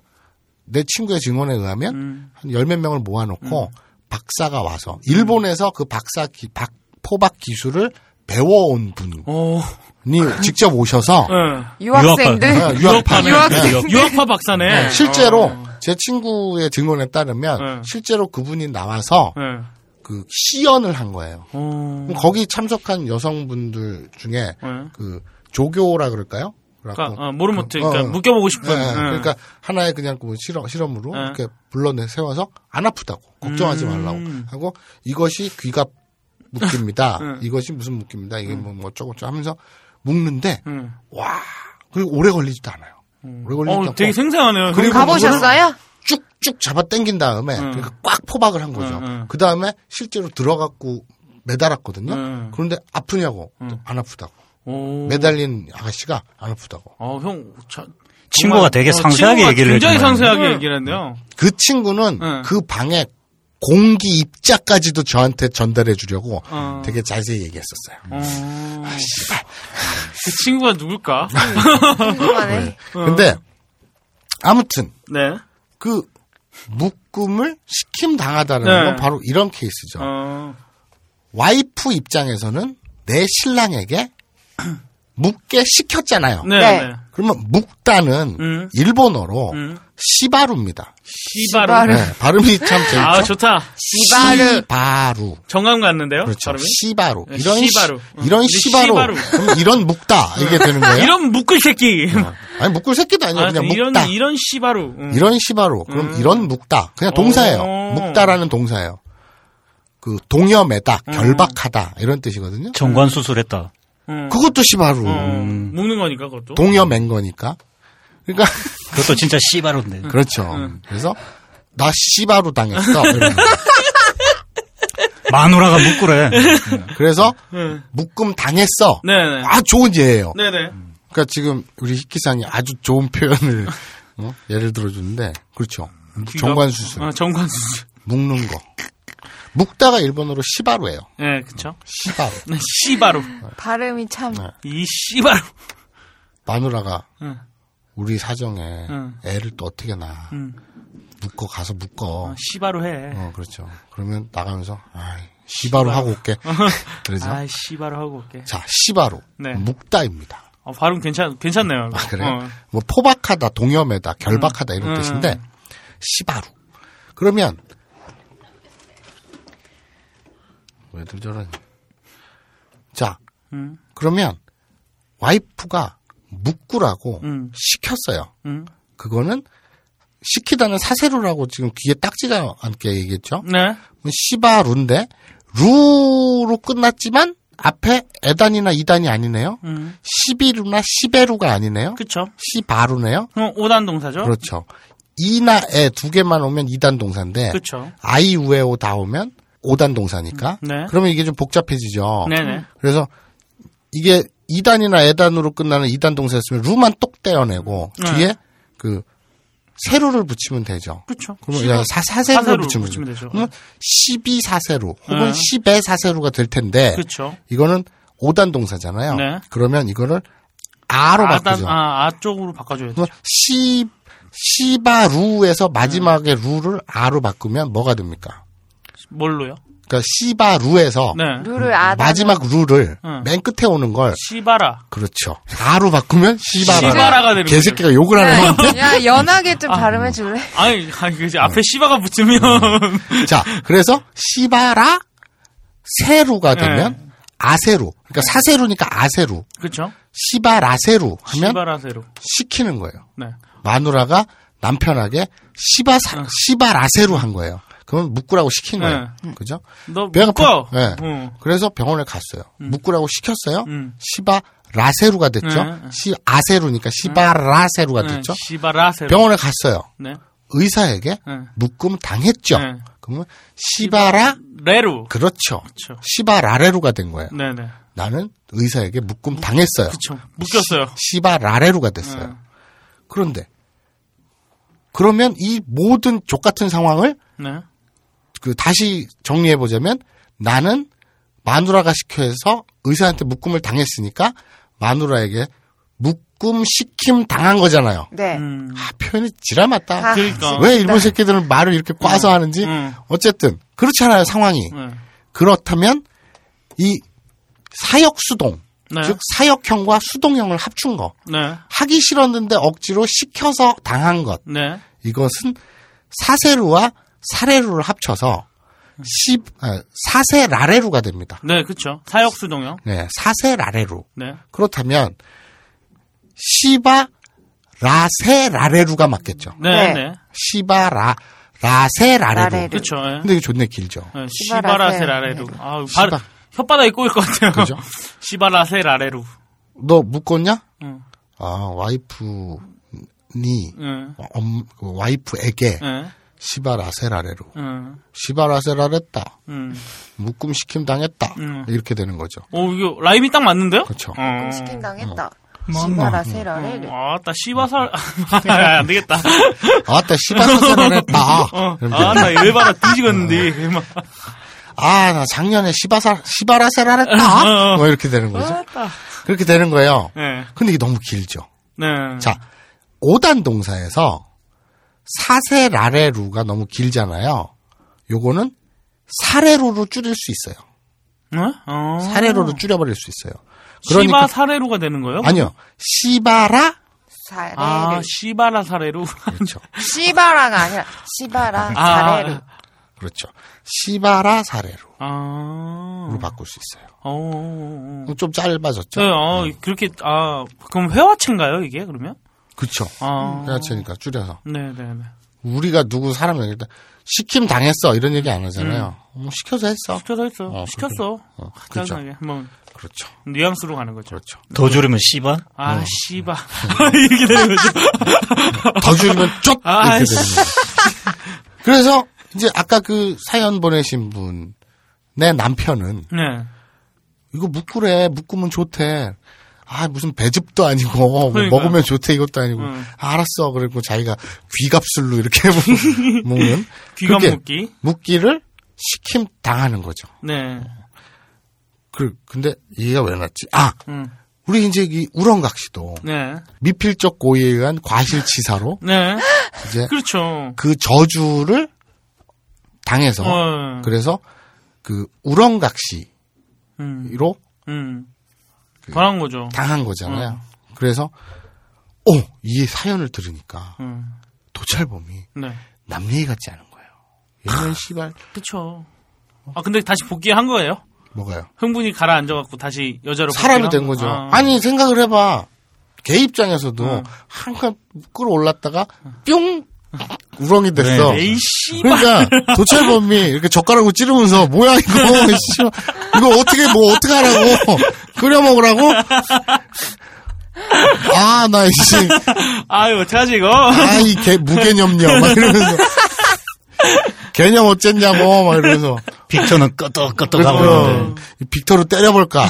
내 친구의 증언에 의하면
음.
한 열 몇 명을 모아 놓고 박사가 와서 일본에서 그 박사 기, 박 포박 기술을 배워온 분이
어.
오.
직접 오셔서
네.
유학생들
네, 유학파
*laughs* 유학파네. 유학파 박사네. 어.
네, 실제로 제 친구의 증언에 따르면
네.
실제로 그분이 나와서
어. 네.
그 시연을 한 거예요.
오.
그럼 거기 참석한 여성분들 중에
네.
그 조교라 그럴까요? 그래갖고
그러니까 어, 모르모트.
그-
그러니까
어.
묶여보고 싶은.
예, 예.
네.
그러니까 하나의 그냥 그 실험, 실험으로
예.
이렇게 불러내 세워서 안 아프다고 걱정하지
음.
말라고 하고 이것이 귀가
*laughs*
묶입니다.
예.
이것이 무슨 묶입니다. 이게 뭐 어쩌고저쩌고 하면서 묶는데
음.
와 그리고 오래 걸리지도 않아요. 오래 걸리지도
어,
않고
되게 생생하네요.
뭐. 그리고
가보셨어요?
쭉쭉 잡아 당긴 다음에 그러니까 꽉 포박을 한 거죠.
예, 예.
그 다음에 실제로 들어갔고 매달았거든요.
예.
그런데 아프냐고
음.
안 아프다고
오.
매달린 아가씨가 안 아프다고
어, 형. 자,
친구가
정말-
되게
어,
상세하게
친구가
얘기를
굉장히
해주네요.
음.
상세하게 얘기를 했네요.
그 친구는
응.
그 방에 공기 입자까지도 저한테 전달해 주려고
어.
되게 자세히 얘기했었어요.
어.
아,
그 친구가 누굴까?
궁금하네.
어.
근데 아무튼
네.
그 묶음을 시킴 당하다는
네.
건 바로 이런 케이스죠.
어.
와이프 입장에서는 내 신랑에게 *clears throat* 묶게 시켰잖아요.
네.
네.
네.
그러면 묶다는
음.
일본어로
음.
시바루입니다.
시바르.
네, 발음이
*laughs*
참 재밌죠.
아, 좋다.
시바루. 시바루.
정감 갔는데요?
그렇죠.
발음이?
시바로.
네,
이런
시바루.
시- 이런
응.
시바로.
시바루.
그럼 이런 묵다 이게 되는 거예요?
이런 묶을 새끼.
아니 묶을 새끼도 아니에요.
*laughs* 아,
그냥
이런,
묵다. 이런,
이런 시바루. 응.
시바로. 그럼 이런 묵다. 그냥 동사예요.
어.
묵다라는 동사예요. 그 동여매다,
음.
결박하다 이런 뜻이거든요.
네.
정관 수술했다.
응.
그것도 시바루.
어, 묶는 거니까, 그것도.
음. 동여맨 거니까. 그러니까 *laughs*
그것도 진짜 씨바로인데.
음.
그렇죠. 그래서 나 시바루 당했어. 이러는 거예요.
마누라가 묶으래.
그래서 묶음 당했어.
네. 네네.
아 좋은 예예요.
네네.
그러니까 지금 우리 희키상이 아주 좋은 표현을 어? 예를 들어주는데 그렇죠. 정관 수술.
어, 정관 수술.
묶는 거. 묶다가 일본어로 시바루예요.
예, 그쵸. *laughs*
시바루.
네, 씨바로.
어.
발음이 참.
이 씨바로.
마누라가
응.
우리 사정에
응.
애를 또 어떻게 낳아.
응.
묶어 가서 묶어.
씨바로 해.
어, 그렇죠. 그러면 나가면서 아, 시바루 하고
*laughs*
올게. 그래서
아, 씨바로 하고 올게.
자, 시바루.
네.
묶다입니다.
어, 발음 괜찮, 괜찮네요.
아, 그래요? 뭐 포박하다, 동염에다, 결박하다 이런
어. 음.
뜻인데 시바루. 그러면 왜들 뭐 저러니? 자,
음.
그러면 와이프가 묶으라고
음.
시켰어요.
음.
그거는 시키다는 사세루라고 지금 귀에 딱지가 않게 얘기했죠.
네.
시바루인데 루로 끝났지만 앞에 에단이나 이단이 아니네요.
음.
시비루나 시베루가 아니네요.
그쵸.
시바루네요.
어, 5단 동사죠?
그렇죠. 이나 에 두 개만 오면 이단 동사인데
그쵸.
아이 우에오 다 오면 오단 동사니까.
네.
그러면 이게 좀 복잡해지죠.
네네.
그래서 이게 이단이나에단으로 끝나는 이단 동사였으면 루만 똑 떼어내고
네.
뒤에 그 세로를 붙이면 되죠.
그쵸.
그러면 그냥 사, 사세로
사세로
붙이면,
붙이면
되죠.
되죠.
그러면 12 사세로 혹은
네.
10의 사세로가 될 텐데
그쵸.
이거는 오단 동사잖아요.
네.
그러면 이거를 아로
아단-
바꾸죠.
아, 아 쪽으로 바꿔줘야 돼.
그러면 시 시바 루에서 마지막에 루를 아로 바꾸면 뭐가 됩니까?
뭘로요?
그러니까 시바 루에서
네.
룰을 아다.
마지막 루를
응.
맨 끝에 오는 걸
씨바라.
그렇죠. 아로 바꾸면 시바라.
시바라가 되는
개새끼가 욕을 하는 건데.
네. 야, 연하게
아.
좀 발음해 줄래?
아니, 아니, 그지.
어.
앞에 씨바가 붙으면.
*laughs*
네.
자, 그래서 시바라 세루가 되면 아세루. 그러니까 사세루니까 아세루.
*laughs* 그쵸.
시바라세루 하면
씨바라세로.
시키는 거예요.
네.
마누라가 남편에게 시바 사, 시바 라세로 한 거예요. 그러면 묶으라고 시킨 거예요. 그죠?
너
병
묶어.
예.
응.
그래서 병원에 갔어요. 묶으라고 시켰어요.
음.
시바 라세루가 됐죠.
네, 네.
시 아세루니까 시바 라세루가
네,
아, 됐죠.
씨바라세로.
병원에 갔어요.
네.
의사에게
네.
묶음 당했죠.
네.
그러면 시바라
레루.
그렇죠.
그쵸.
시바 라레루가 된 거예요.
네네.
나는 의사에게 묶음 당했어요.
그쵸. 묶였어요.
시바 라레루가 됐어요. 그런데 그러면 이 모든 족 같은 상황을
네.
그 다시 정리해 보자면 나는 마누라가 시켜서 의사한테 묶음을 당했으니까 마누라에게 묶음 시킴 당한 거잖아요.
네.
음.
아, 표현이 지랄 맞다.
아,
그러니까.
왜 일본 새끼들은 말을 이렇게 꽈서 하는지
음.
어쨌든 그렇잖아요 상황이
네.
그렇다면 이 사역수동
네.
즉 사역형과 수동형을 합친 거
네.
하기 싫었는데 억지로 시켜서 당한 것
네.
이것은 사세루와 사레루를 합쳐서 시, 아, 사세라레루가 됩니다.
네, 그쵸. 사역수동형.
네, 사세라레루.
네.
그렇다면 시바 라세라레루가 맞겠죠.
네.
네, 네.
시바 라 라세라레루.
라레루.
그쵸. 예.
근데 이거 존내 길죠.
네,
씨바라셀
시바라셀 아래로. 아, 발,
씨바.
혓바닥에 꼬일 것 같아요.
그죠?
*laughs* 시바라셀 아래로.
너 묶었냐?
응.
아 와이프니
응.
엄- 그 와이프에게
예.
시바 라세라레루.
응.
시바 라세라랬다.
응.
묶음 시킴 당했다.
음.
이렇게 되는 거죠.
오, 이거 라임이 딱 맞는데요?
그렇죠.
어.
시킨 당했다.
뭐,
신바라
음.
세라를.
아따, 시바살. 아, 안 되겠다.
아따
*laughs*
시바사살했다.
어. 아, 나 일바라 뒤지겠는데. 막.
아, 나 작년에 시바사
어,
시바라살했다. 뭐 이렇게 되는 거죠. 그렇게 되는 거예요.
네.
근데 이게 너무 길죠.
네.
자, 오단 동사에서 사세라레루가 너무 길잖아요. 요거는 사레루로 줄일 수 있어요.
어? 어.
사레루로 줄여버릴 수 있어요.
시바
그러니까
사례로가 되는 거예요?
아니요. 시바라
사레를. 네.
아, 시바라 사례로.
그렇죠.
시바라가 아니라 시바라
*laughs* 아.
사레를.
그렇죠. 시바라 사레루로
아.
바꿀 수 있어요.
어, 어, 어.
좀 짧아졌죠.
네, 어,
음.
그렇게, 아, 그럼 회화체인가요, 이게, 그러면?
그렇죠.
아.
회화체니까 줄여서.
네네네.
우리가 누구 사람 얘기할 때 시킴 당했어 이런 얘기 안 하잖아요.
음.
뭐 시켜서 했어.
시켜서 했어.
어,
시켰어.
어, 그렇죠.
짜증나게. 한번
그렇죠.
뉘앙스로 가는 거죠. 그렇죠.
더 줄이면 씨바?
음.
아, 씨바. *laughs* 이렇게
*laughs*
되는 거죠.
더 줄이면 쫓
*laughs* 아,
이렇게 되는 거예요. 그래서 이제 아까 그 사연 보내신 분 내 남편은
네.
이거 묶으래 묶으면 좋대. 아 무슨 배즙도 아니고 뭐
그러니까요. 음.
먹으면 좋대 이것도 아니고 아, 알았어 그리고 자기가 귀갑술로 이렇게 *laughs* 먹는
*laughs* 귀감
그렇게
묶기.
묶기를 시킴 당하는 거죠.
네.
그 근데 얘기가 왜 났지? 아
음.
우리 이제 이 우렁각 씨도
네.
미필적 고의에 의한 과실치사로
네.
이제
그렇죠.
그 저주를 당해서
어.
그래서 그 우렁각 씨로
음. 음.
그
변한 거죠.
당한 거잖아요.
어.
그래서 오 이 사연을 들으니까
음.
도찰범이
네.
남 얘기 같지 않은 거예요. 얘는 씨발
그쵸. 아, 근데 다시 복귀한 거예요?
뭐가요?
흥분이 가라앉아갖고 다시 여자로.
사람이
복귀한-
된 거죠.
아.
아. 니 생각을 해봐. 걔 입장에서도
음.
한칸 끌어올랐다가 뿅 우렁이 됐어.
네. 에이, 씨발.
그러니까 도찰범이 이렇게 젓가락으로 찌르면서 뭐야 이거 *laughs* 씨, 이거 어떻게 뭐 어떻게 하라고 끓여 먹으라고 아 나 이제
아유, 어떡하지, 이거?
아이 개 무개념녀 막 이러면서 개념 어쨌냐고 막 이러면서
빅터는 끄떡끄떡 하고
그렇죠.
그래서
있는데.
이 빅터로 때려볼까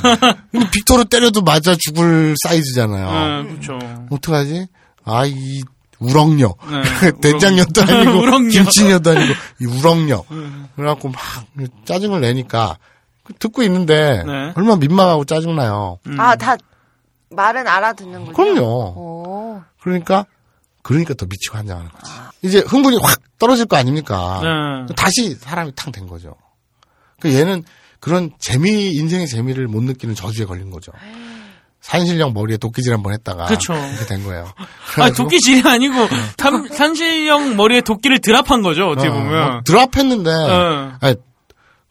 근데 빅터로 때려도 맞아 죽을 사이즈잖아요
아, 그쵸.
어떡하지? 아, 이, 우렁녀.
네,
*laughs* 된장녀도 아니고,
*laughs* 우렁녀. 네.
김치녀도 아니고, 이 우렁녀. 그래갖고 막 짜증을 내니까, 그 듣고 있는데,
네.
얼마나 민망하고 짜증나요.
아, 다 말은 알아듣는군요.
그럼요.
오.
그러니까, 그러니까 더 미치고 환장하는 거지. 이제 흥분이 확 떨어질 거 아닙니까?
네.
다시 사람이 탕 된 거죠. 그 얘는 그런 재미, 인생의 재미를 못 느끼는 저주에 걸린 거죠. 산신령 머리에 도끼질 한 번 했다가
그쵸.
이렇게 된 거예요.
*laughs* 아,
그래가지고
도끼질이 아니고, 탐- 산신령 머리에 도끼를 드랍한 거죠, 어떻게
어, 뭐,
보면.
막 드랍했는데,
어.
아니,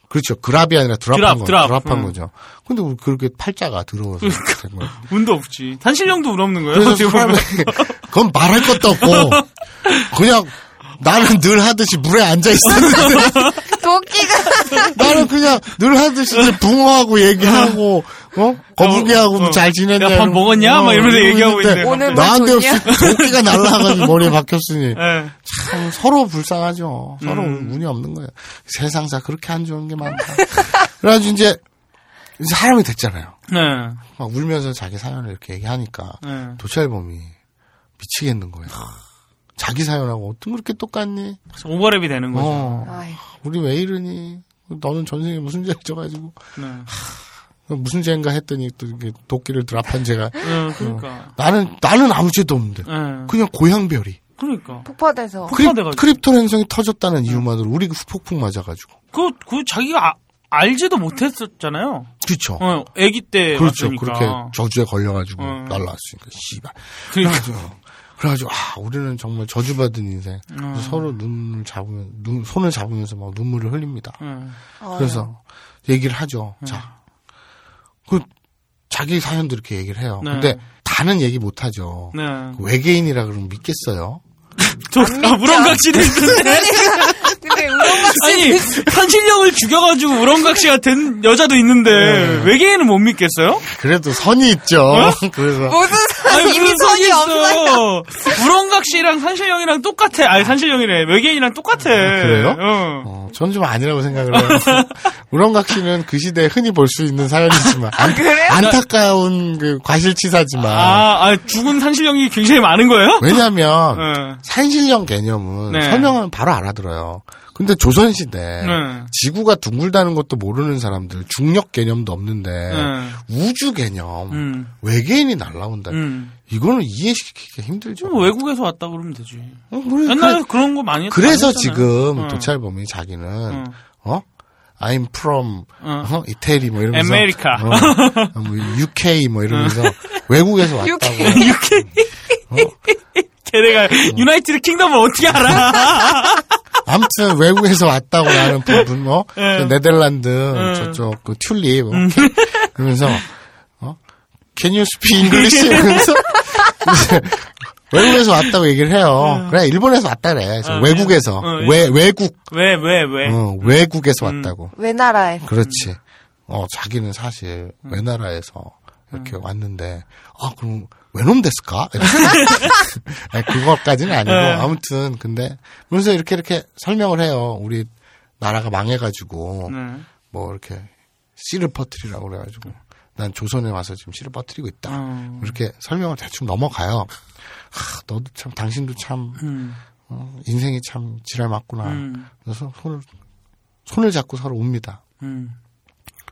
그렇죠. 그랍이 아니라 드랍한
드랍,
거죠.
드랍.
드랍. 한
음.
거죠. 근데 우리 그렇게 팔자가 들어와서 된 거예요.
운도 없지. 산신령도 울없는 거예요,
그래서
어떻게 보면.
사람이 *laughs* 그건 말할 것도 없고 그냥 나는 늘 하듯이 물에 앉아 있었는데
*laughs* 도끼가
나는 그냥 늘 하듯이 이제 붕어하고 얘기하고 어 거북이하고
어.
잘 지냈냐
야, 밥 먹었냐? 막 이러면서 얘기하고
있는데
있는데
오늘 뭐
나한테
줬냐?
없이 도끼가 날라가지고 머리에 박혔으니
예.
참 어, 서로 불쌍하죠. 서로 운이 없는 거예요. 세상사 그렇게 안 좋은 게 많다. *laughs* 그래가지고 이제, 이제 사람이 됐잖아요.
네.
막 울면서 자기 사연을 이렇게 얘기하니까
네.
도찰범이 미치겠는 거예요. 자기 사연하고 어쩜 그렇게 똑같니?
오버랩이 되는 거죠.
어,
아이,
우리 왜 이러니? 너는 전생에 무슨 죄를 져가지고
네.
무슨 죄인가 했더니 또 이렇게 도끼를 드랍한 제가
예, 그러니까.
나는 나는 아무 죄도 없는데
예.
그냥 고향별이
그러니까.
폭파돼서.
크립,
폭파돼가지고.
크립톤 행성이 터졌다는 이유만으로 우리 그 후폭풍 맞아가지고
그, 그 자기가 아- 알지도 못했었잖아요.
그렇죠.
어, 아기 때
그렇죠.
왔으니까.
그렇게 저주에 걸려가지고
음.
날라왔으니까 씨발.
그러니까.
그래가지고 그래가지고 아 우리는 정말 저주받은 인생. 그래서
어.
서로 눈을 잡으면 눈 손을 잡으면서 막 눈물을 흘립니다.
음.
그래서 얘기를 하죠.
네.
자, 그 자기 사연도 이렇게 얘기를 해요.
네.
근데 다는 얘기 못 하죠.
*laughs* 네.
그 외계인이라 그러면 믿겠어요?
저, 아, 우렁각시도 있는데.
*laughs* 근데 우렁각
아니, 산신령을 죽여가지고 우렁각시가 된 여자도 있는데,
네.
외계인은 못 믿겠어요?
그래도 선이 있죠.
어?
*laughs*
뭐
그래서
무슨
아니,
사람 이미
무슨
선이
선이
없어요.
있어요. 우렁각시랑 산신령이랑 똑같아. 아니, 산신령이래. 외계인이랑 똑같아.
그래요?
응.
어, 저는 좀 아니라고 생각을 해요. *laughs* 우렁각 씨는 그 시대에 흔히 볼 수 있는 사연이지만 안, 안타까운 그 과실치사지만
아, 아, 죽은 산신령이 굉장히 많은 거예요?
왜냐하면
네.
산신령 개념은
네.
설명하면 바로 알아들어요. 근데 조선시대
네.
지구가 둥글다는 것도 모르는 사람들 중력 개념도 없는데
네.
우주 개념
음.
외계인이 날라온다.
음.
이거는 이해시키기가 힘들죠.
좀 외국에서 왔다 그러면 되지.
어, 그래,
옛날에 그런 거 많이
그래서
많이 했잖아요.
지금
응.
도찰범이 자기는
응.
어 I'm from
응.
어? 이태리 뭐 이러면서
아메리카.
어, 뭐 UK 뭐 이러면서 외국에서 왔다고
*laughs* 걔네가 유나이티드 킹덤을 어떻게 알아? *laughs*
아무튼 외국에서 왔다고 나는 부분 뭐
응.
네덜란드
응.
저쪽 그 튤립 뭐 이렇게 그러면서 어 Can you speak
*laughs*
English 이러면서 이제 외국에서 왔다고 얘기를 해요. 그래 일본에서 왔다 그래.
응.
외국에서
응. 네.
외 외국
왜, 왜, 왜?
어, 외국에서 왔다고.
외나라에.
그렇지. 어, 자기는 사실 외나라에서 이렇게 왔는데, 아, 그럼 외놈 됐을까? *laughs* 아니, 그거까지는 아니고, 아무튼, 근데, 그래서 이렇게 이렇게 설명을 해요. 우리 나라가 망해가지고,
네.
뭐 이렇게 씨를 퍼뜨리라고 그래가지고, 난 조선에 와서 지금 씨를 뻗뜨리고 있다.
음. 어.
이렇게 설명을 대충 넘어가요. 하, 너도 참, 당신도 참, 어, 인생이 참 지랄 맞구나.
음.
그래서 손을, 손을 잡고 서로 웁니다.
음.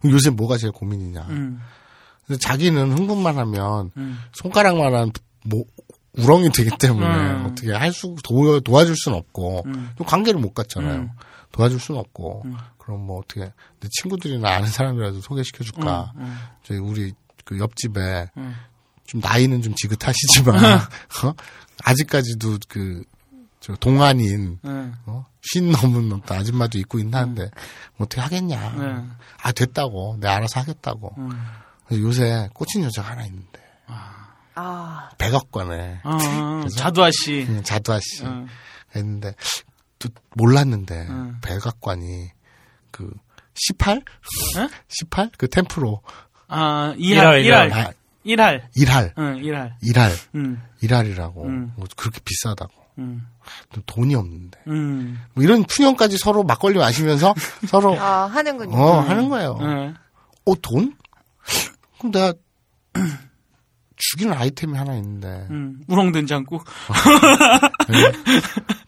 요새 뭐가 제일 고민이냐. 근데 자기는 흥분만 하면 손가락만한 뭐 우렁이 되기 때문에
음.
어떻게 할 수 도, 도와줄 수는 없고
음.
또 관계를 못 갖잖아요.
음.
도와줄 수는 없고 그럼 뭐 어떻게 내 친구들이나 아는 사람이라도 소개시켜 줄까?
음, 음.
저희 우리 그 옆집에
음.
좀 나이는 좀 지긋하시지만 *laughs* 어? 아직까지도 그 저 동안인
음.
어? 쉰 넘은 어떤 아줌마도 있고 있나 한데 뭐 어떻게 하겠냐?
음.
아 됐다고 내가 알아서 하겠다고
음.
그래서 요새 꽂힌 여자가 하나 있는데
아,
백악관에
아, 자두아 씨.
음, 자두아 씨
음.
했는데 또 몰랐는데
음.
백악관이 그 18?
예?
*laughs* 18? 그 템프로
아, 이할,
일할,
이할. 이할.
일할
응, 이할.
일할
음,
일할이라고
음.
뭐 그렇게 비싸다고
음,
또 돈이 없는데
음.
뭐 이런 풍경까지 서로 막걸리
*laughs*
마시면서 서로
아, 하는군요.
어 하는 거예요.
네.
어 돈? 그럼 내가 *clears throat* 죽이는 아이템이 하나 있는데
음. 우렁된장국.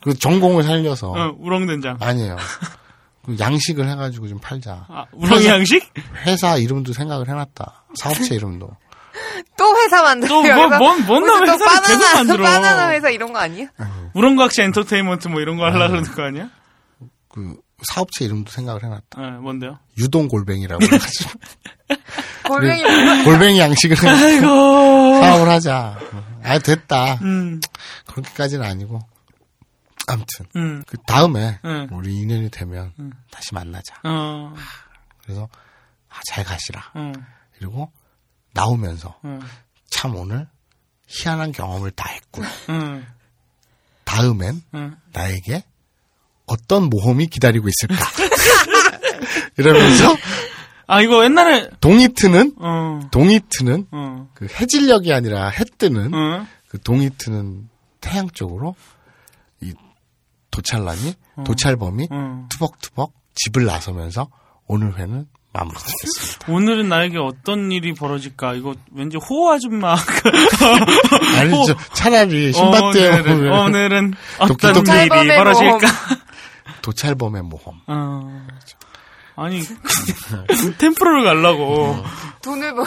그 전공을 살려서
어, 우렁된장.
아니에요. 그 양식을 해가지고 좀 팔자.
아, 우렁이 양식?
회사 이름도 생각을 해놨다. 사업체 이름도.
또 회사 만들어. *laughs*
또 뭐, 뭔, 뭔
무슨
남의
또
회사를 계속
바나나,
만들어.
바나나 회사 이런 거 아니에요?
우렁각시 엔터테인먼트 뭐 이런 거 하려고 그러는 거 아니야?
그 사업체 이름도 생각을 해놨다.
네, 뭔데요?
유동골뱅이라고 해가지고
*laughs*
골뱅이
골뱅이 양식을 해가지고 어.
아이고.
사업을 하자. 아 됐다.
음,
그렇게까지는 아니고. 아무튼
음,
그 다음에
응.
우리 인연이 되면 다시 만나자.
어,
그래서 아, 잘 가시라.
음,
그리고 나오면서
음,
참 오늘 희한한 경험을 다 했구나.
음,
다음엔
음.
나에게 어떤 모험이 기다리고 있을까? *laughs* 이러면서
아, 이거 옛날에,
동이트는
어,
동이트는
어,
그 해질녘이 아니라 해 뜨는
어,
그 동이트는 태양 쪽으로 이 도찰람이 도찰범이
어.
투벅투벅 집을 나서면서 오늘 회는
*laughs*
마무리됐습니다.
오늘은 나에게 어떤 일이 벌어질까? 이거 왠지 호호 아줌마. *laughs* 어,
아니죠. 차라리 신밧드의
오늘은,
뭐.
모험을
오늘은
도끼
어떤
도끼.
일이
찰범의
벌어질까?
도찰범의 모험.
어.
*laughs*
아니 템프로를 가려고
돈을 버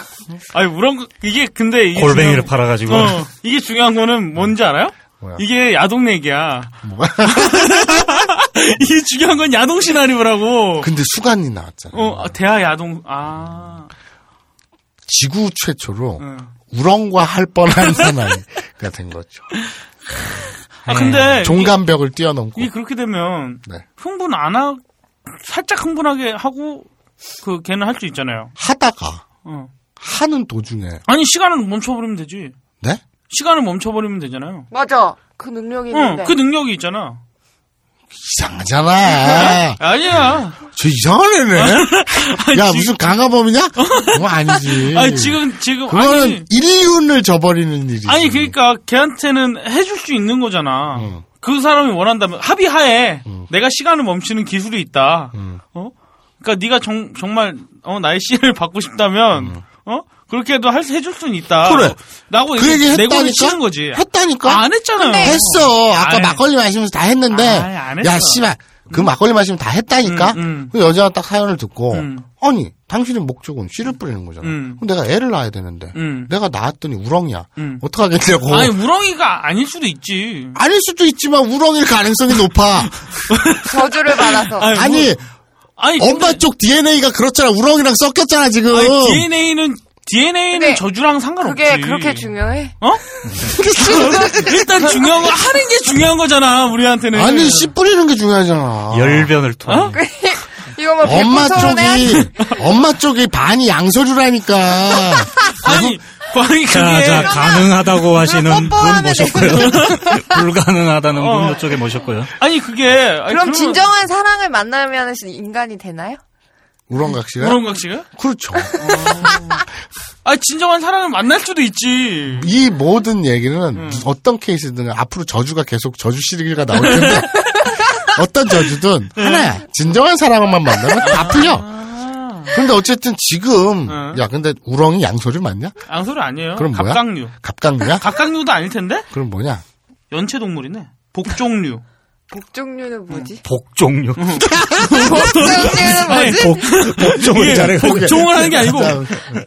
아니 우렁 이게 근데 이게
어. 골뱅이를
중요한-
팔아가지고
어, 이게 중요한 거는 뭔지 알아요?
뭐야?
이게 야동 얘기야. *laughs* 이게 중요한 건 야동
그
시나리오라고.
근데 수간이 나왔잖아요.
어, 아, 대하 야동, 아,
지구 최초로
응.
우렁과 할
*laughs*
뻔한 사나이가 된 거죠.
아 근데.
네. 종간벽을 뛰어넘고.
이게, 이게 그렇게 되면,
네.
흥분 안 하, 살짝 흥분하게 하고, 그, 걔는 할 수 있잖아요.
하다가
어.
하는 도중에
아니, 시간을 멈춰버리면 되지.
네?
시간을 멈춰버리면 되잖아요.
맞아. 그 능력이
어,
있는데.
그 능력이 있잖아. 어?
이상하잖아.
아니야.
저 이상한
어?
애네. 야 무슨 강화범이냐? 그거 아니지.
아니, 지금, 지금,
음. 그거는
아니.
인륜을 저버리는 일이지.
아니 그러니까 걔한테는 해줄 수 있는 거잖아.
음.
그 사람이 원한다면 합의하에
어.
내가 시간을 멈추는 기술이 있다. 어? 그러니까 네가 정, 정말 어, 나의 씨를 받고 싶다면 어 그렇게도 할 수- 해줄 수는 있다.
그래.
라고
그 얘기
내고를
했다니까.
치는 거지.
했다니까.
안 했잖아요.
했어. 아까
아니.
막걸리 마시면서 다 했는데.
아이, 안 했어.
야 씨발. 그 막걸리 마시면 다 했다니까.
음, 음.
그 여자가 딱 사연을 듣고
음.
아니 당신의 목적은 씨를 뿌리는 거잖아.
음.
그럼 내가 애를 낳아야 되는데
음.
내가 낳았더니 우렁이야.
음.
어떡하겠냐고.
아니 우렁이가 아닐 수도 있지.
아닐 수도 있지만 우렁일 가능성이 높아.
저주를 받아서.
*laughs* 아니, 뭐,
아니
아니
엄마 어. 쪽 DNA가 그렇잖아. 우렁이랑 섞였잖아 지금.
DNA는 DNA는
근데
저주랑 상관없지.
그게 그렇게 중요해?
어? *laughs* 일단 중요한 건 하는 게 중요한 거잖아 우리한테는.
아니 씨 뿌리는 게 중요하잖아.
어?
열변을 통해
이거 뭐
엄마
백분서론에
쪽이 *laughs* 엄마 쪽이 반이 양서류라니까.
아니 아니 그게
자, 자, 가능하다고
어,
하시는 분
뽀뽀하면
모셨고요.
*laughs*
불가능하다는
어.
분 이쪽에 모셨고요.
아니 그게 아니,
그럼
그러면-
진정한 사랑을 만나면 인간이 되나요?
우렁각시가
우렁각 씨가?
그렇죠.
아 진정한 사랑을 만날 수도 있지.
이 모든 얘기는
음.
어떤 케이스든 앞으로 저주가 계속 저주 시리즈가 나올
*laughs*
텐데
음.
어떤 저주든 하나야. 진정한 사람만 만나면 다 풀려.
아.
근데 어쨌든 지금
응.
야 근데 우렁이 양소류 맞냐?
앙소류 아니에요.
그럼 뭐야?
갑각류.
갑각류야?
갑각류도 아닐 텐데?
그럼 뭐냐?
연체 동물이네. 복종류.
복종류는 뭐지?
복 종류.
복종류는 뭐지?
복, 복종을 잘해가지고.
복종을 하는 게 아니고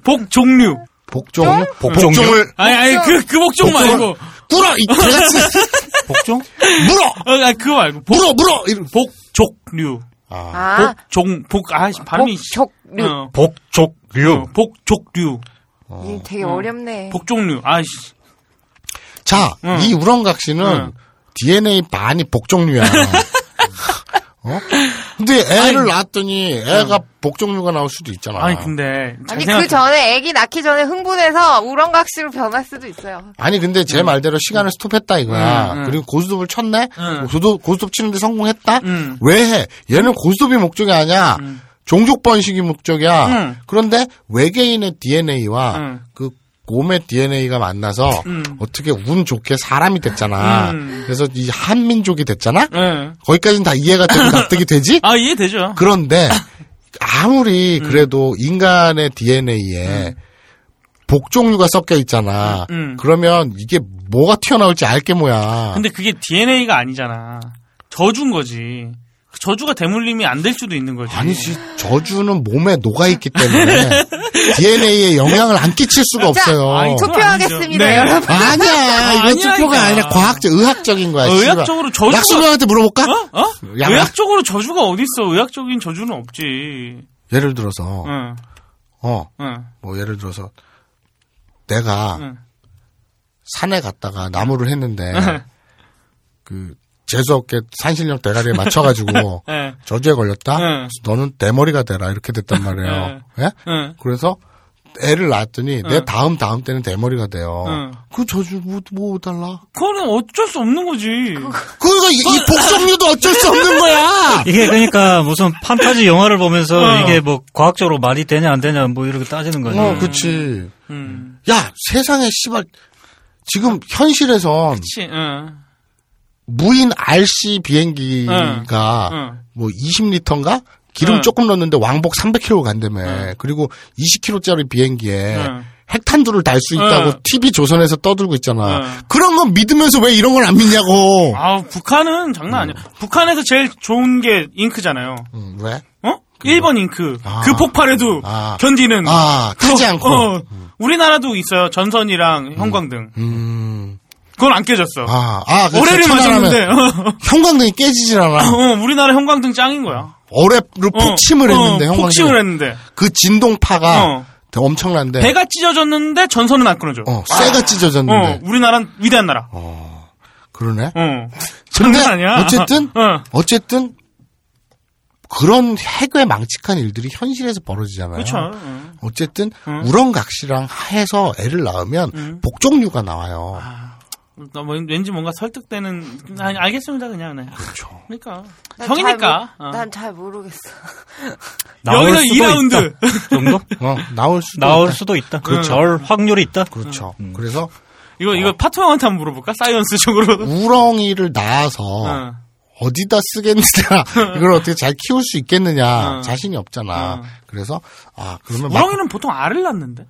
복종류.
복종류?
복종류?
복종을
아니 아니 그, 그 복종 말고.
뚫어 이
*laughs*
개같이
복종?
물어
어, 아니 그거 말고. 복,
물어 물어 이런
복족류.
아,
아,
종, 복, 아, 씨, 발음이.
복족류.
어,
복족류.
어, 복족류.
이 되게 어렵네.
복종류. 아이씨.
자,
응.
이 우렁각시는
응.
DNA 반이 *laughs* 복종류야. 어? 근데 애를 낳았더니 애가 복종류가 나올 수도 있잖아.
아니 근데. 잘
아니
생각해.
그 전에 아기 낳기 전에 흥분해서 우렁각시로 변할 수도 있어요.
아니, 근데 제 말대로 시간을 스톱했다 이거야.
응, 응.
그리고 고스톱을 쳤네. 뭐
응.
고스톱 고스톱 치는데 성공했다.
응.
왜 해? 얘는 고스톱이 목적이 아니야. 종족 번식이 목적이야.
응.
그런데 외계인의 DNA와
응.
그 곰의 DNA가 만나서 어떻게 운 좋게 사람이 됐잖아.
응.
그래서 이 한민족이 됐잖아.
예.
거기까지는 다 이해가 되고 납득이 되지?
아, 이해되죠.
그런데
아.
아무리
음.
그래도 인간의 DNA에 복종류가 섞여 있잖아.
음.
그러면 이게 뭐가 튀어나올지 알게 뭐야.
근데 그게 DNA가 아니잖아. 저주인 거지. 그 저주가 대물림이 안 될 수도 있는 거지.
아니지 저주는 몸에 녹아 있기
*laughs*
때문에 DNA에 영향을 안 끼칠 수가 없어요.
아니, 저-
투표하겠습니다,
네.
여러분.
아니야 이건
아니라니까.
투표가 아니라 과학적 의학적인 거야.
어,
씨발.
의학적으로 저주가-
약수명한테 물어볼까?
어? 어?
야,
의학적으로 저주가 어딨어. 의학적인 저주는 없지.
예를 들어서
응,
어
응,
뭐 예를 들어서 내가
응.
산에 갔다가 나무를
*laughs*
했는데 그 재수 없게 산신령 대가리에
*laughs*
맞춰가지고
예.
저주에 걸렸다.
네.
너는 내 머리가 되라 이렇게 됐단 말이에요. 예?
응.
그래서 애를 낳았더니 내 다음 다음 때는 내 머리가 돼요.
네.
그 저주 뭐, 뭐 달라?
그거는 어쩔 수 없는 거지.
그거 이, 이 복종류도 어쩔 수 없는
*laughs*
거야.
이게 그러니까 무슨 판타지 영화를 보면서
어.
이게 뭐 과학적으로 말이 되냐 안 되냐 뭐 이렇게 따지는 거지.
어, 그치.
음.
야 세상에 씨발 지금 현실에선
치, 응.
무인 RC 비행기가
응.
뭐 20리터인가? 기름
응.
조금 넣었는데 왕복 300km 간다며.
네.
그리고 2 0km짜리 비행기에
응.
핵탄두를 달 수 있다고
응.
TV 조선에서 떠들고 있잖아.
응.
그런 건 믿으면서 왜 이런 걸 안 믿냐고.
네. 아, 북한은 장난 아니야. 북한에서 제일 좋은 게 잉크잖아요.
음, 왜?
어? 1번 잉크.
아.
그 폭발에도
아.
견디는.
아,
그거-
타지 않고.
어, 우리나라도 있어요. 전선이랑 형광등.
음.
그건 안 깨졌어.
아, 아, 그래서
올해를
천안하면
맞았는데. *laughs*
형광등이 깨지질 않아.
어, 우리나라 형광등 짱인 거야.
어랩으로
어,
폭침을
어,
했는데 형광등.
폭침을 했는데.
그 진동파가
어.
되게 엄청난데.
배가 찢어졌는데 전선은 안 끊어져.
네. 어, 네. 쇠가 찢어졌는데.
어, 우리나라는 위대한 나라. 어.
그러네.
장난
근데
아니야.
어쨌든
어.
어쨌든 그런 해괴 망측한 일들이 현실에서 벌어지잖아요.
그렇죠. 어.
어쨌든 우렁각시랑 해서 애를 낳으면
음.
복종류가 나와요.
아,
음.
나 뭐, 왠지 뭔가 설득되는 아니, 알겠습니다 그냥 네.
그렇죠.
그러니까
난
형이니까.
잘
어.
모- 난 잘 모르겠어.
나올
여기서
수도
이 라운드.
있다. 그 정도?
*laughs* 어, 나올 수도
나올
있다.
수도 음. 있다. 그 절 확률이 있다.
그렇죠. 그래서
이거 이거 파트 형한테 한번 물어볼까? 사이언스 쪽으로.
우렁이를 낳아서
어.
어디다 쓰겠느냐,
음.
이걸 어떻게 잘 키울 수 있겠느냐
어.
자신이 없잖아. 그래서 아 그러면 막-
우렁이는 보통 알을 낳는데.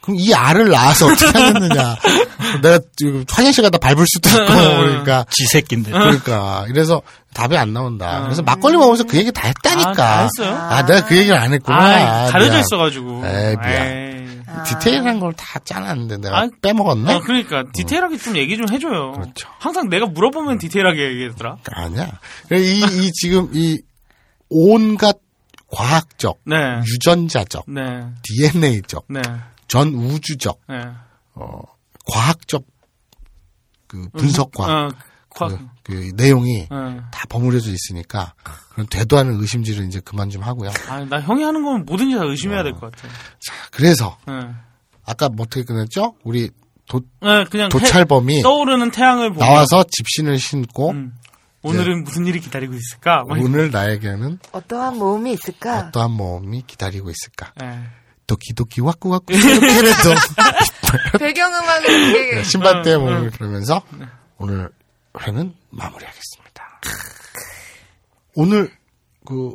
그럼 이 알을 낳아서 어떻게 하겠느냐. *laughs* 내가 지금 화장실 가다 밟을 수도
음.
있고 그러니까
지새끼인데.
그러니까 이래서 답이 안 나온다. 그래서 막걸리 먹으면서 그 얘기 다 했다니까.
아, 다 했어요?
아, 내가 그 얘기를 안
아,
했구나.
가려져
미안.
있어가지고.
에이, 미안.
에이.
디테일한 걸 다 짜놨는데 내가
아,
빼먹었네.
어, 그러니까 디테일하게 좀 얘기 좀 해줘요.
그렇죠.
항상 내가 물어보면 디테일하게 얘기하더라.
아니야. 그 이, 이 지금 이 온갖 과학적,
네.
유전자적,
네.
DNA적,
네.
전 우주적,
네.
어, 과학적 그 분석 과학
어, 과.
그, 그 내용이
네.
다 버무려져 있으니까 그런 되도 않은 의심질은 이제 그만 좀 하고요.
아, 나 형이 하는 건 뭐든지 다 의심해야 될 것 같아.
자, 그래서
네.
아까 뭐 어떻게 끝냈죠? 우리 도,
네, 그냥
도찰범이
태- 떠오르는 태양을 보고
나와서 집신을 신고
뭐. 음. 오늘은 무슨 일이 기다리고 있을까? 막
오늘 나에게는
어떠한 모험이 있을까?
어떠한 모험이 기다리고 있을까?
예.
도끼도끼 와꾸와꾸
*laughs*
이렇게라도
*laughs*
네,
배경음악을 되게
어,
신발대 몸을 그러면서
네.
오늘 회는 마무리하겠습니다. 오늘 그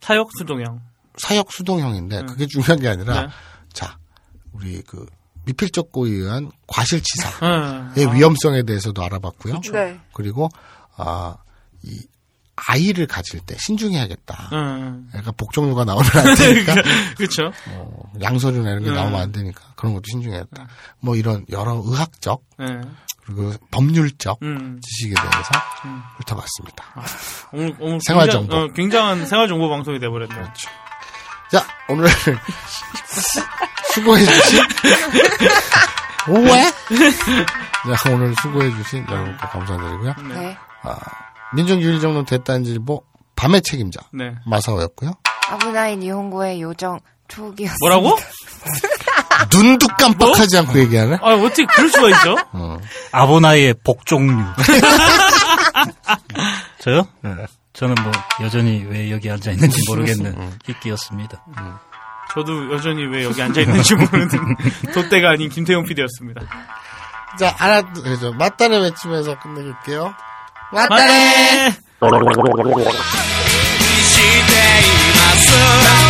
사역 수동형.
사역 수동형인데 그게 중요한 게 아니라
네.
자 우리 그 미필적 고의에 의한 과실치사의
네.
위험성에 대해서도 알아봤고요.
그렇죠.
네.
그리고 아이 아이를 가질 때 신중해야겠다.
네.
약간 복종류가 나오면 안 되니까
*laughs* 그렇죠.
어, 양서류 내는 게
음.
나오면 안 되니까 그런 것도 신중해야겠다. 뭐 이런 여러 의학적
네.
그리고 법률적
음.
지식에 대해서 훑어봤습니다.
오늘, 오늘
생활
굉장-
정보. 그렇죠.
어, 굉장한 생활 정보 방송이 돼버렸네. 요
자, 오늘 *laughs* 수고해주신 오해? 자, 오늘 수고해주신 여러분께 감사드리고요.
네.
아, 민중유일정론 대단질보 밤의 책임자
네.
마사오였고요.
아브나이 니혼고의 요정 초기였습니다.
뭐라고?
눈도 깜빡하지 않고 얘기하네.
아 어떻게 그럴 수가 있죠?
아보나이의
*laughs*
복종류. 저요? 저는 뭐 여전히 왜 여기 앉아 있는지
음.
모르겠는 끼끼였습니다.
저도 여전히 왜 여기 앉아
*laughs*
있는지 모르는 돗대가 아닌 김태용 PD였습니다.
자, 알아, 그죠. 맞다를 외치면서 끝내줄게요.
맞다네.
しています